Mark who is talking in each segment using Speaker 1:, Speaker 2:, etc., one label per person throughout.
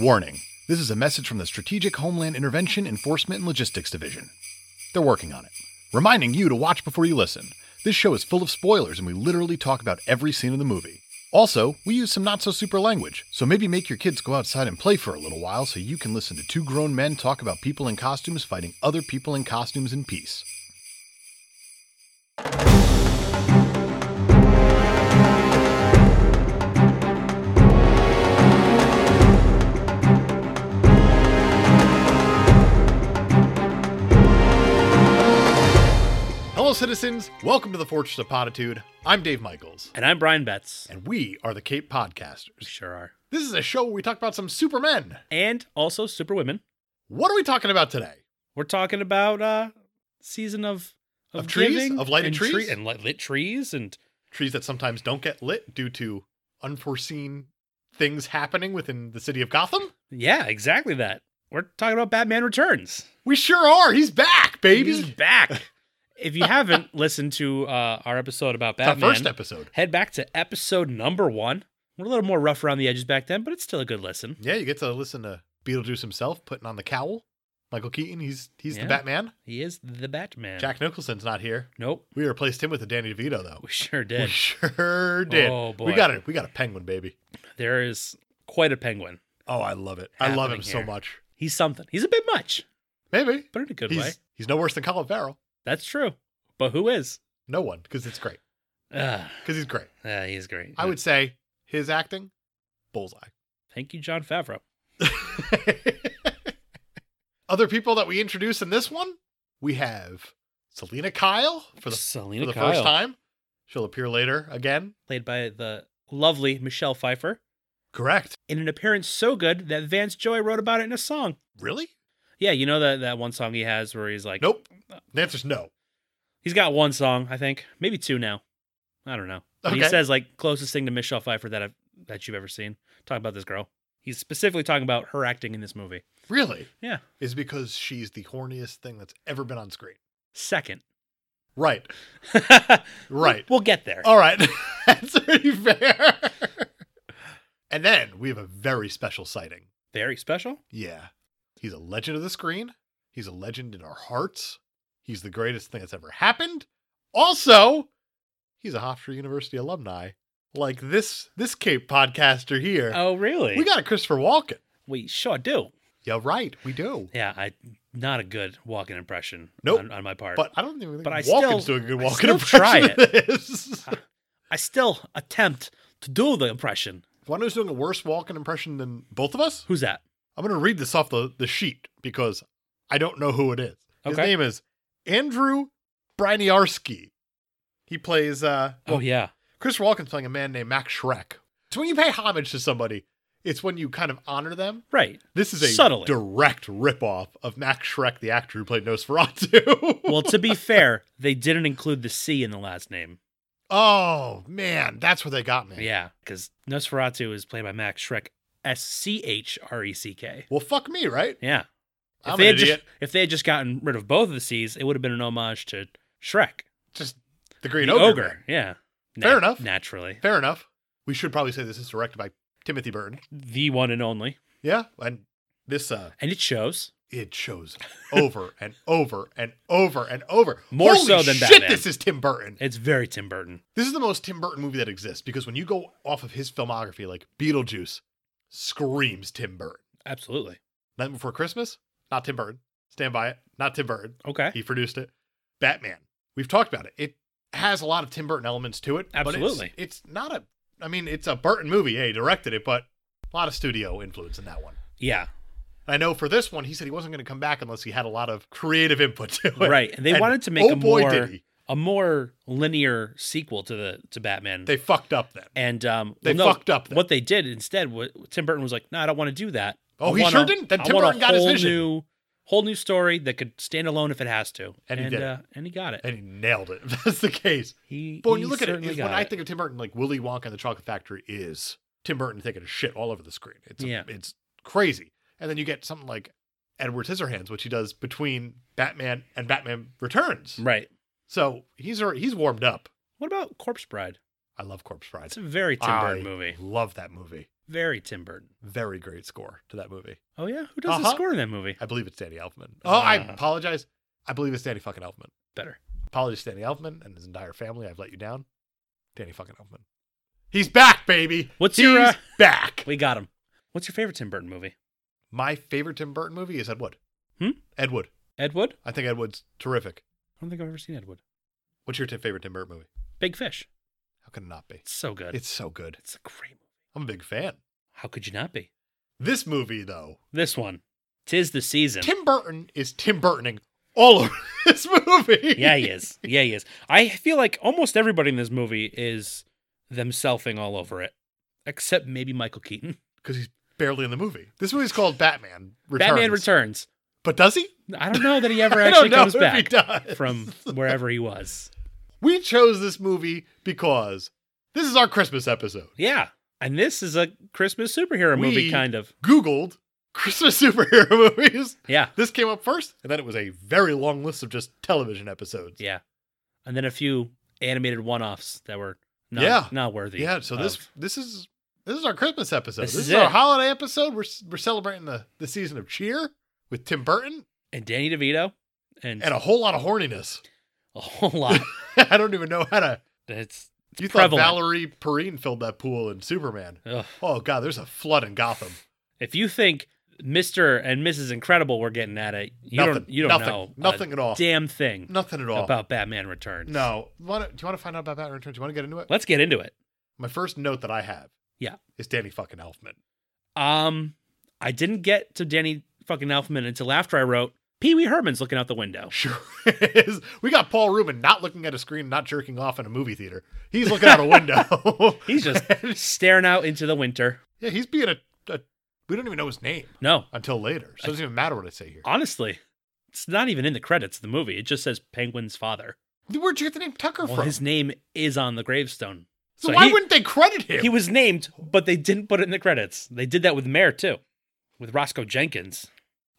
Speaker 1: Warning this is a message from the Strategic Homeland Intervention Enforcement and Logistics Division. They're working on it. Reminding you to watch before you listen. This show is full of spoilers and we literally talk about every scene in the movie. Also, we use some not so super language, so maybe make your kids go outside and play for a little while so you can listen to two grown men talk about people in costumes fighting other people in costumes in peace. Hello, citizens. Welcome to the Fortress of Potitude. I'm Dave Michaels,
Speaker 2: And I'm Brian Betts.
Speaker 1: and we are the Cape Podcasters.
Speaker 2: Sure are.
Speaker 1: This is a show where we talk about some supermen.
Speaker 2: And also Superwomen.
Speaker 1: What are we talking about today?
Speaker 2: We're talking about uh season of
Speaker 1: Of trees?
Speaker 2: giving
Speaker 1: Of lighted
Speaker 2: and
Speaker 1: trees?
Speaker 2: and lit, lit trees and
Speaker 1: Trees that sometimes don't get lit due to unforeseen things happening within the city of Gotham?
Speaker 2: yeah, exactly that. We're talking about Batman Returns.
Speaker 1: We sure are. He's back, baby.
Speaker 2: He's back. if you haven't listened to uh, our episode about
Speaker 1: It's our
Speaker 2: Batman,
Speaker 1: first episode.
Speaker 2: head back to episode number one. We're a little more rough around the edges back then, but it's still a good listen.
Speaker 1: Yeah, you get to listen to Beetlejuice himself putting on the cowl. Michael Keaton, he's he's
Speaker 2: Yeah.
Speaker 1: the Batman.
Speaker 2: He is the Batman.
Speaker 1: Jack Nicholson's not here.
Speaker 2: Nope.
Speaker 1: We replaced him with a Danny DeVito though.
Speaker 2: We sure
Speaker 1: We
Speaker 2: did.
Speaker 1: sure did.
Speaker 2: Oh,
Speaker 1: We
Speaker 2: boy.
Speaker 1: got it. We got a penguin, baby.
Speaker 2: there is quite a penguin.
Speaker 1: Oh, I love it. I love him
Speaker 2: Happening
Speaker 1: so
Speaker 2: here.
Speaker 1: much.
Speaker 2: He's something. He's a bit much,
Speaker 1: Maybe.
Speaker 2: but in a good
Speaker 1: he's
Speaker 2: way.
Speaker 1: he's no worse than Colin Farrell.
Speaker 2: That's true. But who is?
Speaker 1: No one, because it's great.
Speaker 2: Uh,
Speaker 1: Because he's great.
Speaker 2: uh, he's great.
Speaker 1: I would say his acting, bullseye.
Speaker 2: thank you, John Favreau.
Speaker 1: Other people that we introduce in this one, we have Selena Kyle for the,
Speaker 2: Selena
Speaker 1: for the
Speaker 2: Kyle,
Speaker 1: first time. She'll appear later again.
Speaker 2: played by the lovely Michelle Pfeiffer,
Speaker 1: Correct.
Speaker 2: in an appearance so good that Vance Joy wrote about it in a song.
Speaker 1: Really?
Speaker 2: Yeah, you know that that one song he has where he's like,
Speaker 1: Nope. The answer's no.
Speaker 2: He's got one song, I think, maybe two now. I don't know. But He
Speaker 1: Okay.
Speaker 2: says like closest thing to Michelle Pfeiffer that I've that you've ever seen. Talking about this girl. He's specifically talking about her acting in this movie.
Speaker 1: Really?
Speaker 2: Yeah.
Speaker 1: Is because she's the horniest thing that's ever been on screen.
Speaker 2: Second.
Speaker 1: Right. Right. Uh,
Speaker 2: We'll get there.
Speaker 1: All right. that's pretty fair. and then we have a very special sighting.
Speaker 2: Very special.
Speaker 1: Yeah. He's a legend of the screen. He's a legend in our hearts. He's the greatest thing that's ever happened. Also, he's a Hofstra University alumni. Like this this Cape podcaster here.
Speaker 2: Oh really?
Speaker 1: we got a Christopher Walken.
Speaker 2: we sure do.
Speaker 1: Yeah, right. We do.
Speaker 2: Yeah, I not a good walking impression.
Speaker 1: Nope.
Speaker 2: On, on my part.
Speaker 1: But I don't even think
Speaker 2: But I
Speaker 1: Walken's
Speaker 2: still-
Speaker 1: doing a good
Speaker 2: I
Speaker 1: Walken
Speaker 2: still
Speaker 1: impression.
Speaker 2: try
Speaker 1: of this.
Speaker 2: I still attempt to do the impression.
Speaker 1: One who's doing a worse Walken impression than both of us?
Speaker 2: Who's that?
Speaker 1: I'm going to read this off the, the sheet because I don't know who it is. His
Speaker 2: Okay.
Speaker 1: name is Andrew Briniarski. He plays uh
Speaker 2: Oh yeah.
Speaker 1: Chris Walken's playing a man named Max Shrek. So when you pay homage to somebody, it's when you kind of honor them.
Speaker 2: Right.
Speaker 1: This is a
Speaker 2: Subtly.
Speaker 1: direct ripoff of Max Shrek, the actor who played Nosferatu.
Speaker 2: Well, to be fair, they didn't include the C in the last name.
Speaker 1: oh man, that's where they got me.
Speaker 2: Yeah, because Nosferatu is played by Max Shrek, S C H R E C K.
Speaker 1: Well, fuck me, right?
Speaker 2: Yeah. If
Speaker 1: I'm
Speaker 2: they
Speaker 1: an
Speaker 2: had
Speaker 1: idiot.
Speaker 2: just if they had just gotten rid of both of the C's, it would have been an homage to Shrek,
Speaker 1: Just, the Green
Speaker 2: the
Speaker 1: Ogre.
Speaker 2: ogre.
Speaker 1: man.
Speaker 2: Yeah.
Speaker 1: Fair enough.
Speaker 2: Naturally,
Speaker 1: Fair enough. We should probably say this is directed by Timothy Burton.
Speaker 2: the one and only,
Speaker 1: Yeah, and this uh
Speaker 2: and it shows.
Speaker 1: it shows over and over and over and over.
Speaker 2: More
Speaker 1: Holy
Speaker 2: so than
Speaker 1: shit,
Speaker 2: Batman.
Speaker 1: this is Tim Burton.
Speaker 2: It's very Tim Burton.
Speaker 1: This is the most Tim Burton movie that exists because when you go off of his filmography, like Beetlejuice screams Tim Burton.
Speaker 2: Absolutely.
Speaker 1: Night Before Christmas, not Tim Burton. Stand by it, not Tim Burton.
Speaker 2: Okay.
Speaker 1: He produced it. Batman, we've talked about it. It has a lot of Tim Burton elements to it. but it's-
Speaker 2: Absolutely.
Speaker 1: it's, not a, I mean, it's a Burton movie. Yeah, he directed it, but a lot of studio influence in that one.
Speaker 2: Yeah.
Speaker 1: And I know for this one, he said he wasn't going to come back unless he had a lot of creative input to it.
Speaker 2: Right. And they
Speaker 1: And
Speaker 2: wanted to make
Speaker 1: oh
Speaker 2: a
Speaker 1: boy,
Speaker 2: more
Speaker 1: did he.
Speaker 2: a more linear sequel to the to Batman.
Speaker 1: They fucked up then.
Speaker 2: and um,
Speaker 1: They
Speaker 2: well, no,
Speaker 1: fucked up then.
Speaker 2: What they did instead, was, Tim Burton was like, "No, I don't want to do that."
Speaker 1: Oh,
Speaker 2: I
Speaker 1: he
Speaker 2: want
Speaker 1: sure
Speaker 2: a-
Speaker 1: didn't. Then
Speaker 2: I
Speaker 1: Tim
Speaker 2: want a
Speaker 1: Burton got his
Speaker 2: whole
Speaker 1: vision."
Speaker 2: New, whole new story that could stand alone if it has to.
Speaker 1: And he did it.
Speaker 2: Uh, and he got it.
Speaker 1: And he nailed it. If that's the case.
Speaker 2: he,
Speaker 1: But when
Speaker 2: he
Speaker 1: you look at it,
Speaker 2: certainly
Speaker 1: is when
Speaker 2: got
Speaker 1: I
Speaker 2: it.
Speaker 1: think of Tim Burton, like Willy Wonka and the Chocolate Factory is Tim Burton taking a shit all over the screen. It's
Speaker 2: Yeah.
Speaker 1: it's crazy. And then you get something like Edward Scissorhands, which he does between Batman and Batman Returns.
Speaker 2: right.
Speaker 1: So he's already, he's warmed up.
Speaker 2: What about Corpse Bride?
Speaker 1: I love Corpse Bride.
Speaker 2: It's a very Tim
Speaker 1: I
Speaker 2: Burton movie.
Speaker 1: Love that movie.
Speaker 2: Very Tim Burton.
Speaker 1: Very great score to that movie.
Speaker 2: Oh yeah, who does the
Speaker 1: Uh-huh.
Speaker 2: score in that movie?
Speaker 1: I believe it's Danny Elfman. Oh, I
Speaker 2: Ah.
Speaker 1: apologize. I believe it's Danny fucking Elfman.
Speaker 2: Better.
Speaker 1: Apologies to Danny Elfman and his entire family. I've let you down. Danny fucking Elfman. He's back, baby.
Speaker 2: What's
Speaker 1: He's
Speaker 2: your, uh,
Speaker 1: back?
Speaker 2: We got him. What's your favorite Tim Burton movie?
Speaker 1: My favorite Tim Burton movie is Ed Wood.
Speaker 2: Hmm?
Speaker 1: Ed Wood.
Speaker 2: Ed Wood?
Speaker 1: I think Ed Wood's terrific.
Speaker 2: I don't think I've ever seen Ed Wood.
Speaker 1: What's your t- favorite Tim Burton movie?
Speaker 2: Big Fish.
Speaker 1: How can it not be?
Speaker 2: It's so good.
Speaker 1: It's so good.
Speaker 2: It's a great movie.
Speaker 1: I'm a big fan.
Speaker 2: How could you not be?
Speaker 1: This movie, though,
Speaker 2: This one. Tis the season.
Speaker 1: Tim Burton is Tim Burtoning all over this movie.
Speaker 2: yeah, he is. Yeah, he is. I feel like almost everybody in this movie is themselfing all over it, except maybe Michael Keaton.
Speaker 1: Because he's barely in the movie. This movie's called Batman Returns.
Speaker 2: Batman Returns.
Speaker 1: But does he?
Speaker 2: I don't know that he ever
Speaker 1: I don't
Speaker 2: actually
Speaker 1: know
Speaker 2: comes
Speaker 1: if he
Speaker 2: back
Speaker 1: does.
Speaker 2: from wherever he was.
Speaker 1: We chose this movie because this is our Christmas episode.
Speaker 2: Yeah. And this is a Christmas superhero movie,
Speaker 1: We-
Speaker 2: kind of.
Speaker 1: Googled Christmas superhero movies.
Speaker 2: Yeah.
Speaker 1: This came up first, and then it was a very long list of just television episodes.
Speaker 2: Yeah. And then a few animated one offs that were not,
Speaker 1: Yeah.
Speaker 2: not worthy.
Speaker 1: Yeah, so this
Speaker 2: of-
Speaker 1: this is this is our Christmas episode.
Speaker 2: This
Speaker 1: This,
Speaker 2: is
Speaker 1: is, our
Speaker 2: it.
Speaker 1: holiday episode. We're we're celebrating the the season of cheer with Tim Burton
Speaker 2: And Danny DeVito and,
Speaker 1: and a whole lot of horniness.
Speaker 2: a whole lot.
Speaker 1: I don't even know how to.
Speaker 2: It's.
Speaker 1: You
Speaker 2: prevalent.
Speaker 1: thought Valerie Perrine filled that pool in Superman?
Speaker 2: Ugh.
Speaker 1: Oh God, there's a flood in Gotham.
Speaker 2: If you think Mr. and Mrs. Incredible were getting at it, you
Speaker 1: nothing.
Speaker 2: don't you don't
Speaker 1: nothing,
Speaker 2: know a
Speaker 1: Nothing at all.
Speaker 2: damn thing
Speaker 1: nothing at all.
Speaker 2: about Batman Returns.
Speaker 1: no. Wanna- do you want to find out about Batman Returns? Do you want to get into it?
Speaker 2: Let's get into it.
Speaker 1: My first note that I have.
Speaker 2: Yeah.
Speaker 1: Is Danny fucking Elfman?
Speaker 2: Um I didn't get to Danny fucking Elfman until after I wrote Pee Wee Herman's looking out the window.
Speaker 1: Sure is. We got Paul Rubin not looking at a screen, not jerking off in a movie theater. He's looking out a window.
Speaker 2: He's just staring out into the winter.
Speaker 1: yeah, he's being a, a. We don't even know his name
Speaker 2: No,
Speaker 1: until later, so it doesn't even matter what I say here.
Speaker 2: honestly, it's not even in the credits of the movie. It just says Penguin's father.
Speaker 1: Where'd you get the name Tucker
Speaker 2: Well,
Speaker 1: from?
Speaker 2: his name is on the gravestone.
Speaker 1: so,
Speaker 2: so
Speaker 1: why
Speaker 2: he-
Speaker 1: wouldn't they credit him?
Speaker 2: He was named, but they didn't put it in the credits. They did that with Mayor too, with Roscoe Jenkins.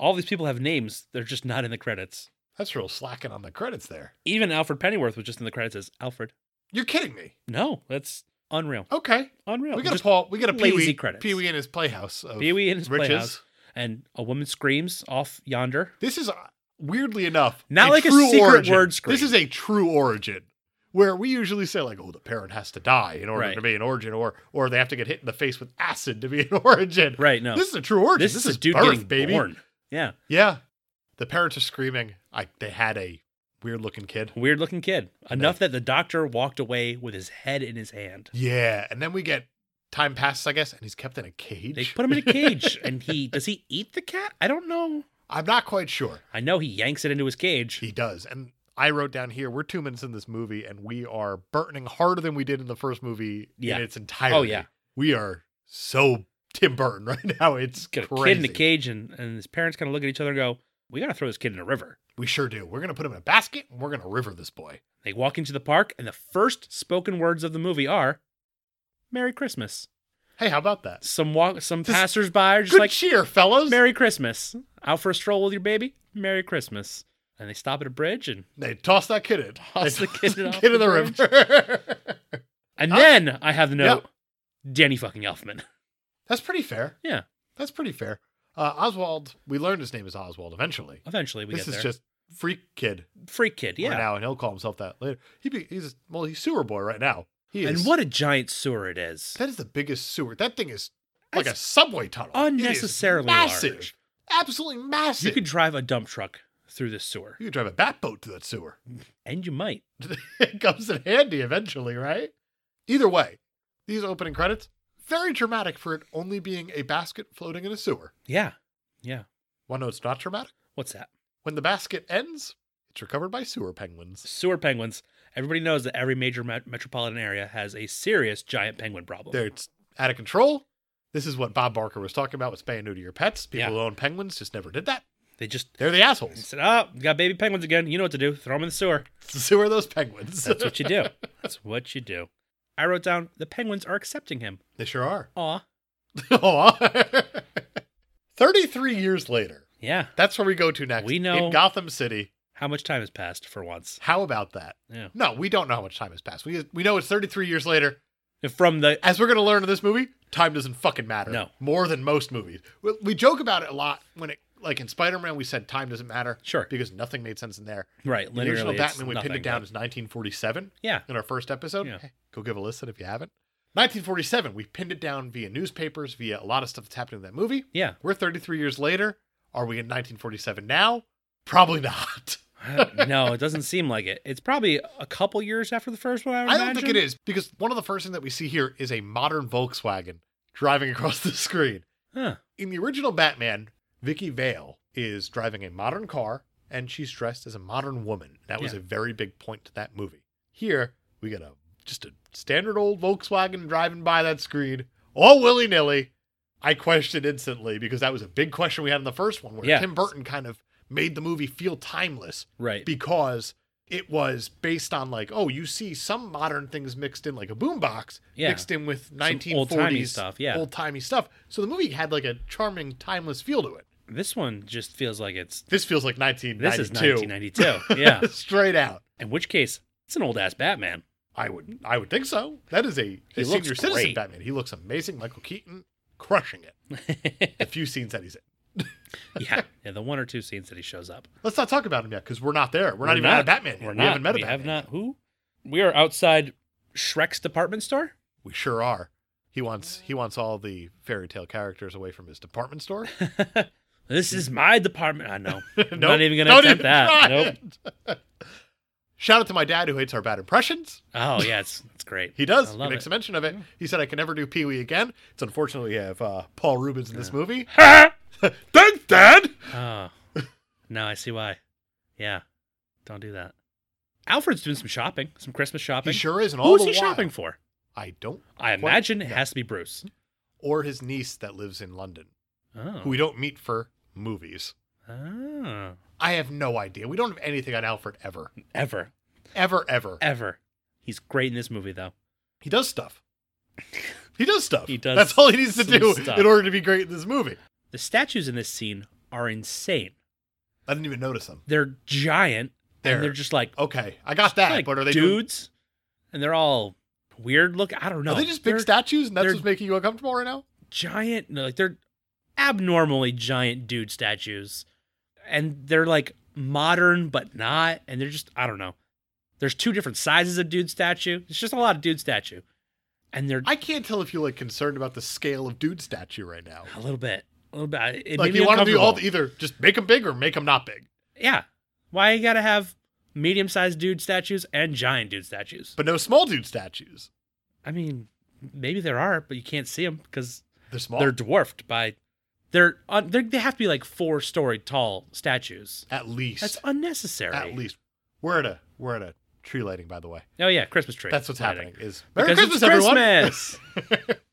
Speaker 2: All these people have names; they're just not in the credits.
Speaker 1: That's real slacking on the credits there.
Speaker 2: Even Alfred Pennyworth was just in the credits as Alfred.
Speaker 1: You're kidding me.
Speaker 2: No, that's unreal,
Speaker 1: Okay,
Speaker 2: unreal.
Speaker 1: we got a
Speaker 2: Just
Speaker 1: Paul. We got a Pee
Speaker 2: lazy
Speaker 1: Wee.
Speaker 2: credits.
Speaker 1: Pee Wee in his playhouse. Of
Speaker 2: Pee Wee in his
Speaker 1: riches.
Speaker 2: playhouse, and a woman screams off yonder.
Speaker 1: This is uh, weirdly enough
Speaker 2: Not like a secret
Speaker 1: origin.
Speaker 2: word screen.
Speaker 1: This is a true origin where we usually say like, "Oh, the parent has to die in order
Speaker 2: Right.
Speaker 1: to be an origin," or or they have to get hit in the face with acid to be an origin.
Speaker 2: Right? No,
Speaker 1: This is a true origin. This,
Speaker 2: a dude
Speaker 1: birth,
Speaker 2: getting
Speaker 1: baby.
Speaker 2: born. Yeah,
Speaker 1: Yeah, the parents are screaming. I they had a weird looking kid.
Speaker 2: weird looking kid. Enough that the doctor walked away with his head in his hand.
Speaker 1: Yeah, and then we get time passes, I guess, and he's kept in a cage.
Speaker 2: They put him in a cage, and he does he eat the cat? I don't know.
Speaker 1: I'm not quite sure.
Speaker 2: I know he yanks it into his cage.
Speaker 1: He does. And I wrote down here, we're two minutes in this movie and we are burning harder than we did in the first movie
Speaker 2: Yeah.
Speaker 1: in its entirety.
Speaker 2: Oh, yeah.
Speaker 1: We are so Tim Burton right now. It's
Speaker 2: He's got a
Speaker 1: crazy.
Speaker 2: kid in a cage, and, and his parents kind of look at each other and go, "We gotta throw this kid in a river."
Speaker 1: We sure do. We're going to put him in a basket and we're going to river this boy.
Speaker 2: They walk into the park, and the first spoken words of the movie are, "Merry Christmas."
Speaker 1: Hey, how about that?
Speaker 2: Some walk, some
Speaker 1: This-
Speaker 2: passersby are just
Speaker 1: Good
Speaker 2: like,
Speaker 1: cheer, fellows.
Speaker 2: "Merry Christmas." Out for a stroll with your baby? Merry Christmas. And they stop at a bridge, and
Speaker 1: they toss that kid in.
Speaker 2: Toss
Speaker 1: They
Speaker 2: the kid
Speaker 1: the
Speaker 2: off
Speaker 1: kid
Speaker 2: the
Speaker 1: in the
Speaker 2: bridge.
Speaker 1: river.
Speaker 2: and
Speaker 1: Huh?
Speaker 2: then I have the note, Danny fucking Elfman.
Speaker 1: That's pretty fair.
Speaker 2: Yeah.
Speaker 1: That's pretty fair. Uh, Oswald, we learned his name is Oswald eventually.
Speaker 2: Eventually, we
Speaker 1: this is
Speaker 2: get there.
Speaker 1: just freak kid.
Speaker 2: Freak kid,
Speaker 1: right
Speaker 2: yeah.
Speaker 1: now, and he'll call himself that later. He be, he's well, he's sewer boy right now. He is.
Speaker 2: And what a giant sewer it is.
Speaker 1: That is the biggest sewer. That thing is like
Speaker 2: That's
Speaker 1: a subway tunnel. It is
Speaker 2: unnecessarily
Speaker 1: massive,
Speaker 2: large.
Speaker 1: absolutely massive.
Speaker 2: You could drive a dump truck through this sewer,
Speaker 1: you could drive a bat boat to that sewer.
Speaker 2: and you might.
Speaker 1: it comes in handy eventually, right? Either way, these opening credits very dramatic for it only being a basket floating in a sewer.
Speaker 2: Yeah, yeah.
Speaker 1: One note's not dramatic.
Speaker 2: What's that?
Speaker 1: When the basket ends, it's recovered by sewer penguins.
Speaker 2: Sewer penguins. Everybody knows that every major met- metropolitan area has a serious giant penguin problem.
Speaker 1: They're it's out of control. This is what Bob Barker was talking about with spay and neuter your pets. People
Speaker 2: Yeah.
Speaker 1: who own penguins just never did that.
Speaker 2: They just
Speaker 1: They're the
Speaker 2: they
Speaker 1: assholes.
Speaker 2: said, "Oh, we got baby penguins again. You know what to do. Throw them in the sewer.
Speaker 1: So are those penguins.
Speaker 2: That's what you do. That's what you do." I wrote down the penguins are accepting him.
Speaker 1: they sure are.
Speaker 2: Aw,
Speaker 1: Aw. 33 Oh, years later,
Speaker 2: yeah.
Speaker 1: that's where we go to next.
Speaker 2: We know-
Speaker 1: In Gotham City.
Speaker 2: How much time has passed for once?
Speaker 1: How about that?
Speaker 2: Yeah.
Speaker 1: No, we don't know how much time has passed. We, we know it's 33 years later.
Speaker 2: from the
Speaker 1: As we're going to learn in this movie, time doesn't fucking matter.
Speaker 2: No.
Speaker 1: More than most movies. We, we joke about it a lot when it, like in Spider Man, we said time doesn't matter.
Speaker 2: Sure.
Speaker 1: Because nothing made sense in there.
Speaker 2: right
Speaker 1: The original
Speaker 2: linearly it's
Speaker 1: Batman, we pinned
Speaker 2: nothing,
Speaker 1: it down
Speaker 2: but-
Speaker 1: as 1947
Speaker 2: Yeah,
Speaker 1: in our first episode.
Speaker 2: Yeah.
Speaker 1: Hey, go give a listen if you haven't. 1947, we pinned it down via newspapers, via a lot of stuff that's happening in that movie.
Speaker 2: yeah.
Speaker 1: We're 33 years later. Are we in 1947 now? Probably not.
Speaker 2: no, it doesn't seem like it. It's probably a couple years after the first one. I, would
Speaker 1: I don't think
Speaker 2: imagine.
Speaker 1: it is because one of the first things that we see here is a modern Volkswagen driving across the screen.
Speaker 2: Huh.
Speaker 1: In the original Batman, Vicky Vale is driving a modern car and she's dressed as a modern woman. That was
Speaker 2: Yeah.
Speaker 1: a very big point to that movie. Here, we got a just a standard old Volkswagen driving by that screen, all willy nilly. I questioned instantly because that was a big question we had in the first one where
Speaker 2: Yeah.
Speaker 1: Tim Burton kind of made the movie feel timeless
Speaker 2: Right.
Speaker 1: because it was based on like, oh, you see some modern things mixed in, like a boombox
Speaker 2: Yeah.
Speaker 1: mixed in with nineteen
Speaker 2: old-timey
Speaker 1: forties
Speaker 2: stuff, yeah.
Speaker 1: old timey stuff. So the movie had like a charming, timeless feel to it.
Speaker 2: this one just feels like it's
Speaker 1: This feels like nineteen
Speaker 2: this
Speaker 1: ninety
Speaker 2: is
Speaker 1: two,
Speaker 2: 1992. yeah.
Speaker 1: straight out.
Speaker 2: In which case, it's an old ass Batman.
Speaker 1: I would, I would think so. That is a, a
Speaker 2: He looks
Speaker 1: senior citizen
Speaker 2: great.
Speaker 1: Batman. He looks amazing. Michael Keaton crushing it. The few scenes that he's in.
Speaker 2: yeah. Yeah. The one or two scenes that he shows up.
Speaker 1: Let's not talk about him yet because we're not there. We're, not even out of Batman. Yet.
Speaker 2: We're
Speaker 1: we
Speaker 2: not.
Speaker 1: haven't met a
Speaker 2: we
Speaker 1: Batman.
Speaker 2: have not. Who? We are outside Shrek's department store.
Speaker 1: We sure are. He wants he wants all the fairy tale characters away from his department store.
Speaker 2: This is my department. I know. I'm
Speaker 1: Nope.
Speaker 2: Not even gonna
Speaker 1: Don't
Speaker 2: attempt
Speaker 1: even
Speaker 2: that.
Speaker 1: try
Speaker 2: Nope.
Speaker 1: it. Shout out to my dad who hates our bad impressions.
Speaker 2: Oh yeah, it's it's great.
Speaker 1: He
Speaker 2: I
Speaker 1: does. He
Speaker 2: love
Speaker 1: makes
Speaker 2: it.
Speaker 1: a mention of it. He said, "I can never do Pee Wee again." It's unfortunate we have uh, Paul Rubens in this movie. Thanks, Dad.
Speaker 2: Oh. Now I see why. Yeah. Don't do that. Alfred's doing some shopping, some Christmas
Speaker 1: He
Speaker 2: shopping.
Speaker 1: sure is, and all
Speaker 2: Who's
Speaker 1: the
Speaker 2: he
Speaker 1: while,
Speaker 2: shopping for?
Speaker 1: I don't,
Speaker 2: I
Speaker 1: What?
Speaker 2: imagine it has to be Bruce.
Speaker 1: or his niece that lives in London, who
Speaker 2: Oh.
Speaker 1: we don't meet for movies.
Speaker 2: oh.
Speaker 1: I have no idea. We don't have anything on Alfred ever,
Speaker 2: Ever.
Speaker 1: ever, ever.
Speaker 2: Ever. He's great in this movie though.
Speaker 1: He does stuff. He does stuff.
Speaker 2: He does
Speaker 1: That's all he needs to
Speaker 2: some
Speaker 1: do
Speaker 2: stuff.
Speaker 1: in order to be great in this movie.
Speaker 2: The statues in this scene are insane.
Speaker 1: I didn't even notice him.
Speaker 2: They're giant
Speaker 1: They're-
Speaker 2: and they're just like,
Speaker 1: Okay, I got that.
Speaker 2: like
Speaker 1: but are they doing
Speaker 2: dudes and they're all weird look. I don't know.
Speaker 1: Are they just big
Speaker 2: They're
Speaker 1: statues and that's
Speaker 2: they're-
Speaker 1: what's making you uncomfortable right now?
Speaker 2: giant no, like they're abnormally giant dude statues and they're like modern but not and they're just i don't know there's two different sizes of dude statue it's just a lot of dude statue and they're
Speaker 1: I can't tell if you're like concerned about the scale of dude statue right now.
Speaker 2: a little bit a little bit it made
Speaker 1: Like
Speaker 2: me
Speaker 1: you want to do all
Speaker 2: uncomfortable.
Speaker 1: either just make them big or make them not big.
Speaker 2: yeah why you gotta have medium-sized dude statues and giant dude statues
Speaker 1: But no small dude statues.
Speaker 2: i mean maybe there are but you can't see them because
Speaker 1: They're small.
Speaker 2: they're dwarfed by they're, uh, they're they have to be like four story tall statues
Speaker 1: at least
Speaker 2: that's unnecessary
Speaker 1: at least we're at a we're at a tree lighting by the way.
Speaker 2: Oh yeah, Christmas tree.
Speaker 1: That's what's
Speaker 2: Lighting.
Speaker 1: happening. Is Merry
Speaker 2: Because
Speaker 1: Christmas
Speaker 2: it's
Speaker 1: everyone.
Speaker 2: Christmas.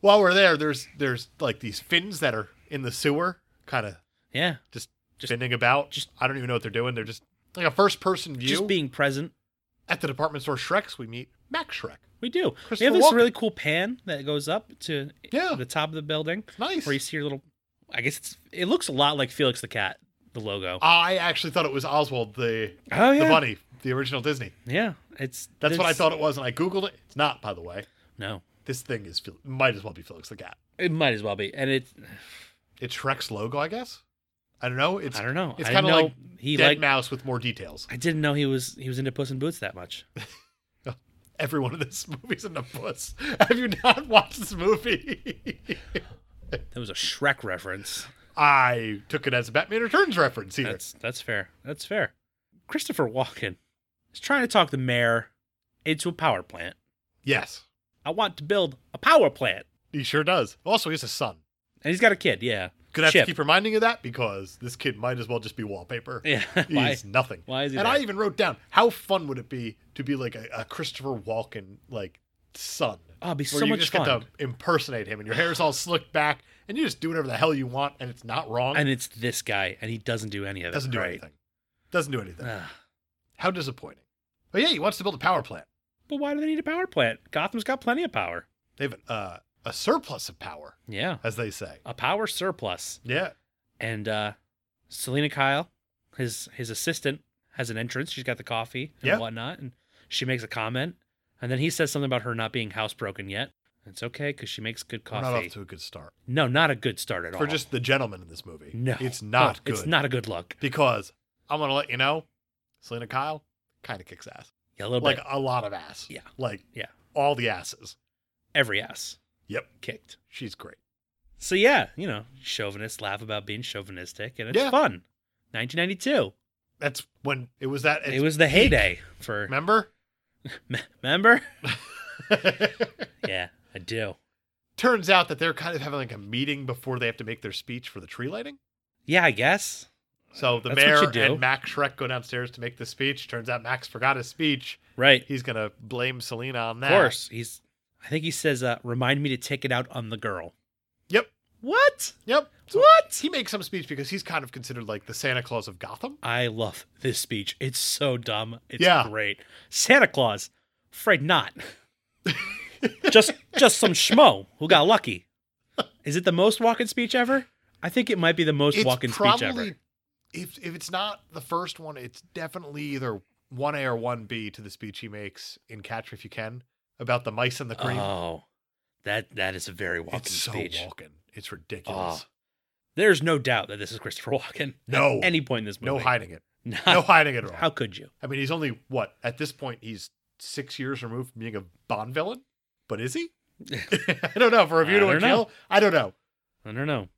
Speaker 1: While we're there there's there's like these fins that are in the sewer kind of
Speaker 2: yeah,
Speaker 1: just,
Speaker 2: Just-
Speaker 1: spinning about.
Speaker 2: just-
Speaker 1: I don't even know what they're doing. They're just like a first person view.
Speaker 2: just being present.
Speaker 1: at the department store Shreks we meet Max Shrek.
Speaker 2: We do. We
Speaker 1: Christopher
Speaker 2: have this
Speaker 1: Walken.
Speaker 2: really cool pan that goes up to
Speaker 1: Yeah.
Speaker 2: the top of the building
Speaker 1: Nice.
Speaker 2: where you see your little. I guess it's. It looks a lot like Felix the Cat, the logo.
Speaker 1: I actually thought it was Oswald the
Speaker 2: oh
Speaker 1: the bunny, the original Disney.
Speaker 2: Yeah, it's.
Speaker 1: That's what I
Speaker 2: it's-
Speaker 1: thought it was, and I googled it. It's not, by the way.
Speaker 2: No,
Speaker 1: This thing is Fel- might as well be Felix the cat.
Speaker 2: it might as well be, and it.
Speaker 1: It's Shrek's logo, I guess. I don't know. It's
Speaker 2: I don't know.
Speaker 1: It's
Speaker 2: I
Speaker 1: kind of
Speaker 2: didn't know
Speaker 1: like
Speaker 2: he
Speaker 1: Dead
Speaker 2: liked-
Speaker 1: Mouse with more details.
Speaker 2: I didn't know he was he was into Puss in Boots that much.
Speaker 1: Every one of this movie's in the puss. Have you not watched this movie?
Speaker 2: That was a Shrek reference.
Speaker 1: I took it as a Batman Returns reference here.
Speaker 2: That's that's fair. That's fair. Christopher Walken is trying to talk the mayor into a power plant.
Speaker 1: yes,
Speaker 2: I want to build a power plant.
Speaker 1: he sure does. Also, he has a son.
Speaker 2: And he's got a kid, yeah.
Speaker 1: Gonna have
Speaker 2: Chip.
Speaker 1: to keep reminding you of that because this kid might as well just be wallpaper.
Speaker 2: Yeah. Why?
Speaker 1: He's nothing.
Speaker 2: why is he
Speaker 1: And
Speaker 2: there?
Speaker 1: I even wrote down how fun would it be to be like a, a Christopher Walken like son.
Speaker 2: Oh, it'd be
Speaker 1: where
Speaker 2: so
Speaker 1: you
Speaker 2: much
Speaker 1: just get
Speaker 2: fun.
Speaker 1: to impersonate him, and your hair's all slicked back, and you just do whatever the hell you want, and it's not wrong.
Speaker 2: And it's this guy, and he doesn't do any of it.
Speaker 1: doesn't do
Speaker 2: right?
Speaker 1: anything. Doesn't do anything.
Speaker 2: Ugh.
Speaker 1: How disappointing. But yeah, he wants to build a power plant.
Speaker 2: but why do they need a power plant? Gotham's got plenty of power.
Speaker 1: They have an, uh, a surplus of power,
Speaker 2: Yeah.
Speaker 1: as they say.
Speaker 2: A power surplus.
Speaker 1: Yeah.
Speaker 2: And uh Selena Kyle, his his assistant, has an entrance. She's got the coffee and
Speaker 1: Yeah.
Speaker 2: whatnot, and she makes a comment And then he says something about her not being housebroken yet. It's okay because she makes good
Speaker 1: We're
Speaker 2: coffee.
Speaker 1: not off to a good start.
Speaker 2: no, not a good start at all.
Speaker 1: For just the gentleman in this movie.
Speaker 2: no,
Speaker 1: It's not
Speaker 2: No,
Speaker 1: good.
Speaker 2: It's not a good look.
Speaker 1: Because I'm going to let you know, Selena Kyle kind of kicks ass.
Speaker 2: Yeah, a little
Speaker 1: Like uh,
Speaker 2: bit.
Speaker 1: a lot of ass.
Speaker 2: Yeah.
Speaker 1: Like
Speaker 2: Yeah.
Speaker 1: all the asses.
Speaker 2: Every ass
Speaker 1: Yep.
Speaker 2: kicked.
Speaker 1: She's great.
Speaker 2: So yeah, you know, chauvinists laugh about being chauvinistic, and it's
Speaker 1: Yeah.
Speaker 2: fun. 1992.
Speaker 1: That's when it was that.
Speaker 2: it was the heyday for.
Speaker 1: Remember?
Speaker 2: Remember? yeah, I do.
Speaker 1: Turns out that they're kind of having like a meeting before they have to make their speech for the tree lighting.
Speaker 2: Yeah, I guess.
Speaker 1: So the
Speaker 2: That's what you
Speaker 1: mayor
Speaker 2: do.
Speaker 1: and Max Shrek go downstairs to make the speech. Turns out Max forgot his speech.
Speaker 2: Right.
Speaker 1: He's gonna blame Selena on
Speaker 2: Of
Speaker 1: that.
Speaker 2: course. He's. I think he says, uh, "Remind me to take it out on the girl."
Speaker 1: Yep.
Speaker 2: What?
Speaker 1: Yep. So
Speaker 2: What?
Speaker 1: He makes some speech because he's kind of considered like the Santa Claus of Gotham.
Speaker 2: I love this speech. It's so dumb. It's
Speaker 1: Yeah.
Speaker 2: great. Santa Claus, afraid not. just just some schmo who got lucky. Is it the most walking speech ever? I think it might be the most walking speech ever.
Speaker 1: if if it's not the first one, it's definitely either one A or one B to the speech he makes in Catch Me If You Can about the mice and the cream.
Speaker 2: Oh, that that is a very walking
Speaker 1: it's so
Speaker 2: speech. Ah,
Speaker 1: walking. It's ridiculous.
Speaker 2: There's no doubt that this is Christopher Walken.
Speaker 1: No.
Speaker 2: At any point in this movie.
Speaker 1: no hiding it.
Speaker 2: Not-
Speaker 1: No hiding it at all.
Speaker 2: How could you?
Speaker 1: I mean, he's only what at this point he's six years removed from being a Bond villain, but is he? I don't know. For a view
Speaker 2: I
Speaker 1: to a
Speaker 2: don't know.
Speaker 1: kill, I don't know.
Speaker 2: I don't know.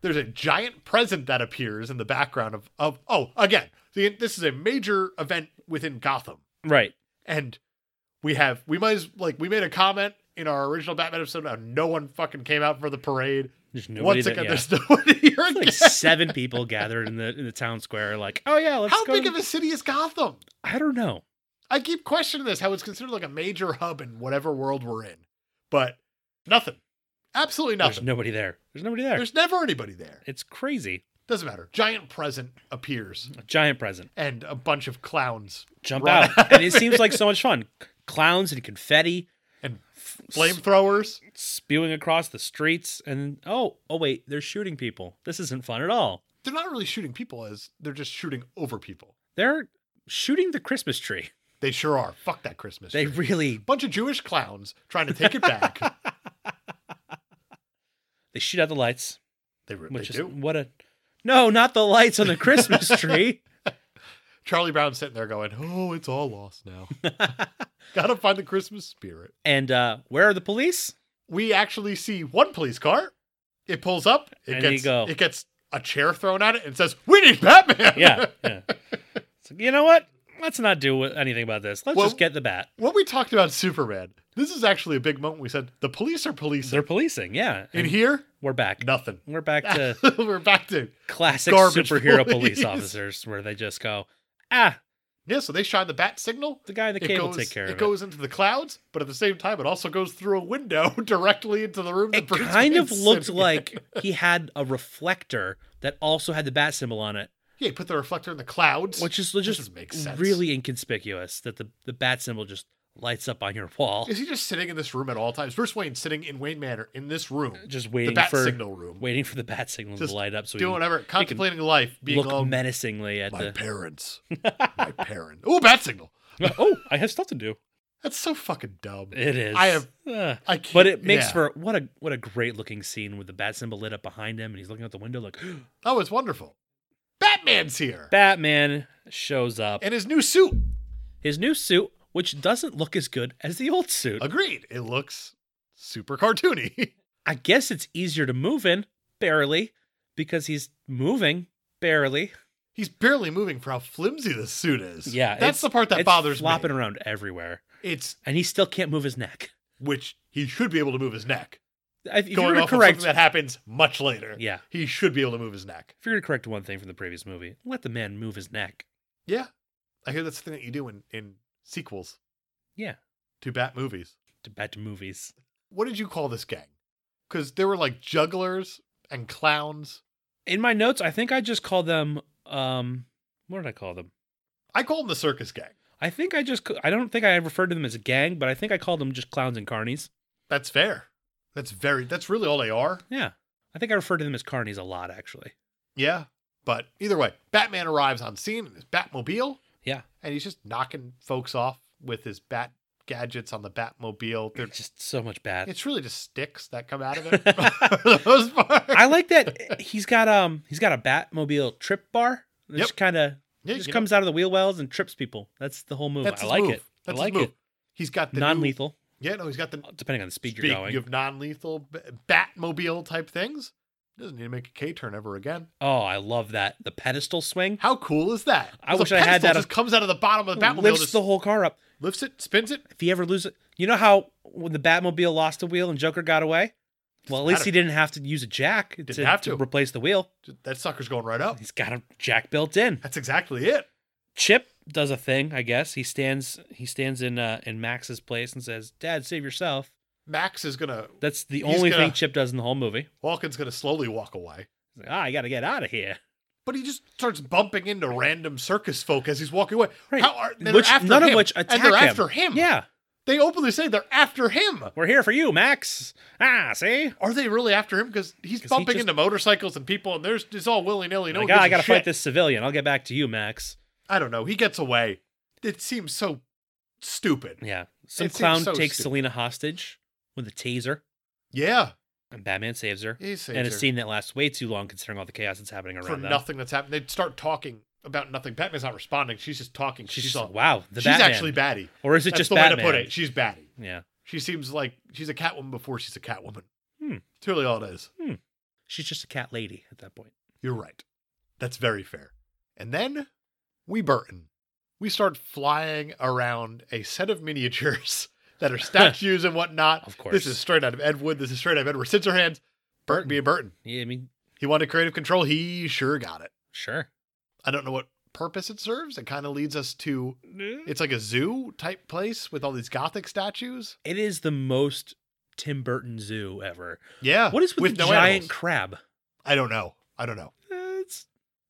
Speaker 1: There's a giant present that appears in the background of of oh again. The, this is a major event within Gotham,
Speaker 2: Right.
Speaker 1: and we have we might as like we made a comment in our original Batman episode. Now no one fucking came out for the parade.
Speaker 2: There's nobody
Speaker 1: Once
Speaker 2: that-
Speaker 1: again,
Speaker 2: yeah.
Speaker 1: there's nobody here again.
Speaker 2: like seven people gathered in the in the town square. Like, oh yeah, let's
Speaker 1: How
Speaker 2: go.
Speaker 1: big
Speaker 2: to-
Speaker 1: of a city is Gotham?
Speaker 2: I don't know.
Speaker 1: I keep questioning this, how it's considered like a major hub in whatever world we're in. But nothing. Absolutely
Speaker 2: There's
Speaker 1: nothing.
Speaker 2: nobody there. There's nobody there.
Speaker 1: There's never anybody there.
Speaker 2: It's crazy.
Speaker 1: Doesn't matter. Giant present appears
Speaker 2: A giant present.
Speaker 1: and a bunch of clowns
Speaker 2: Jump
Speaker 1: Right.
Speaker 2: out. And it seems like so much fun. Clowns and confetti
Speaker 1: and flamethrowers.
Speaker 2: spewing across the streets and oh, oh wait, they're shooting people. This isn't fun at all.
Speaker 1: They're not really shooting people as they're just shooting over people.
Speaker 2: They're shooting the Christmas tree.
Speaker 1: They sure are. Fuck that Christmas.
Speaker 2: They
Speaker 1: tree.
Speaker 2: really
Speaker 1: bunch of Jewish clowns trying to take it back.
Speaker 2: they shoot out the lights,
Speaker 1: they re-
Speaker 2: which
Speaker 1: they do.
Speaker 2: is what a No, not the lights on the Christmas tree.
Speaker 1: Charlie Brown's sitting there going, "Oh, it's all lost now. Got to find the Christmas spirit."
Speaker 2: and uh where are the police?
Speaker 1: we actually see one police car. It pulls up. It
Speaker 2: And you
Speaker 1: gets
Speaker 2: go.
Speaker 1: it gets a chair thrown at it and says, "We need Batman."
Speaker 2: Yeah. yeah. So, you know what? Let's not do anything about this. Let's
Speaker 1: Well-
Speaker 2: just get the bat.
Speaker 1: when we talked about Superman, this is actually a big moment. We said the police are policing.
Speaker 2: They're policing, yeah.
Speaker 1: in
Speaker 2: And
Speaker 1: here,
Speaker 2: we're back.
Speaker 1: nothing.
Speaker 2: We're back to
Speaker 1: We're back to
Speaker 2: classic
Speaker 1: Garbage
Speaker 2: superhero
Speaker 1: police.
Speaker 2: police. officers where they just go, ah,
Speaker 1: yeah. So they shine the bat signal.
Speaker 2: the guy in the
Speaker 1: It
Speaker 2: cave
Speaker 1: goes,
Speaker 2: will take care
Speaker 1: it
Speaker 2: of
Speaker 1: goes into the clouds, but at the same time, it also goes through a window directly into the room.
Speaker 2: it.
Speaker 1: that
Speaker 2: It
Speaker 1: Bruce
Speaker 2: kind of
Speaker 1: Wayne's
Speaker 2: looked
Speaker 1: sitting in.
Speaker 2: like he had a reflector that also had the bat symbol on it,
Speaker 1: yeah, he put the reflector in the clouds.
Speaker 2: which is just
Speaker 1: doesn't make sense.
Speaker 2: really inconspicuous that the, the bat symbol just lights up on your wall,
Speaker 1: is he just sitting in this room at all times? Bruce Wayne sitting in Wayne Manor in this room,
Speaker 2: just
Speaker 1: the
Speaker 2: waiting
Speaker 1: bat
Speaker 2: for
Speaker 1: signal room.
Speaker 2: waiting for the bat signal to
Speaker 1: Just
Speaker 2: light up so he
Speaker 1: doing
Speaker 2: can
Speaker 1: whatever, contemplating life, being
Speaker 2: look
Speaker 1: alone.
Speaker 2: menacingly at
Speaker 1: my
Speaker 2: the
Speaker 1: parents, my parents. Ooh, bat signal.
Speaker 2: oh, I have stuff to do.
Speaker 1: That's so fucking dumb.
Speaker 2: It is.
Speaker 1: I have-
Speaker 2: Ugh.
Speaker 1: I can't,
Speaker 2: But it makes
Speaker 1: yeah.
Speaker 2: for what a what a great looking scene with the bat symbol lit up behind him, and he's looking out the window like,
Speaker 1: Oh, it's wonderful. Batman's here
Speaker 2: Batman shows up.
Speaker 1: and his new suit.
Speaker 2: His new suit, which doesn't look as good as the old suit.
Speaker 1: Agreed. It looks super cartoony.
Speaker 2: I guess it's easier to move in, barely, because he's moving barely.
Speaker 1: He's barely moving for how flimsy this suit is.
Speaker 2: Yeah,
Speaker 1: that's
Speaker 2: it's-
Speaker 1: the part that
Speaker 2: it's
Speaker 1: bothers
Speaker 2: flopping
Speaker 1: me.
Speaker 2: around everywhere,
Speaker 1: It's
Speaker 2: and he still can't move his neck.
Speaker 1: which he should be able to move his neck.
Speaker 2: I- If you're
Speaker 1: Going
Speaker 2: gonna
Speaker 1: off of
Speaker 2: correct,
Speaker 1: something that happens much later.
Speaker 2: yeah,
Speaker 1: He should be able to move his neck.
Speaker 2: if you're gonna correct one thing from the previous movie, let the man move his neck.
Speaker 1: Yeah, I hear that's the thing that you do in in sequels
Speaker 2: Yeah,
Speaker 1: to Bat movies.
Speaker 2: to bat to movies.
Speaker 1: what did you call this gang? Because there were like jugglers and clowns.
Speaker 2: In my notes, I think I just call them. um What did I call them?
Speaker 1: I call them the circus gang.
Speaker 2: I think I just. I don't think I referred to them as a gang, but I think I called them just clowns and carnies.
Speaker 1: That's fair. That's very. That's really all they are.
Speaker 2: Yeah. I think I refer to them as carnies a lot, actually.
Speaker 1: Yeah. But either way, Batman arrives on scene in his Batmobile,
Speaker 2: Yeah.
Speaker 1: and he's just knocking folks off with his bat gadgets on the Batmobile. They're,
Speaker 2: It's just so much bad.
Speaker 1: it's really just sticks that come out of it for the most part.
Speaker 2: I like that he's got um he's got a Batmobile trip bar. It
Speaker 1: Yep.
Speaker 2: just kind of
Speaker 1: Yeah,
Speaker 2: just
Speaker 1: you know,
Speaker 2: comes out of the wheel wells and trips people. That's the whole move.
Speaker 1: that's
Speaker 2: I
Speaker 1: his
Speaker 2: like
Speaker 1: move.
Speaker 2: it.
Speaker 1: That's
Speaker 2: I like
Speaker 1: his move.
Speaker 2: it.
Speaker 1: He's got the new-
Speaker 2: Non-lethal,
Speaker 1: yeah, no, he's got the
Speaker 2: depending on the speed
Speaker 1: Speaking
Speaker 2: you're going.
Speaker 1: of non-lethal b- Batmobile type things, doesn't need to make a K turn ever again.
Speaker 2: oh, I love that. The pedestal swing
Speaker 1: How cool is that?
Speaker 2: I
Speaker 1: There's a
Speaker 2: wish I had
Speaker 1: pedestal
Speaker 2: that
Speaker 1: Just comes out of the bottom of the Batmobile,
Speaker 2: lifts
Speaker 1: just
Speaker 2: the whole car up.
Speaker 1: lifts it, spins it.
Speaker 2: If you ever lose it, you know how when the Batmobile lost a wheel and Joker got away. Well, at least
Speaker 1: matter.
Speaker 2: he didn't have to use a jack to,
Speaker 1: have
Speaker 2: to
Speaker 1: to.
Speaker 2: replace the wheel.
Speaker 1: That sucker's going right up.
Speaker 2: He's got a jack built in.
Speaker 1: That's exactly it.
Speaker 2: Chip does a thing, I guess. He stands he stands in uh, in Max's place and says, "Dad, save yourself."
Speaker 1: Max is gonna
Speaker 2: That's the
Speaker 1: He's
Speaker 2: only
Speaker 1: gonna-
Speaker 2: thing Chip does in the whole movie.
Speaker 1: Walken's gonna slowly walk away,
Speaker 2: He's like, "Ah, I got to get out of here."
Speaker 1: but he just starts bumping into random circus folk as he's walking away.
Speaker 2: Right.
Speaker 1: How are, they're
Speaker 2: Which-
Speaker 1: after
Speaker 2: none of
Speaker 1: him,
Speaker 2: which
Speaker 1: and they're
Speaker 2: attack him.
Speaker 1: after him.
Speaker 2: Yeah,
Speaker 1: they openly say they're after him.
Speaker 2: we're here for you, Max. Ah, see?
Speaker 1: Are they really after him? Because he's
Speaker 2: 'Cause he
Speaker 1: bumping
Speaker 2: just-
Speaker 1: into motorcycles and people, and there's it's all willy nilly. No,
Speaker 2: like,
Speaker 1: one
Speaker 2: "Ah,
Speaker 1: gives
Speaker 2: I
Speaker 1: a
Speaker 2: got to fight
Speaker 1: shit."
Speaker 2: this civilian. I'll get back to you, Max.
Speaker 1: I don't know. He gets away. It seems so stupid.
Speaker 2: Yeah. Some
Speaker 1: It seems
Speaker 2: clown
Speaker 1: so
Speaker 2: takes
Speaker 1: stupid.
Speaker 2: Selena hostage with a taser,
Speaker 1: Yeah,
Speaker 2: and Batman saves her.
Speaker 1: he saves
Speaker 2: and
Speaker 1: her
Speaker 2: a scene that lasts way too long considering all the chaos that's happening around
Speaker 1: for
Speaker 2: them.
Speaker 1: nothing that's happened. They start talking about nothing. Batman's not responding. She's just talking. She's,
Speaker 2: She's, just
Speaker 1: all,
Speaker 2: like, wow, the
Speaker 1: she's
Speaker 2: Batman.
Speaker 1: actually baddie.
Speaker 2: or is it
Speaker 1: That's
Speaker 2: just
Speaker 1: the
Speaker 2: Batman?
Speaker 1: way to put it. She's baddie.
Speaker 2: Yeah.
Speaker 1: She seems like she's a Catwoman before she's a Catwoman.
Speaker 2: Hmm.
Speaker 1: It's really all it is.
Speaker 2: She's just a cat lady at that point.
Speaker 1: You're right. That's very fair. And then we Burton. We start flying around a set of miniatures that are statues and whatnot.
Speaker 2: Of course.
Speaker 1: This is straight out of Ed Wood. This is straight out of Edward Scissorhands. Burton
Speaker 2: Mm-hmm.
Speaker 1: being Burton.
Speaker 2: Yeah, I mean,
Speaker 1: He wanted creative control. He sure got it.
Speaker 2: sure.
Speaker 1: I don't know what purpose it serves. It kind of leads us to it's like a zoo type place with all these gothic statues.
Speaker 2: It is the most Tim Burton zoo ever.
Speaker 1: Yeah.
Speaker 2: What is with, the
Speaker 1: no
Speaker 2: giant
Speaker 1: animals.
Speaker 2: crab?
Speaker 1: I don't know. I don't know.
Speaker 2: Uh, It's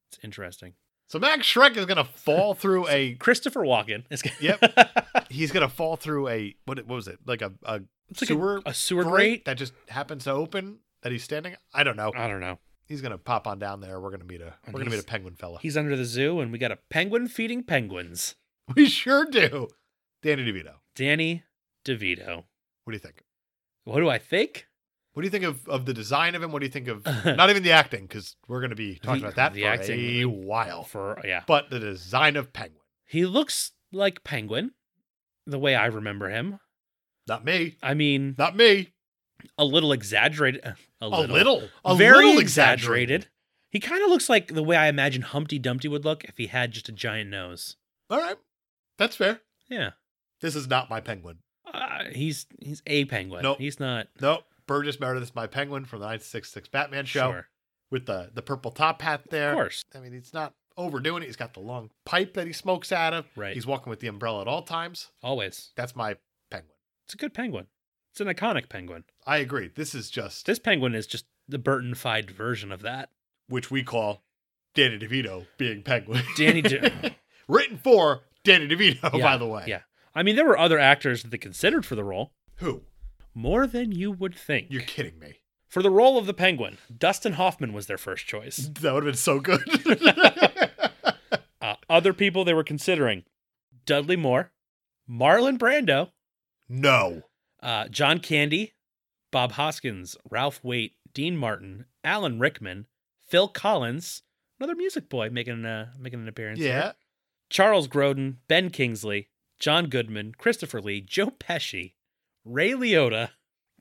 Speaker 2: it's interesting.
Speaker 1: So Max Shrek is gonna fall through a
Speaker 2: Christopher Walken is
Speaker 1: Yep.
Speaker 2: it's
Speaker 1: he's gonna fall through a what what was it? Like a, a
Speaker 2: like
Speaker 1: sewer
Speaker 2: a, a sewer
Speaker 1: grate
Speaker 2: grate.
Speaker 1: that just happens to open that he's standing. I don't know.
Speaker 2: I don't know.
Speaker 1: He's gonna pop on down there. We're gonna meet a
Speaker 2: And
Speaker 1: we're gonna meet a
Speaker 2: he's-
Speaker 1: penguin fella.
Speaker 2: He's under the zoo, and we got a penguin feeding penguins.
Speaker 1: We sure do. Danny DeVito.
Speaker 2: Danny DeVito.
Speaker 1: What do you think?
Speaker 2: What do I think?
Speaker 1: What do you think of, of the design of him? What do you think of not even the acting because we're gonna be talking
Speaker 2: The-
Speaker 1: about that
Speaker 2: the
Speaker 1: for
Speaker 2: acting,
Speaker 1: a
Speaker 2: really.
Speaker 1: while.
Speaker 2: For yeah,
Speaker 1: But the design of penguin,
Speaker 2: he looks like penguin, the way I remember him.
Speaker 1: not me,
Speaker 2: I mean,
Speaker 1: not me.
Speaker 2: a little exaggerated. eh, A
Speaker 1: A
Speaker 2: little.
Speaker 1: little, a little,
Speaker 2: very exaggerated. He kind of looks like the way I imagine Humpty Dumpty would look if he had just a giant nose.
Speaker 1: All right, that's fair.
Speaker 2: Yeah,
Speaker 1: This is not my penguin.
Speaker 2: uh, he's he's a penguin.
Speaker 1: Nope.
Speaker 2: he's not.
Speaker 1: Nope. Burgess Meredith is my penguin from the 966 Batman show
Speaker 2: Sure,
Speaker 1: with the, the purple top hat there.
Speaker 2: of course.
Speaker 1: I mean, he's not overdoing it. He's got the long pipe that he smokes out of.
Speaker 2: Right.
Speaker 1: He's walking with the umbrella at all times.
Speaker 2: Always.
Speaker 1: That's my penguin.
Speaker 2: It's a good penguin. It's an iconic penguin.
Speaker 1: I agree. This is just
Speaker 2: This penguin is just the Burton-fied version of that.
Speaker 1: which we call Danny DeVito being penguin.
Speaker 2: Danny De-
Speaker 1: Written for Danny DeVito,
Speaker 2: Yeah,
Speaker 1: Oh, by the way.
Speaker 2: Yeah. I mean, there were other actors that they considered for the role,
Speaker 1: Who?
Speaker 2: more than you would think.
Speaker 1: You're kidding me.
Speaker 2: For the role of the penguin, Dustin Hoffman was their first choice.
Speaker 1: That would have been so good.
Speaker 2: Uh, other people they were considering Dudley Moore, Marlon Brando,
Speaker 1: no.
Speaker 2: uh, John Candy, Bob Hoskins, Ralph Waite, Dean Martin, Alan Rickman, Phil Collins, another music boy making uh, making an appearance. here,
Speaker 1: Yeah.
Speaker 2: Charles Grodin, Ben Kingsley, John Goodman, Christopher Lee, Joe Pesci, Ray Liotta,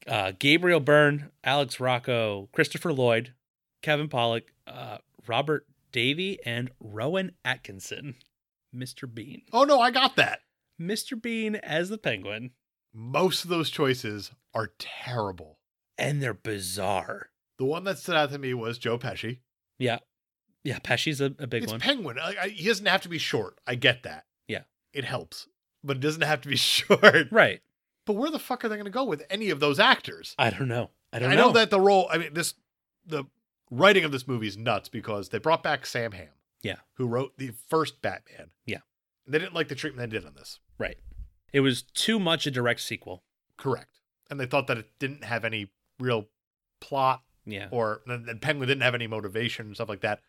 Speaker 2: uh, Gabriel Byrne, Alex Rocco, Christopher Lloyd, Kevin Pollak, uh, Robert Davey, and Rowan Atkinson. Mr. Bean.
Speaker 1: Oh, no, I got that.
Speaker 2: Mr. Bean as the penguin.
Speaker 1: Most of those choices are terrible.
Speaker 2: And they're bizarre.
Speaker 1: The one that stood out to me was Joe Pesci.
Speaker 2: Yeah. Yeah, Pesci's a, a big
Speaker 1: it's
Speaker 2: one.
Speaker 1: Penguin. I, I, he doesn't have to be short. I get that.
Speaker 2: Yeah.
Speaker 1: It helps, but it doesn't have to be short.
Speaker 2: right.
Speaker 1: But where the fuck are they going to go with any of those actors?
Speaker 2: I don't know. I
Speaker 1: I,
Speaker 2: don't
Speaker 1: know. that the role, I mean, this, the writing of this movie is nuts because they brought back Sam Hamm.
Speaker 2: Yeah.
Speaker 1: Who wrote the first Batman.
Speaker 2: Yeah.
Speaker 1: They didn't like the treatment they did on this.
Speaker 2: Right. It was too much a direct sequel.
Speaker 1: Correct. And they thought that it didn't have any real plot
Speaker 2: Yeah.
Speaker 1: or and and Penguin didn't have any motivation and stuff like that.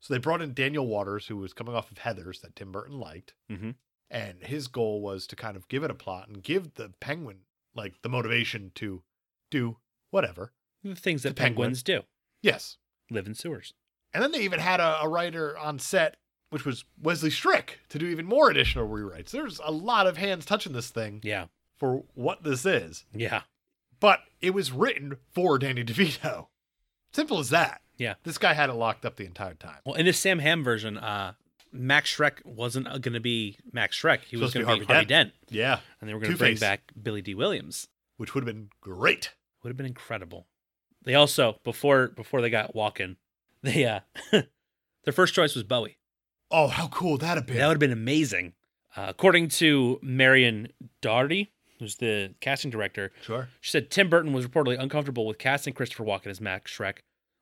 Speaker 1: So they brought in Daniel Waters, who was coming off of Heather's that Tim Burton liked,
Speaker 2: Mhm.
Speaker 1: And his goal was to kind of give it a plot and give the penguin like the motivation to do whatever.
Speaker 2: The things that
Speaker 1: The penguin.
Speaker 2: penguins do
Speaker 1: Yes.
Speaker 2: live in sewers.
Speaker 1: And then they even had a, a writer on set, which was Wesley Strick, to do even more additional rewrites. There's a lot of hands touching this thing
Speaker 2: Yeah.
Speaker 1: for what this is.
Speaker 2: Yeah.
Speaker 1: But it was written for Danny DeVito. Simple as that.
Speaker 2: Yeah.
Speaker 1: This guy had it locked up the entire time.
Speaker 2: Well, in the Sam Ham version, uh, Max Shrek wasn't going to be Max Shrek. He
Speaker 1: Supposed
Speaker 2: was
Speaker 1: to be
Speaker 2: going to be
Speaker 1: Harvey
Speaker 2: Harvey Dent.
Speaker 1: Yeah.
Speaker 2: and they were going to bring
Speaker 1: Two-Face.
Speaker 2: back Billy D. Williams.
Speaker 1: Which would have been great.
Speaker 2: Would have been incredible. They also before before they got walking, they uh, their first choice was Bowie.
Speaker 1: Oh, how cool that'd have been.
Speaker 2: That would have been amazing. Uh, according to Marion Doherty, who's the casting director,
Speaker 1: sure.
Speaker 2: she said Tim Burton was reportedly uncomfortable with casting Christopher Walken as Max Shrek.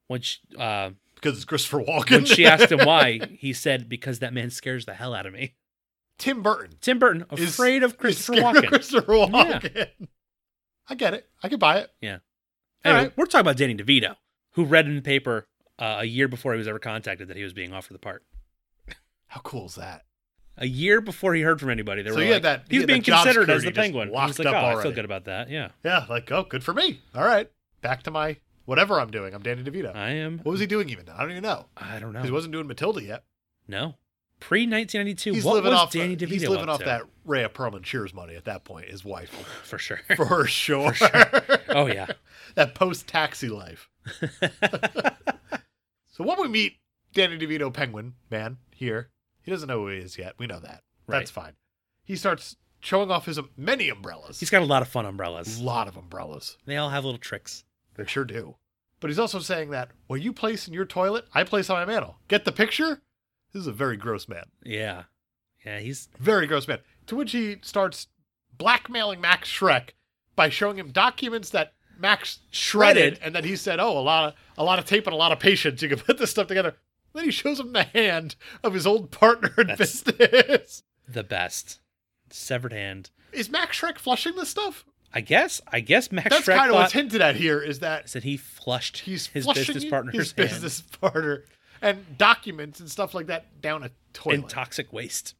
Speaker 2: When she, uh,
Speaker 1: Because it's Christopher Walken.
Speaker 2: when she asked him why, he said, "Because that man scares the hell out of me."
Speaker 1: Tim Burton.
Speaker 2: Tim Burton
Speaker 1: is-
Speaker 2: afraid of
Speaker 1: is
Speaker 2: Christopher
Speaker 1: scared of
Speaker 2: Walken.
Speaker 1: Christopher Walken. I get it. I can buy it.
Speaker 2: Anyway,
Speaker 1: All right.
Speaker 2: we're talking about Danny DeVito, who read in the paper uh, a year before he was ever contacted that he was being offered the part.
Speaker 1: How cool is that?
Speaker 2: A year before he heard from anybody, they
Speaker 1: So
Speaker 2: were
Speaker 1: he had
Speaker 2: like,
Speaker 1: that- he
Speaker 2: he's
Speaker 1: had
Speaker 2: being
Speaker 1: that job
Speaker 2: considered as
Speaker 1: security
Speaker 2: the
Speaker 1: just
Speaker 2: Penguin." He
Speaker 1: locked
Speaker 2: was like,
Speaker 1: up
Speaker 2: "Oh, I feel
Speaker 1: already."
Speaker 2: good about that." Yeah,
Speaker 1: Yeah, like, oh, good for me. All right. Back to my whatever I'm doing. I'm Danny DeVito.
Speaker 2: I am.
Speaker 1: What was he doing even? I don't even know.
Speaker 2: I don't
Speaker 1: 'Cause He
Speaker 2: know.
Speaker 1: wasn't doing Matilda yet.
Speaker 2: no, pre nineteen ninety two.
Speaker 1: He's
Speaker 2: What
Speaker 1: living
Speaker 2: was
Speaker 1: off
Speaker 2: Danny DeVito
Speaker 1: He's living
Speaker 2: up
Speaker 1: off
Speaker 2: to?
Speaker 1: that Rhea Perlman Cheers money at that point, his wife.
Speaker 2: for sure.
Speaker 1: For sure.
Speaker 2: Oh yeah,
Speaker 1: that post taxi life. So when we meet Danny DeVito Penguin Man here, he doesn't know who he is yet. We know that.
Speaker 2: Right.
Speaker 1: That's fine. He starts showing off his um, many umbrellas.
Speaker 2: he's got a lot of fun umbrellas.
Speaker 1: a lot of umbrellas.
Speaker 2: They all have little tricks.
Speaker 1: They sure do. But he's also saying that where you place in your toilet, I place on my mantle. Get the picture? This is a very gross man.
Speaker 2: Yeah, yeah. He's
Speaker 1: Very gross man. To which he starts blackmailing Max Shrek by showing him documents that Max shredded,
Speaker 2: Shredded.
Speaker 1: and that he said, "Oh, a lot of a lot of tape and a lot of patience. You can put this stuff together." Then he shows him the hand of his old partner in
Speaker 2: That's-
Speaker 1: business.
Speaker 2: the best. Severed hand.
Speaker 1: Is Max Shrek flushing this stuff?
Speaker 2: I guess. I guess Max
Speaker 1: That's
Speaker 2: Shrek
Speaker 1: kind of what's
Speaker 2: thought-
Speaker 1: hinted at here. Is that
Speaker 2: is that he flushed
Speaker 1: he's
Speaker 2: his
Speaker 1: flushing
Speaker 2: business partner's
Speaker 1: his
Speaker 2: hand
Speaker 1: business partner and documents and stuff like that down a toilet
Speaker 2: in toxic waste.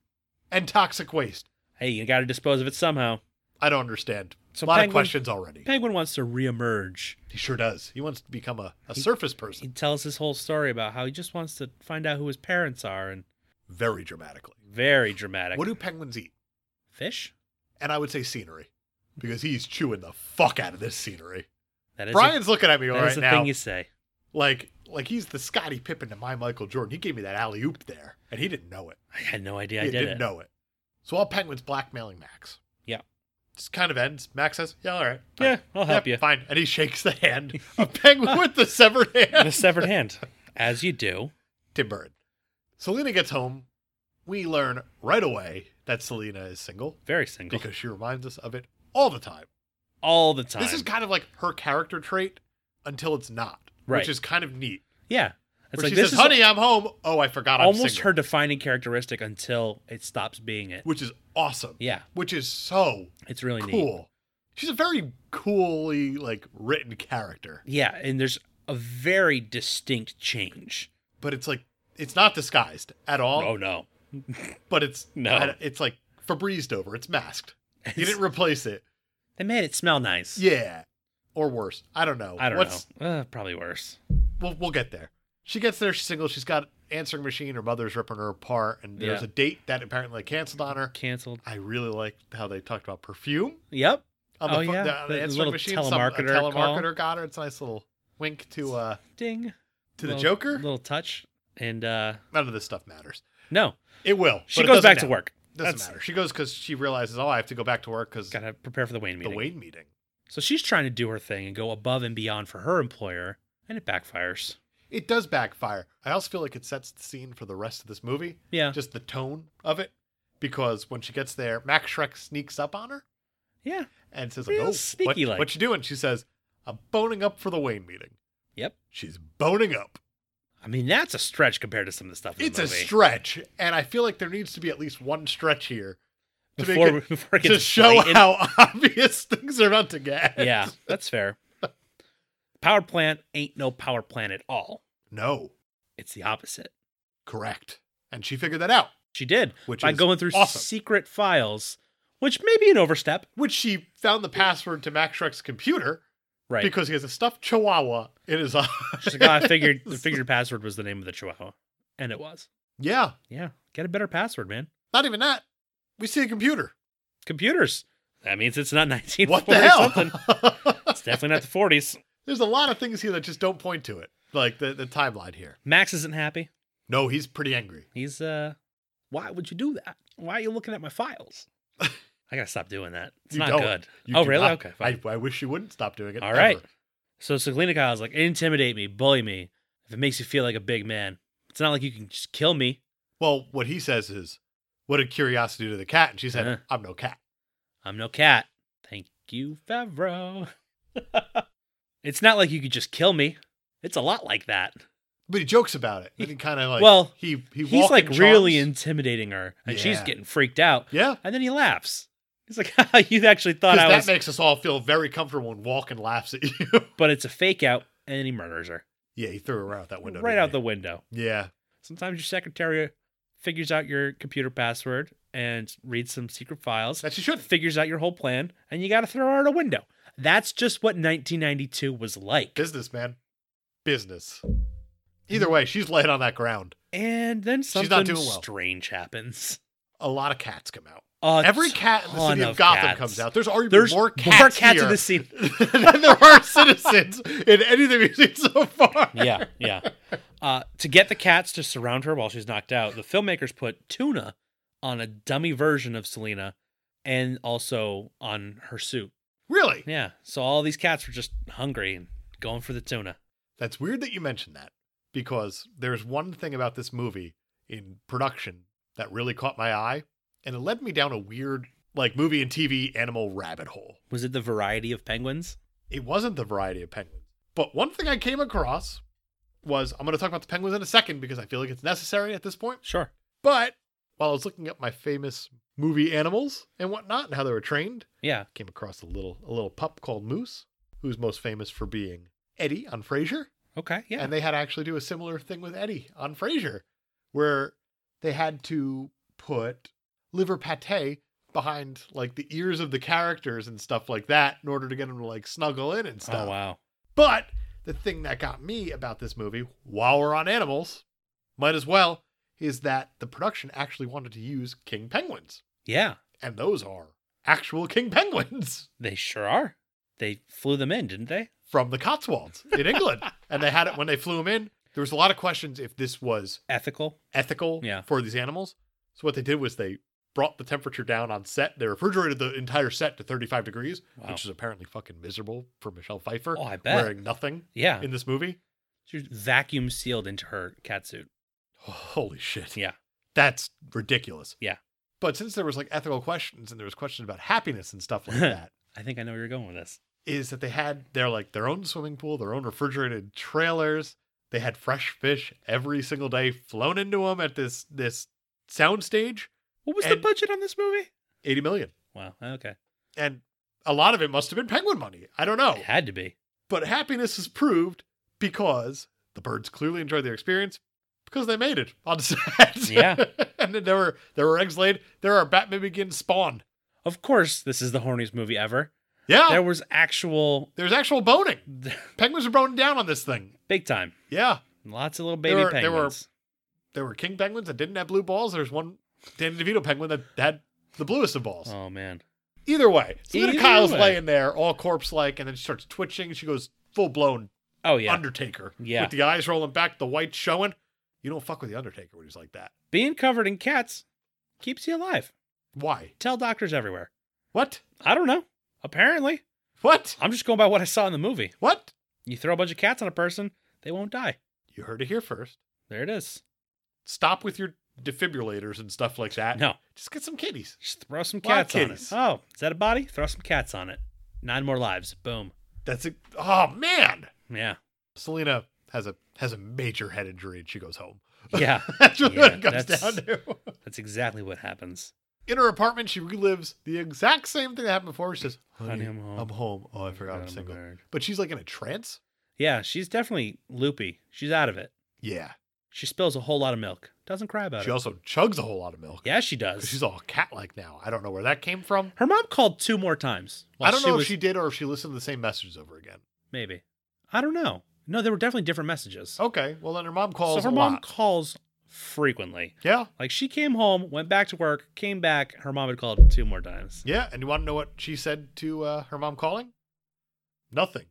Speaker 1: and toxic waste.
Speaker 2: Hey, you got to dispose of it somehow.
Speaker 1: I don't understand.
Speaker 2: So
Speaker 1: a lot
Speaker 2: Penguin-
Speaker 1: of questions already.
Speaker 2: Penguin wants to reemerge.
Speaker 1: He sure does. He wants to become a, a surface person.
Speaker 2: He tells his whole story about how he just wants to find out who his parents are, and
Speaker 1: very dramatically.
Speaker 2: very dramatic.
Speaker 1: What do penguins eat?
Speaker 2: fish?
Speaker 1: And I would say scenery, because he's chewing the fuck out of this scenery.
Speaker 2: That is
Speaker 1: Brian's looking at me
Speaker 2: a,
Speaker 1: all
Speaker 2: that is
Speaker 1: right
Speaker 2: a
Speaker 1: now,
Speaker 2: thing you say.
Speaker 1: like like he's the Scottie Pippen to my Michael Jordan. He gave me that alley oop there, and he didn't know it.
Speaker 2: I had no idea
Speaker 1: he
Speaker 2: I did
Speaker 1: didn't
Speaker 2: it.
Speaker 1: know it. So all penguins blackmailing Max.
Speaker 2: Yeah.
Speaker 1: This kind of ends. Max says, "Yeah, all right,
Speaker 2: Yeah, I'll help you.
Speaker 1: Fine." And he shakes the hand of penguin with the severed hand.
Speaker 2: The severed hand, as you do.
Speaker 1: Tim Burton. Selena gets home. We learn right away that Selena is single
Speaker 2: Very single,
Speaker 1: because she reminds us of it all the time.
Speaker 2: all the time.
Speaker 1: This is kind of like her character trait until it's not,
Speaker 2: Right.
Speaker 1: which is kind of neat.
Speaker 2: yeah. It's
Speaker 1: Where
Speaker 2: like
Speaker 1: she
Speaker 2: this
Speaker 1: says,
Speaker 2: is
Speaker 1: "Honey, I'm home." Oh, I forgot. I'm
Speaker 2: almost
Speaker 1: single,"
Speaker 2: her defining characteristic until it stops being it.
Speaker 1: which is awesome.
Speaker 2: Yeah,
Speaker 1: which is so
Speaker 2: it's really neat.
Speaker 1: cool. She's a very coolly like written character,
Speaker 2: Yeah, and there's a very distinct change.
Speaker 1: but it's like it's not disguised at all.
Speaker 2: oh no.
Speaker 1: But it's
Speaker 2: No.
Speaker 1: I- it's like Febrezed over. It's masked. You didn't replace it.
Speaker 2: they made it smell nice.
Speaker 1: Yeah, or worse. I don't know.
Speaker 2: I don't
Speaker 1: What's,
Speaker 2: know. Uh, probably worse.
Speaker 1: We'll, we'll get there. She gets there. She's single. She's got answering machine. Her mother's ripping her apart, and there's
Speaker 2: Yeah.
Speaker 1: a date that apparently canceled on her.
Speaker 2: Canceled.
Speaker 1: I really like how they talked about perfume
Speaker 2: Yep.
Speaker 1: on the,
Speaker 2: Oh,
Speaker 1: pho-
Speaker 2: yeah.
Speaker 1: the-
Speaker 2: The
Speaker 1: the, answering
Speaker 2: little
Speaker 1: machine. Some- a
Speaker 2: telemarketer call.
Speaker 1: telemarketer got her. It's a nice little wink to uh
Speaker 2: Ding.
Speaker 1: to the
Speaker 2: Little-
Speaker 1: Joker.
Speaker 2: Little touch. And uh
Speaker 1: None of this stuff matters.
Speaker 2: no,
Speaker 1: It will.
Speaker 2: she
Speaker 1: but it
Speaker 2: goes
Speaker 1: doesn't
Speaker 2: back to
Speaker 1: now.
Speaker 2: work.
Speaker 1: Doesn't
Speaker 2: That's-
Speaker 1: matter. She goes because she realizes, oh, I have to go back to work because
Speaker 2: Got to prepare for the Wayne
Speaker 1: the
Speaker 2: meeting.
Speaker 1: Wayne meeting.
Speaker 2: So she's trying to do her thing and go above and beyond for her employer, and it backfires.
Speaker 1: It does backfire. I also feel like it sets the scene for the rest of this movie.
Speaker 2: Yeah.
Speaker 1: just the tone of it because when she gets there, Max Shrek sneaks up on her
Speaker 2: yeah.
Speaker 1: and says, like,
Speaker 2: Real
Speaker 1: "Oh, what,
Speaker 2: sneaky-like.
Speaker 1: what you doing?" She says, "I'm boning up for the Wayne meeting."
Speaker 2: Yep.
Speaker 1: She's boning up.
Speaker 2: I mean, that's a stretch compared to some of the stuff in
Speaker 1: It's
Speaker 2: the
Speaker 1: a
Speaker 2: movie.
Speaker 1: stretch, and I feel like there needs to be at least one stretch here to make
Speaker 2: before,
Speaker 1: it-
Speaker 2: before it
Speaker 1: to
Speaker 2: gets
Speaker 1: show
Speaker 2: blatant.
Speaker 1: how obvious things are about to get.
Speaker 2: Yeah, that's fair. Power plant ain't no power plant at all.
Speaker 1: No,
Speaker 2: It's the opposite.
Speaker 1: correct. And she figured that out.
Speaker 2: She did
Speaker 1: Which
Speaker 2: by
Speaker 1: is
Speaker 2: going through
Speaker 1: awesome.
Speaker 2: secret files, which may be an overstep,
Speaker 1: Which she found the password to Max Shrek's computer
Speaker 2: right?
Speaker 1: because he has a stuffed chihuahua in his office.
Speaker 2: She's like, oh, I figured the figured password was the name of the chihuahua, and it was.
Speaker 1: yeah,
Speaker 2: Yeah, get a better password, man.
Speaker 1: not even that. We see a computer.
Speaker 2: Computers. That means it's not 1940
Speaker 1: What the hell?
Speaker 2: something. It's definitely not the 40s.
Speaker 1: There's a lot of things here that just don't point to it, like the, the timeline here.
Speaker 2: Max isn't happy.
Speaker 1: No, he's pretty angry.
Speaker 2: He's uh, why would you do that? Why are you looking at my files? I gotta stop doing that. It's
Speaker 1: You
Speaker 2: not
Speaker 1: don't.
Speaker 2: good.
Speaker 1: You
Speaker 2: Oh,
Speaker 1: do
Speaker 2: really?
Speaker 1: not-
Speaker 2: Okay, fine.
Speaker 1: I, I wish you wouldn't stop doing it.
Speaker 2: All
Speaker 1: ever.
Speaker 2: right. So Selena Kyle's like, intimidate me, bully me. If it makes you feel like a big man, it's not like you can just kill me.
Speaker 1: Well, what he says is, "What did curiosity do to the cat?" And she said,
Speaker 2: Uh-huh.
Speaker 1: "I'm no cat."
Speaker 2: I'm no cat. Thank you, Favreau. it's not like you could just kill me. It's a lot like that.
Speaker 1: But he jokes about it. And he kind of like,
Speaker 2: Well,
Speaker 1: he, he
Speaker 2: He's
Speaker 1: walking
Speaker 2: like really
Speaker 1: charms.
Speaker 2: intimidating her, and she's
Speaker 1: Yeah.
Speaker 2: getting freaked out.
Speaker 1: yeah.
Speaker 2: And then he laughs. He's like, "You actually thought
Speaker 1: Because
Speaker 2: I
Speaker 1: that
Speaker 2: was,"
Speaker 1: makes us all feel very comfortable when Walken laughs at you.
Speaker 2: but it's a fake out. And then he murders her
Speaker 1: yeah, he threw her out that window.
Speaker 2: right
Speaker 1: didn't
Speaker 2: out
Speaker 1: he?
Speaker 2: the window.
Speaker 1: Yeah.
Speaker 2: Sometimes your secretary figures out your computer password and reads some secret files.
Speaker 1: That she should.
Speaker 2: figures out your whole plan and you got to throw her out a window. That's just what 1992 was like.
Speaker 1: Business, man. Business. Either way, she's laying on that ground.
Speaker 2: And then
Speaker 1: not
Speaker 2: something
Speaker 1: doing well.
Speaker 2: strange happens.
Speaker 1: A lot of cats come out.
Speaker 2: A
Speaker 1: Every cat in the
Speaker 2: ton
Speaker 1: city of
Speaker 2: of
Speaker 1: Gotham
Speaker 2: cats.
Speaker 1: comes out. There's already
Speaker 2: There's
Speaker 1: more cats, here
Speaker 2: in this scene.
Speaker 1: than there are citizens in anything we've seen so far.
Speaker 2: Yeah, yeah. Uh, to get the cats to surround her while she's knocked out, the filmmakers put tuna on a dummy version of Selena and also on her suit.
Speaker 1: Really?
Speaker 2: Yeah. So all these cats were just hungry and going for the tuna.
Speaker 1: That's weird that you mentioned that because there's one thing about this movie in production that really caught my eye and it led me down a weird, like, movie and TV animal rabbit hole.
Speaker 2: Was it the variety of penguins?
Speaker 1: It wasn't the variety of penguins. But one thing I came across was I'm going to talk about the penguins in a second because I feel like it's necessary at this point.
Speaker 2: Sure.
Speaker 1: But while I was looking up my famous movie animals and whatnot and how they were trained,
Speaker 2: Yeah.
Speaker 1: came across a little a little pup called Moose, who's most famous for being Eddie on Frasier.
Speaker 2: Okay. Yeah.
Speaker 1: And they had to actually do a similar thing with Eddie on Frasier, where they had to put liver pate behind like the ears of the characters and stuff like that in order to get them to like snuggle in and stuff.
Speaker 2: oh wow.
Speaker 1: But the thing that got me about this movie, while we're on animals, might as well, is that the production actually wanted to use king penguins.
Speaker 2: Yeah.
Speaker 1: And those are actual king penguins
Speaker 2: They sure are. They flew them in, didn't they?
Speaker 1: from the Cotswolds in England. and they had it when they flew them in. There was a lot of questions if this was
Speaker 2: Ethical.
Speaker 1: ethical
Speaker 2: Yeah.
Speaker 1: for these animals. So what they did was they brought the temperature down on set. They refrigerated the entire set to 35 degrees,
Speaker 2: Wow.
Speaker 1: which is apparently fucking miserable for Michelle Pfeiffer
Speaker 2: Oh, I bet.
Speaker 1: wearing nothing
Speaker 2: Yeah.
Speaker 1: in this movie.
Speaker 2: She was vacuum sealed into her cat suit.
Speaker 1: Holy shit.
Speaker 2: Yeah.
Speaker 1: That's ridiculous.
Speaker 2: Yeah.
Speaker 1: But since there was like ethical questions and there was questions about happiness and stuff like that,
Speaker 2: I think I know where you're going with this.
Speaker 1: is that they had their like their own swimming pool, their own refrigerated trailers. They had fresh fish every single day flown into them at this this soundstage.
Speaker 2: What was the
Speaker 1: And-
Speaker 2: budget on this movie?
Speaker 1: 80 million.
Speaker 2: Wow. Okay.
Speaker 1: And a lot of it must have been penguin money. I don't know.
Speaker 2: It had to be.
Speaker 1: But happiness is proved because the birds clearly enjoyed their experience because they made it on set.
Speaker 2: Yeah.
Speaker 1: and then there were there were eggs laid. There are Batman Begins spawn.
Speaker 2: Of course, this is the horniest movie ever.
Speaker 1: Yeah.
Speaker 2: There was actual
Speaker 1: there's actual boning. Penguins are boning down on this thing.
Speaker 2: big time.
Speaker 1: Yeah.
Speaker 2: Lots of little baby
Speaker 1: were- there were-
Speaker 2: penguins.
Speaker 1: There were king penguins that didn't have blue balls. There's one Danny DeVito penguin that had the bluest of balls.
Speaker 2: oh man.
Speaker 1: Either way. So then
Speaker 2: Either
Speaker 1: Kyle's
Speaker 2: way.
Speaker 1: laying there all corpse like and then she starts twitching. She goes full blown
Speaker 2: Oh yeah.
Speaker 1: Undertaker.
Speaker 2: Yeah.
Speaker 1: With the eyes rolling back, the white showing. You don't fuck with the Undertaker when he's like that.
Speaker 2: Being covered in cats keeps you alive.
Speaker 1: Why?
Speaker 2: Tell doctors everywhere.
Speaker 1: What?
Speaker 2: I don't know. Apparently,
Speaker 1: What?
Speaker 2: I'm just going by what I saw in the movie.
Speaker 1: What?
Speaker 2: You throw a bunch of cats on a person, they won't die.
Speaker 1: You heard it here first.
Speaker 2: There it is.
Speaker 1: Stop with your defibrillators and stuff like that.
Speaker 2: No,
Speaker 1: Just get some kitties.
Speaker 2: Just throw some
Speaker 1: Wild
Speaker 2: cats on it.
Speaker 1: kitties.
Speaker 2: Oh, is that a body? Throw some cats on it. Nine more lives. Boom.
Speaker 1: That's a oh man.
Speaker 2: Yeah.
Speaker 1: Selena has a has a major head injury and she goes home.
Speaker 2: Yeah.
Speaker 1: That's really what
Speaker 2: Yeah,
Speaker 1: it comes
Speaker 2: that's-
Speaker 1: down to.
Speaker 2: That's exactly what happens.
Speaker 1: In her apartment, she relives the exact same thing that happened before. She says, Honey, I'm home. Oh, I forgot I'm
Speaker 2: I'm a
Speaker 1: single.
Speaker 2: bird.
Speaker 1: But she's like in a trance.
Speaker 2: Yeah, she's definitely loopy. She's out of it.
Speaker 1: Yeah.
Speaker 2: She spills a whole lot of milk. Doesn't cry about
Speaker 1: She
Speaker 2: it.
Speaker 1: also chugs a whole lot of milk.
Speaker 2: Yeah, she does.
Speaker 1: She's all cat like now. I don't know where that came from.
Speaker 2: Her mom called two more times. while
Speaker 1: I don't know
Speaker 2: was-
Speaker 1: if she did or if she listened to the same messages over again.
Speaker 2: maybe. I don't know. No, there were definitely different messages.
Speaker 1: Okay. Well, then her mom calls
Speaker 2: so her
Speaker 1: a
Speaker 2: mom
Speaker 1: lot.
Speaker 2: calls frequently.
Speaker 1: yeah.
Speaker 2: Like she came home, went back to work, came back. Her mom had called two more times.
Speaker 1: Yeah. And you want to know what she said to uh, her mom calling? Nothing.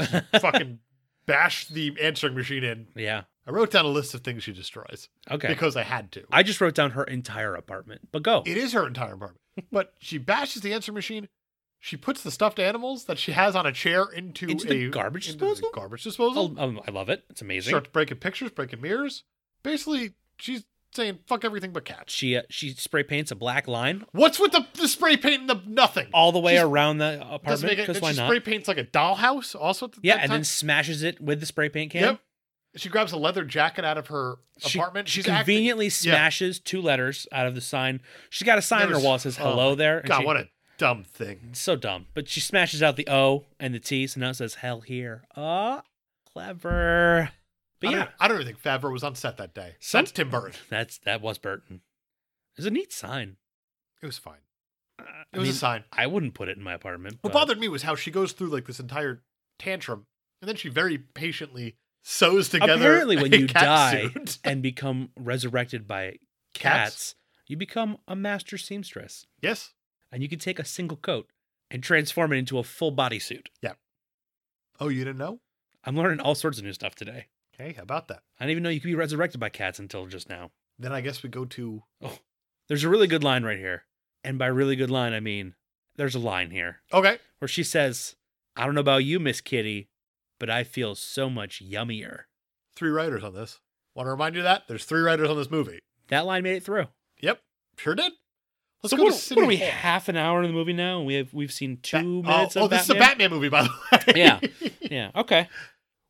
Speaker 1: Fucking bash the answering machine in.
Speaker 2: yeah.
Speaker 1: I wrote down a list of things she destroys
Speaker 2: Okay.
Speaker 1: because I had to.
Speaker 2: I just wrote down her entire apartment. But go.
Speaker 1: It is her entire apartment. But she bashes the answer machine. She puts the stuffed animals that she has on a chair into,
Speaker 2: Into
Speaker 1: a
Speaker 2: the garbage
Speaker 1: into
Speaker 2: disposal?
Speaker 1: garbage disposal.
Speaker 2: Oh, um, I love it. It's amazing.
Speaker 1: Starts breaking pictures, breaking mirrors. Basically, she's saying fuck everything but cats.
Speaker 2: She uh, she spray paints a black line
Speaker 1: What's with the, the spray paint and the nothing?
Speaker 2: all the way
Speaker 1: She's-
Speaker 2: around the
Speaker 1: Doesn't
Speaker 2: apartment
Speaker 1: make it-
Speaker 2: because
Speaker 1: and
Speaker 2: why
Speaker 1: she
Speaker 2: not?
Speaker 1: spray paints like a dollhouse also at the
Speaker 2: yeah,
Speaker 1: same
Speaker 2: and
Speaker 1: time.
Speaker 2: then smashes it with the spray paint can.
Speaker 1: Yep. She grabs a leather jacket out of her
Speaker 2: She-
Speaker 1: apartment.
Speaker 2: She
Speaker 1: She's
Speaker 2: conveniently
Speaker 1: Yeah.
Speaker 2: smashes two letters out of the sign. She's got a sign on her
Speaker 1: There's-
Speaker 2: wall that says
Speaker 1: oh
Speaker 2: hello there.
Speaker 1: acting.
Speaker 2: and
Speaker 1: God,
Speaker 2: she-
Speaker 1: what a dumb thing.
Speaker 2: it's so dumb. But she smashes out the O and the T, so now it says hell here. Ah, clever. But
Speaker 1: I
Speaker 2: yeah,
Speaker 1: don't, I don't even think Favreau was on set that day.
Speaker 2: Some-
Speaker 1: That's Tim Burton.
Speaker 2: that's that was Burton. It's a neat sign.
Speaker 1: It was fine.
Speaker 2: Uh,
Speaker 1: It
Speaker 2: I
Speaker 1: was
Speaker 2: mean, uh,
Speaker 1: a sign.
Speaker 2: I wouldn't put it in my apartment.
Speaker 1: What
Speaker 2: but-
Speaker 1: bothered me was how she goes through like this entire tantrum, and then she very patiently sews together.
Speaker 2: Apparently, when
Speaker 1: a
Speaker 2: you
Speaker 1: cat
Speaker 2: die
Speaker 1: suit.
Speaker 2: and become resurrected by
Speaker 1: Cats?
Speaker 2: cats, you become a master seamstress,
Speaker 1: yes,
Speaker 2: and you can take a single coat and transform it into a full bodysuit.
Speaker 1: oh, you didn't know?
Speaker 2: I'm learning all sorts of new stuff today.
Speaker 1: Okay, how about that?
Speaker 2: I didn't even know you could be resurrected by cats until just now.
Speaker 1: Then I guess we go to
Speaker 2: There's a really good line right here. And by really good line, I mean there's a line here
Speaker 1: okay.
Speaker 2: where she says, I don't know about you, Miss Kitty, but I feel so much yummier.
Speaker 1: Three writers on this. Want to remind you that there's three writers on this movie.
Speaker 2: That line made it through.
Speaker 1: Yep, sure did. Let's
Speaker 2: so
Speaker 1: go
Speaker 2: what,
Speaker 1: to
Speaker 2: what
Speaker 1: City
Speaker 2: are we
Speaker 1: Hall.
Speaker 2: half an hour in the movie now? And we have we've seen
Speaker 1: Ba-
Speaker 2: two
Speaker 1: oh,
Speaker 2: minutes
Speaker 1: Oh,
Speaker 2: of
Speaker 1: this is a
Speaker 2: Batman?
Speaker 1: Batman movie, by the way.
Speaker 2: Yeah. yeah. Okay.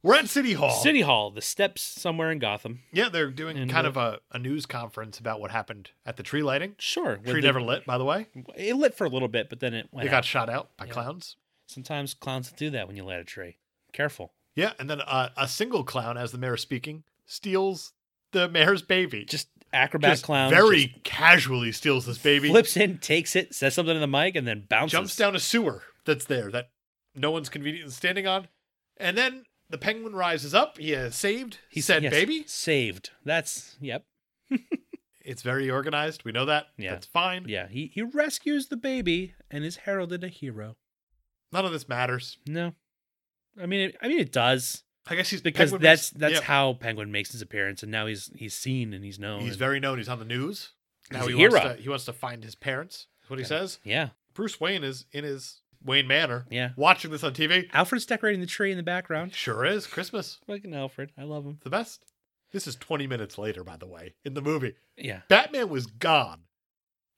Speaker 1: We're at City Hall.
Speaker 2: City Hall, the steps somewhere in Gotham.
Speaker 1: Yeah, they're doing
Speaker 2: And
Speaker 1: kind
Speaker 2: the-
Speaker 1: of a, a news conference about what happened at the tree lighting.
Speaker 2: Sure. with
Speaker 1: Tree
Speaker 2: the-
Speaker 1: never lit, by the way.
Speaker 2: it lit for a little bit, but then it
Speaker 1: They
Speaker 2: went.
Speaker 1: got
Speaker 2: out.
Speaker 1: shot out by
Speaker 2: Yeah.
Speaker 1: clowns.
Speaker 2: Sometimes clowns do that when you light a tree. Careful.
Speaker 1: Yeah, and then uh, a single clown, as the mayor is speaking, steals the mayor's baby.
Speaker 2: Just acrobat
Speaker 1: Just
Speaker 2: clown.
Speaker 1: very
Speaker 2: just
Speaker 1: casually steals this baby.
Speaker 2: flips in, takes it, says something in the mic, and then bounces.
Speaker 1: jumps down a sewer that's there that no one's conveniently standing on, and then the penguin rises up. He is saved. He said,
Speaker 2: yes,
Speaker 1: "Baby."
Speaker 2: saved. That's yep.
Speaker 1: It's very organized. We know that.
Speaker 2: Yeah.
Speaker 1: That's fine.
Speaker 2: Yeah, he he rescues the baby and is heralded a hero.
Speaker 1: None of this matters.
Speaker 2: No, I mean, it, I mean, it does
Speaker 1: I guess he's
Speaker 2: because
Speaker 1: Penguin
Speaker 2: that's
Speaker 1: was-
Speaker 2: that's
Speaker 1: yeah,
Speaker 2: how Penguin makes his appearance, and now he's he's seen and he's known.
Speaker 1: he's
Speaker 2: and-
Speaker 1: very known. He's on the news. Now
Speaker 2: He's a
Speaker 1: he wants
Speaker 2: hero.
Speaker 1: to he wants to find his parents. Is what he
Speaker 2: Yeah.
Speaker 1: says.
Speaker 2: yeah,
Speaker 1: Bruce Wayne is in his Wayne Manor
Speaker 2: yeah.
Speaker 1: watching this on TV.
Speaker 2: Alfred's decorating the tree in the background.
Speaker 1: Sure is Christmas.
Speaker 2: Fucking Alfred, I love him.
Speaker 1: the best. This is 20 minutes later, by the way, in the movie.
Speaker 2: Yeah,
Speaker 1: Batman was gone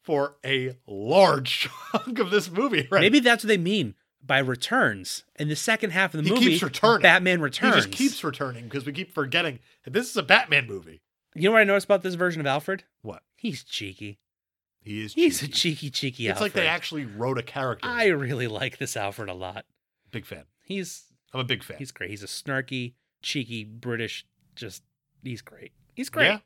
Speaker 1: for a large chunk of this movie, right?
Speaker 2: maybe that's what they mean by returns. In the second half of the
Speaker 1: He
Speaker 2: movie,
Speaker 1: keeps returning.
Speaker 2: Batman
Speaker 1: he
Speaker 2: returns.
Speaker 1: just keeps returning because we keep forgetting that this is a Batman movie.
Speaker 2: You know what I noticed about this version of Alfred?
Speaker 1: What?
Speaker 2: He's cheeky.
Speaker 1: He is.
Speaker 2: He's
Speaker 1: cheeky.
Speaker 2: a cheeky, cheeky.
Speaker 1: It's like they
Speaker 2: Alfred.
Speaker 1: actually wrote a character.
Speaker 2: I really like this Alfred a lot.
Speaker 1: big fan.
Speaker 2: He's
Speaker 1: I'm a big fan.
Speaker 2: he's great. He's a snarky, cheeky British. Just he's great. He's great.
Speaker 1: Yeah.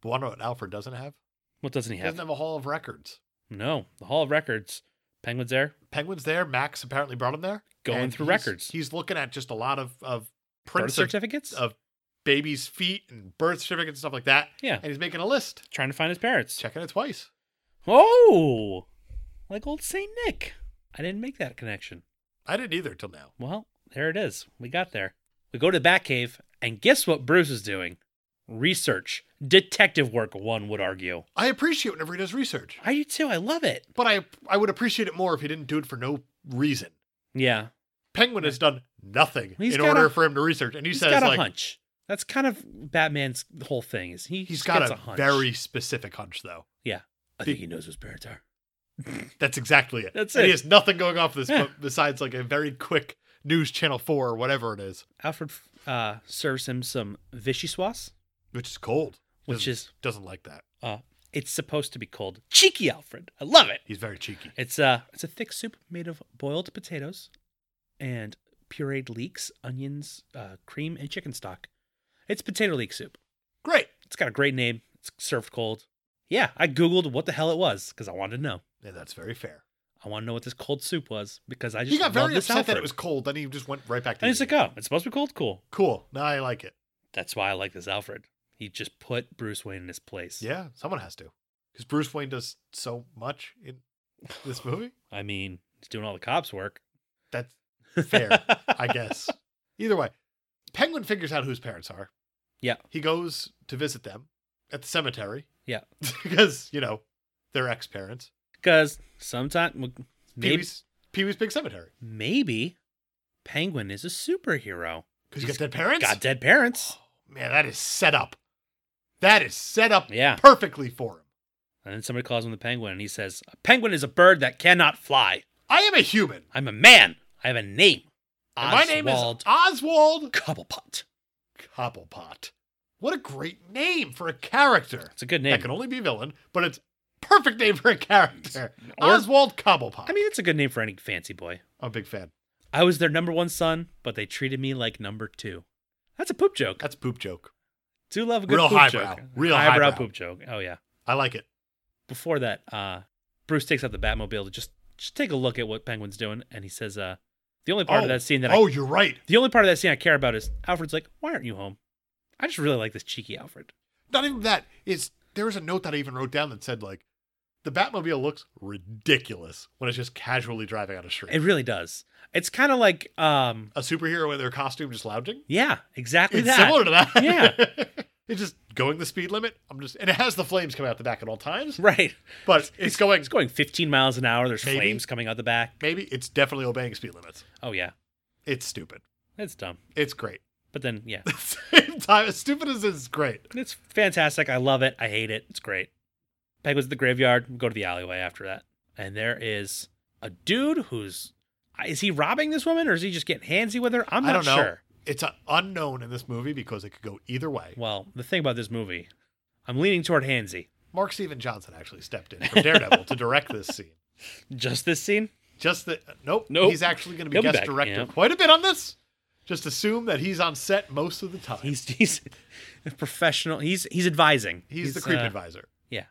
Speaker 1: But want to know what Alfred doesn't have?
Speaker 2: What doesn't he
Speaker 1: He
Speaker 2: have?
Speaker 1: doesn't have a Hall of Records.
Speaker 2: no, the Hall of Records. Penguins there.
Speaker 1: Penguin's there. Max apparently brought him there.
Speaker 2: Going
Speaker 1: and
Speaker 2: through
Speaker 1: he's-
Speaker 2: records.
Speaker 1: He's looking at just a lot of, of
Speaker 2: Birth
Speaker 1: prints of,
Speaker 2: certificates.
Speaker 1: of babies' feet and birth certificates and stuff like that.
Speaker 2: yeah,
Speaker 1: And he's making a list.
Speaker 2: trying to find his parents.
Speaker 1: checking it twice.
Speaker 2: Oh, like old Saint Nick. I didn't make that connection.
Speaker 1: I didn't either till now.
Speaker 2: Well, there it is. We got there. We go to the Batcave, and guess what Bruce is doing? Research, detective work. One would argue.
Speaker 1: I appreciate whenever he does research,
Speaker 2: I do too. I love it.
Speaker 1: but I I would appreciate it more if he didn't do it for no reason.
Speaker 2: Yeah,
Speaker 1: Penguin has done nothing
Speaker 2: He's
Speaker 1: in
Speaker 2: got
Speaker 1: order
Speaker 2: a-
Speaker 1: for him to research, and he
Speaker 2: He's
Speaker 1: says
Speaker 2: got a
Speaker 1: like
Speaker 2: hunch. That's kind of Batman's whole thing. Is he?
Speaker 1: he's
Speaker 2: just
Speaker 1: got
Speaker 2: gets
Speaker 1: a,
Speaker 2: hunch.
Speaker 1: very specific hunch though.
Speaker 2: I think he knows his parents are.
Speaker 1: That's exactly it.
Speaker 2: That's
Speaker 1: And He
Speaker 2: it.
Speaker 1: has nothing going off this
Speaker 2: Yeah.
Speaker 1: but besides like a very quick news channel four or whatever it is,
Speaker 2: Alfred uh, serves him some Vichyssoise,
Speaker 1: which is cold.
Speaker 2: which
Speaker 1: Doesn't-
Speaker 2: is
Speaker 1: doesn't like that.
Speaker 2: uh, it's supposed to be called cheeky Alfred. I love it.
Speaker 1: He's very cheeky.
Speaker 2: It's uh, it's a thick soup made of boiled potatoes, and pureed leeks, onions, uh, cream, and chicken stock. It's potato leek soup.
Speaker 1: Great.
Speaker 2: It's got a great name. It's served cold. Yeah, I Googled what the hell it was because I wanted to know.
Speaker 1: Yeah, that's very fair.
Speaker 2: I want to know what this cold soup was because I just
Speaker 1: He got
Speaker 2: love
Speaker 1: very
Speaker 2: this
Speaker 1: upset that
Speaker 2: Alfred.
Speaker 1: it was cold. Then he just went right back to
Speaker 2: And he's
Speaker 1: eating
Speaker 2: like, oh, it's supposed to be cold? Cool.
Speaker 1: it. cool. Now I like it.
Speaker 2: That's why I like this Alfred. He just put Bruce Wayne in his place.
Speaker 1: Yeah, someone has to, because Bruce Wayne does so much in this movie.
Speaker 2: I mean, he's doing all the cops' work.
Speaker 1: That's fair, I guess. Either way, Penguin figures out whose parents are.
Speaker 2: Yeah.
Speaker 1: He goes to visit them at the cemetery.
Speaker 2: Yeah.
Speaker 1: because you know they're ex parents.
Speaker 2: Because sometimes,
Speaker 1: Pee
Speaker 2: maybe,
Speaker 1: Wee's Pee Wee's Big Cemetery.
Speaker 2: maybe Penguin is a superhero.
Speaker 1: Because you got dead parents. Oh,
Speaker 2: Got dead parents.
Speaker 1: Man, that is set up. That is set up
Speaker 2: Yeah.
Speaker 1: perfectly for him.
Speaker 2: And then somebody calls him the penguin and he says, A penguin is a bird that cannot fly.
Speaker 1: I am a human.
Speaker 2: I'm a man. I have a name.
Speaker 1: And my name is
Speaker 2: Oswald
Speaker 1: Oswald
Speaker 2: Cobblepot.
Speaker 1: Cobblepot. What a great name for a character.
Speaker 2: It's a good
Speaker 1: That
Speaker 2: name.
Speaker 1: can only be a villain, but it's perfect name for a character.
Speaker 2: Or-
Speaker 1: Oswald Cobblepot.
Speaker 2: I mean, it's a good name for any fancy boy.
Speaker 1: I'm a big fan.
Speaker 2: I was their number one son, but they treated me like number two. That's a poop joke. I
Speaker 1: That's a poop joke.
Speaker 2: do love a good
Speaker 1: Real
Speaker 2: poop
Speaker 1: highbrow.
Speaker 2: joke.
Speaker 1: Real highbrow.
Speaker 2: highbrow poop joke. Oh yeah.
Speaker 1: I like it.
Speaker 2: Before that, uh, Bruce takes out the Batmobile to just just take a look at what Penguin's doing, and he says, uh, the only part
Speaker 1: oh,
Speaker 2: of that scene that I
Speaker 1: oh, you're right.
Speaker 2: the only part of that scene I care about is Alfred's like, why aren't you home? I just really like this cheeky Alfred.
Speaker 1: Not even that. It's there was a note that I even wrote down that said like, the Batmobile looks ridiculous when it's just casually driving on a street.
Speaker 2: It really does. It's kind of like, um,
Speaker 1: a superhero in their costume just lounging.
Speaker 2: yeah, exactly
Speaker 1: It's
Speaker 2: that.
Speaker 1: similar to that.
Speaker 2: Yeah.
Speaker 1: it's just going the speed limit. I'm just and it has the flames coming out the back at all times,
Speaker 2: Right.
Speaker 1: but it's going
Speaker 2: It's going 15 miles an hour. There's
Speaker 1: Maybe.
Speaker 2: flames coming out the back.
Speaker 1: maybe it's definitely obeying speed limits.
Speaker 2: Oh yeah,
Speaker 1: It's stupid.
Speaker 2: that's dumb.
Speaker 1: It's great.
Speaker 2: But then yeah,
Speaker 1: At the same time, as stupid as it's great.
Speaker 2: it's fantastic. I love it. I hate it. It's great. Penguins at the graveyard. We Go to the alleyway after that, and there is a dude who's uh, is he robbing this woman or is he just getting handsy with her? I'm
Speaker 1: I
Speaker 2: not
Speaker 1: don't know.
Speaker 2: sure.
Speaker 1: It's a unknown in this movie because it could go either way.
Speaker 2: Well, the thing about this movie, I'm leaning toward handsy.
Speaker 1: Mark Steven Johnson actually stepped in from Daredevil to direct this scene.
Speaker 2: Just this scene.
Speaker 1: Just that, nope,
Speaker 2: Nope.
Speaker 1: He's actually going to be
Speaker 2: He'll be
Speaker 1: guest
Speaker 2: back,
Speaker 1: director
Speaker 2: yeah.
Speaker 1: quite a bit on this. Just assume that he's on set most of the time. He's,
Speaker 2: He's he's a professional. He's he's advising.
Speaker 1: the creep
Speaker 2: uh,
Speaker 1: advisor.
Speaker 2: Yeah.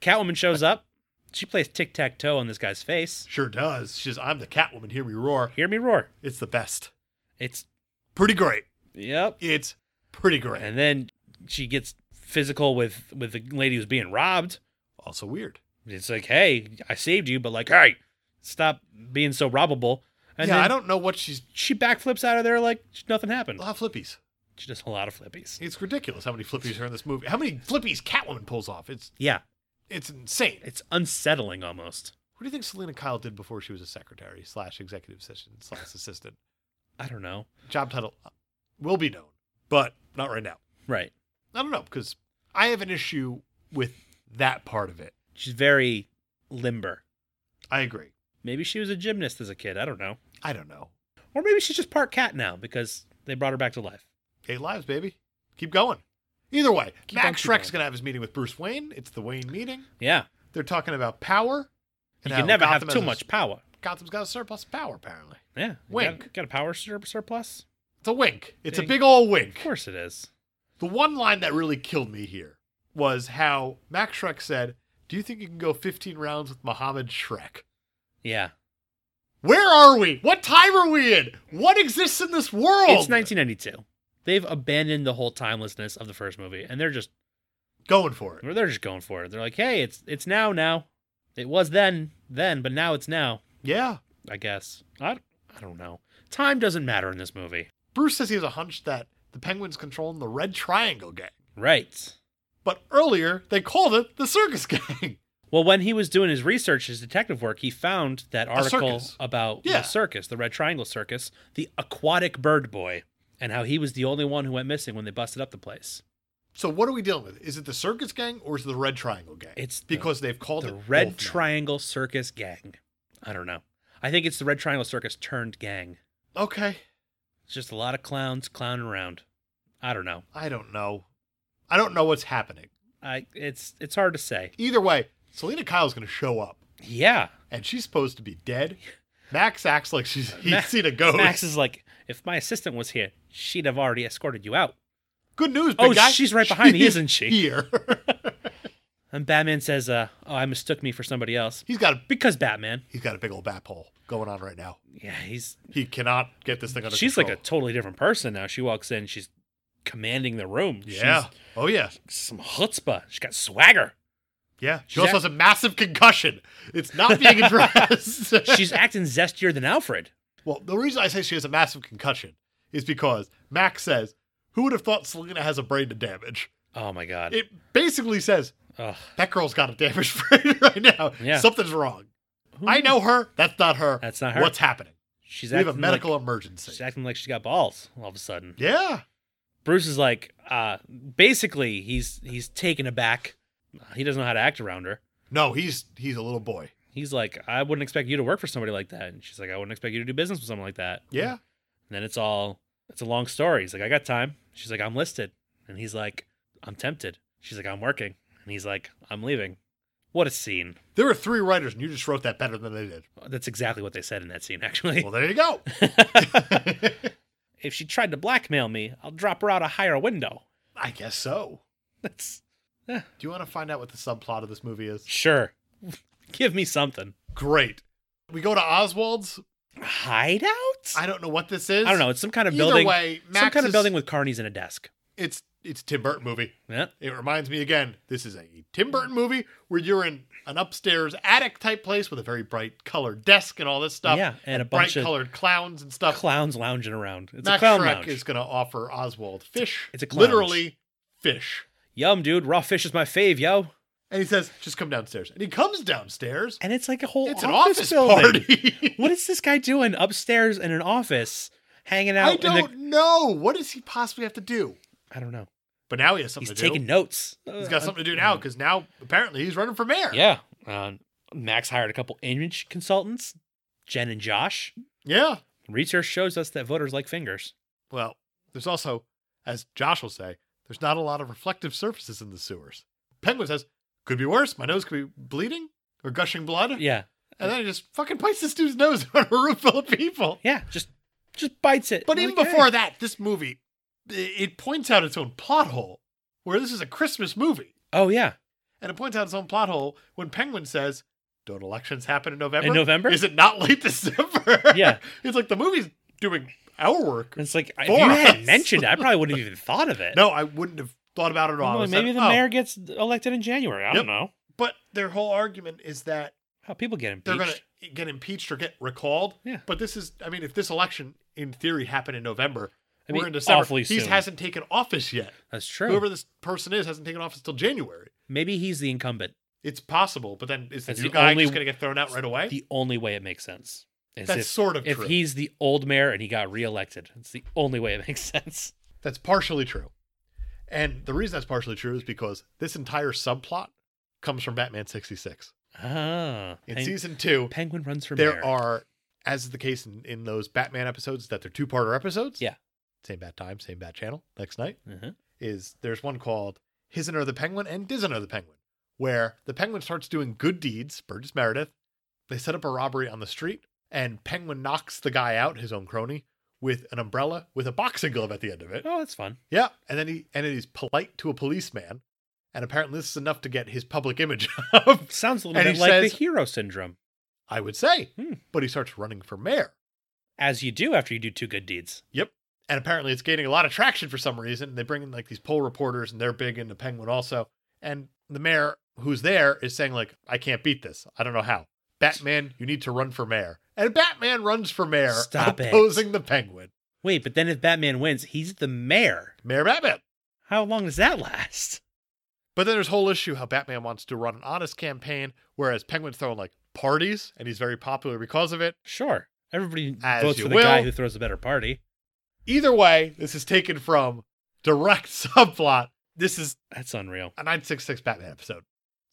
Speaker 2: Catwoman shows up. She plays tic tac toe on this guy's face.
Speaker 1: Sure does. She's I'm the Catwoman. Here we roar.
Speaker 2: Hear me roar.
Speaker 1: It's the best.
Speaker 2: It's
Speaker 1: Pretty great.
Speaker 2: yep.
Speaker 1: It's pretty great.
Speaker 2: And then she gets physical with with the lady who's being robbed.
Speaker 1: also weird.
Speaker 2: It's like, hey, I saved you, but like, hey, stop being so robbable. And
Speaker 1: yeah,
Speaker 2: then
Speaker 1: I don't know what she's.
Speaker 2: She backflips out of there like nothing happened.
Speaker 1: A lot of flippies.
Speaker 2: She does a lot of flippies.
Speaker 1: It's ridiculous how many flippies are in this movie. How many flippies Catwoman pulls off? It's
Speaker 2: Yeah,
Speaker 1: it's insane.
Speaker 2: it's unsettling almost.
Speaker 1: What do you think Selena Kyle did before she was a secretary slash executive assistant slash assistant?
Speaker 2: I don't know.
Speaker 1: Job title uh, will be known, but not right now.
Speaker 2: Right.
Speaker 1: I don't know because I have an issue with that part of it.
Speaker 2: She's very limber.
Speaker 1: I agree.
Speaker 2: Maybe she was a gymnast as a kid. I don't know.
Speaker 1: I don't know.
Speaker 2: Or maybe she's just part cat now because they brought her back to life.
Speaker 1: Eight lives, baby. Keep going. Either way,
Speaker 2: Keep on
Speaker 1: Max
Speaker 2: keeping
Speaker 1: Shrek's
Speaker 2: on.
Speaker 1: gonna have his meeting with Bruce Wayne. It's the Wayne meeting.
Speaker 2: Yeah.
Speaker 1: They're talking about power.
Speaker 2: You
Speaker 1: and
Speaker 2: can
Speaker 1: how
Speaker 2: never have
Speaker 1: Gotham
Speaker 2: too
Speaker 1: has a-
Speaker 2: much power.
Speaker 1: Gotham's got a surplus of power, apparently.
Speaker 2: Yeah. you
Speaker 1: Wink.
Speaker 2: Got, got a power sur- surplus?
Speaker 1: It's a wink. It's
Speaker 2: Ding.
Speaker 1: a big old
Speaker 2: Of
Speaker 1: wink.
Speaker 2: course it is.
Speaker 1: The one line that really killed me here was how Max Shrek said, "Do you think you can go 15 rounds with Muhammad Shrek?"
Speaker 2: Yeah.
Speaker 1: Where are we? What time are we in? What exists in this world?
Speaker 2: It's 1992. They've abandoned the whole timelessness of the first movie, and they're just
Speaker 1: Going for it.
Speaker 2: they're just going for it. They're like, hey, it's it's now now. It was then then, but now it's now.
Speaker 1: Yeah.
Speaker 2: I guess. I I don't know. Time doesn't matter in this movie,
Speaker 1: Bruce says he has a hunch that the Penguin's controlling the Red Triangle Gang.
Speaker 2: right?
Speaker 1: But earlier, they called it the Circus Gang.
Speaker 2: Well, when he was doing his research, his detective work, he found that article
Speaker 1: circus.
Speaker 2: about
Speaker 1: Yeah.
Speaker 2: the circus, the Red Triangle Circus, the aquatic bird boy, and how he was the only one who went missing when they busted up the place.
Speaker 1: So what are we dealing with? Is it the Circus Gang or is it the Red Triangle Gang?
Speaker 2: It's the-
Speaker 1: because they've called
Speaker 2: the
Speaker 1: it
Speaker 2: Red
Speaker 1: both now.
Speaker 2: Triangle Circus Gang. I don't know. I think it's the Red Triangle Circus turned gang.
Speaker 1: Okay.
Speaker 2: It's just a lot of clowns clowning around. I don't know.
Speaker 1: I don't know. I don't know what's happening.
Speaker 2: I it's it's hard to say.
Speaker 1: Either way, Selena Kyle's going to show up,
Speaker 2: Yeah.
Speaker 1: and she's supposed to be dead. Max acts like she's he's
Speaker 2: Ma-
Speaker 1: seen a ghost.
Speaker 2: Max is like, if my assistant was here, she'd have already escorted you out.
Speaker 1: Good news, big
Speaker 2: Oh,
Speaker 1: guy.
Speaker 2: she's right behind me,
Speaker 1: She's
Speaker 2: isn't she?
Speaker 1: Here.
Speaker 2: And Batman says, uh, "Oh, I mistook me for somebody else."
Speaker 1: he's got a
Speaker 2: Because Batman,
Speaker 1: he's got a big old bat pole going on right now.
Speaker 2: yeah, he's
Speaker 1: He cannot get this thing under
Speaker 2: she's like
Speaker 1: control.
Speaker 2: a totally different person now. She walks in, she's commanding the room.
Speaker 1: yeah. Oh yeah.
Speaker 2: she's some chutzpah. She's got swagger.
Speaker 1: Yeah. She
Speaker 2: She's
Speaker 1: also
Speaker 2: act-
Speaker 1: has a massive concussion. It's not being addressed.
Speaker 2: She's acting zestier than Alfred.
Speaker 1: well, the reason I say she has a massive concussion is because Max says, "Who would have thought Selena has a brain to damage?"
Speaker 2: Oh my god.
Speaker 1: It basically says
Speaker 2: Ugh.
Speaker 1: that girl's got a damaged brain right now.
Speaker 2: Yeah.
Speaker 1: Something's wrong.
Speaker 2: Who
Speaker 1: I
Speaker 2: knew?
Speaker 1: know her. That's not her.
Speaker 2: That's not her.
Speaker 1: What's happening?
Speaker 2: She's
Speaker 1: we have
Speaker 2: acting
Speaker 1: a medical
Speaker 2: Like, she's
Speaker 1: emergency.
Speaker 2: acting like she's got balls all of a sudden.
Speaker 1: Yeah.
Speaker 2: Bruce is like, uh, basically, he's he's taken aback. He doesn't know how to act around her.
Speaker 1: No, he's he's a little boy.
Speaker 2: He's like, I wouldn't expect you to work for somebody like that. And she's like, I wouldn't expect you to do business with someone like that.
Speaker 1: Yeah.
Speaker 2: And then it's all it's a long story. He's like, I got time. She's like, I'm listed. And he's like, I'm tempted. She's like, I'm working. And he's like, I'm leaving. What a scene.
Speaker 1: There were three writers, and you just wrote that better than they did.
Speaker 2: That's exactly what they said in that scene, actually.
Speaker 1: Well, there you go.
Speaker 2: if she tried to blackmail me, I'll drop her out a higher window.
Speaker 1: I guess so.
Speaker 2: That's
Speaker 1: Do you want to find out what the subplot of this movie is?
Speaker 2: sure. Give me something.
Speaker 1: Great. We go to Oswald's.
Speaker 2: Hideout?
Speaker 1: I don't know what this is.
Speaker 2: I don't know. It's some kind of
Speaker 1: Either
Speaker 2: building.
Speaker 1: way, Max
Speaker 2: some kind
Speaker 1: is-
Speaker 2: of building with carnies and a desk.
Speaker 1: It's it's a Tim Burton movie.
Speaker 2: Yeah.
Speaker 1: It reminds me again. This is a Tim Burton movie where you're in an upstairs attic type place with a very bright colored desk and all this stuff.
Speaker 2: Yeah, and a
Speaker 1: bright
Speaker 2: bunch of
Speaker 1: colored clowns and stuff.
Speaker 2: clowns lounging around. It's
Speaker 1: Max
Speaker 2: a clown
Speaker 1: Schreck
Speaker 2: lounge.
Speaker 1: is going to offer Oswald fish.
Speaker 2: It's a clown.
Speaker 1: literally fish.
Speaker 2: Yum, dude. Raw fish is my fave, yo.
Speaker 1: And he says, "Just come downstairs." And he comes downstairs.
Speaker 2: And it's like a whole
Speaker 1: It's an office
Speaker 2: office, building.
Speaker 1: party.
Speaker 2: What is this guy doing upstairs in an office, hanging out?
Speaker 1: I
Speaker 2: in
Speaker 1: don't
Speaker 2: the,
Speaker 1: know. What does he possibly have to do?
Speaker 2: I don't know.
Speaker 1: But now he has something
Speaker 2: He's
Speaker 1: to
Speaker 2: taking
Speaker 1: do.
Speaker 2: notes. Uh, um,
Speaker 1: He's got something to do now because now apparently he's running for mayor.
Speaker 2: Yeah. Uh, Max hired a couple image consultants, Jen and Josh.
Speaker 1: Yeah.
Speaker 2: Research shows us that voters like fingers.
Speaker 1: Well, there's also, as Josh will say, there's not a lot of reflective surfaces in the sewers. Penguin says, could be worse. My nose could be bleeding or gushing blood.
Speaker 2: Yeah.
Speaker 1: And then he just fucking bites this dude's nose on a room full of people.
Speaker 2: Yeah. Just just bites it.
Speaker 1: But
Speaker 2: I'm
Speaker 1: even
Speaker 2: like,
Speaker 1: before
Speaker 2: hey.
Speaker 1: that, this movie, i- it points out its own plot hole, where this is a Christmas movie.
Speaker 2: Oh yeah.
Speaker 1: And it points out its own plot hole when Penguin says, don't elections happen in November?
Speaker 2: In November?
Speaker 1: Is it not late December?
Speaker 2: Yeah.
Speaker 1: it's like the movie's doing our work.
Speaker 2: It's like if
Speaker 1: For
Speaker 2: you hadn't
Speaker 1: us.
Speaker 2: mentioned it, I probably wouldn't have even thought of it.
Speaker 1: No, I wouldn't have thought about it at all.
Speaker 2: I'm
Speaker 1: I
Speaker 2: like,
Speaker 1: would've
Speaker 2: maybe
Speaker 1: said,
Speaker 2: the
Speaker 1: "Oh,
Speaker 2: mayor gets elected in January. I
Speaker 1: Yep.
Speaker 2: don't know.
Speaker 1: But their whole argument is that
Speaker 2: How people get impeached.
Speaker 1: they're going to get impeached or get recalled.
Speaker 2: Yeah.
Speaker 1: But this is, I mean, if this election in theory happened in November,
Speaker 2: I mean,
Speaker 1: we're in December.
Speaker 2: awfully
Speaker 1: He
Speaker 2: soon.
Speaker 1: hasn't taken office yet.
Speaker 2: That's true.
Speaker 1: Whoever this person is hasn't taken office till January.
Speaker 2: Maybe he's the incumbent.
Speaker 1: It's possible, but then is the
Speaker 2: That's
Speaker 1: new
Speaker 2: the
Speaker 1: guy
Speaker 2: only-
Speaker 1: just going to get thrown out right away?
Speaker 2: The only way it makes sense is
Speaker 1: That's
Speaker 2: if,
Speaker 1: sort of
Speaker 2: if
Speaker 1: true.
Speaker 2: he's the old mayor and he got reelected. It's the only way it makes sense.
Speaker 1: That's partially true. And the reason that's partially true is because this entire subplot comes from Batman 66.
Speaker 2: Ah,
Speaker 1: In
Speaker 2: Peng-
Speaker 1: season two,
Speaker 2: Penguin runs for
Speaker 1: there
Speaker 2: mayor.
Speaker 1: are, as is the case in, in those Batman episodes, that they're two parter episodes.
Speaker 2: Yeah.
Speaker 1: Same bat time, same bat channel. Next night
Speaker 2: Uh-huh.
Speaker 1: is there's one called His and Her the Penguin and Diz and Her the Penguin, where the penguin starts doing good deeds, Burgess Meredith. They set up a robbery on the street, and Penguin knocks the guy out, his own crony, with an umbrella with a boxing glove at the end of it.
Speaker 2: Oh, that's fun.
Speaker 1: Yeah. And then he and he's polite to a policeman. And apparently this is enough to get his public image up.
Speaker 2: Sounds a little
Speaker 1: And
Speaker 2: bit
Speaker 1: he
Speaker 2: like
Speaker 1: says-
Speaker 2: the hero syndrome,
Speaker 1: I would say.
Speaker 2: Hmm.
Speaker 1: But he starts running for mayor.
Speaker 2: as you do after you do two good deeds.
Speaker 1: And apparently it's gaining a lot of traction for some reason. They bring in like these poll reporters and they're big into Penguin also. And the mayor who's there is saying, like, I can't beat this. I don't know how. Batman, you need to run for mayor. And Batman runs for mayor,
Speaker 2: Stop it.
Speaker 1: opposing the penguin.
Speaker 2: Wait, but then if Batman wins, he's the mayor.
Speaker 1: Mayor Batman.
Speaker 2: How long does that last?
Speaker 1: But then there's whole issue how Batman wants to run an honest campaign, whereas Penguin's throwing like parties and he's very popular because of it.
Speaker 2: Sure, everybody
Speaker 1: As
Speaker 2: votes
Speaker 1: you
Speaker 2: for the guy
Speaker 1: will.
Speaker 2: who throws a better party.
Speaker 1: Either way, this is taken from direct subplot. This is
Speaker 2: That's unreal.
Speaker 1: a 966 Batman episode,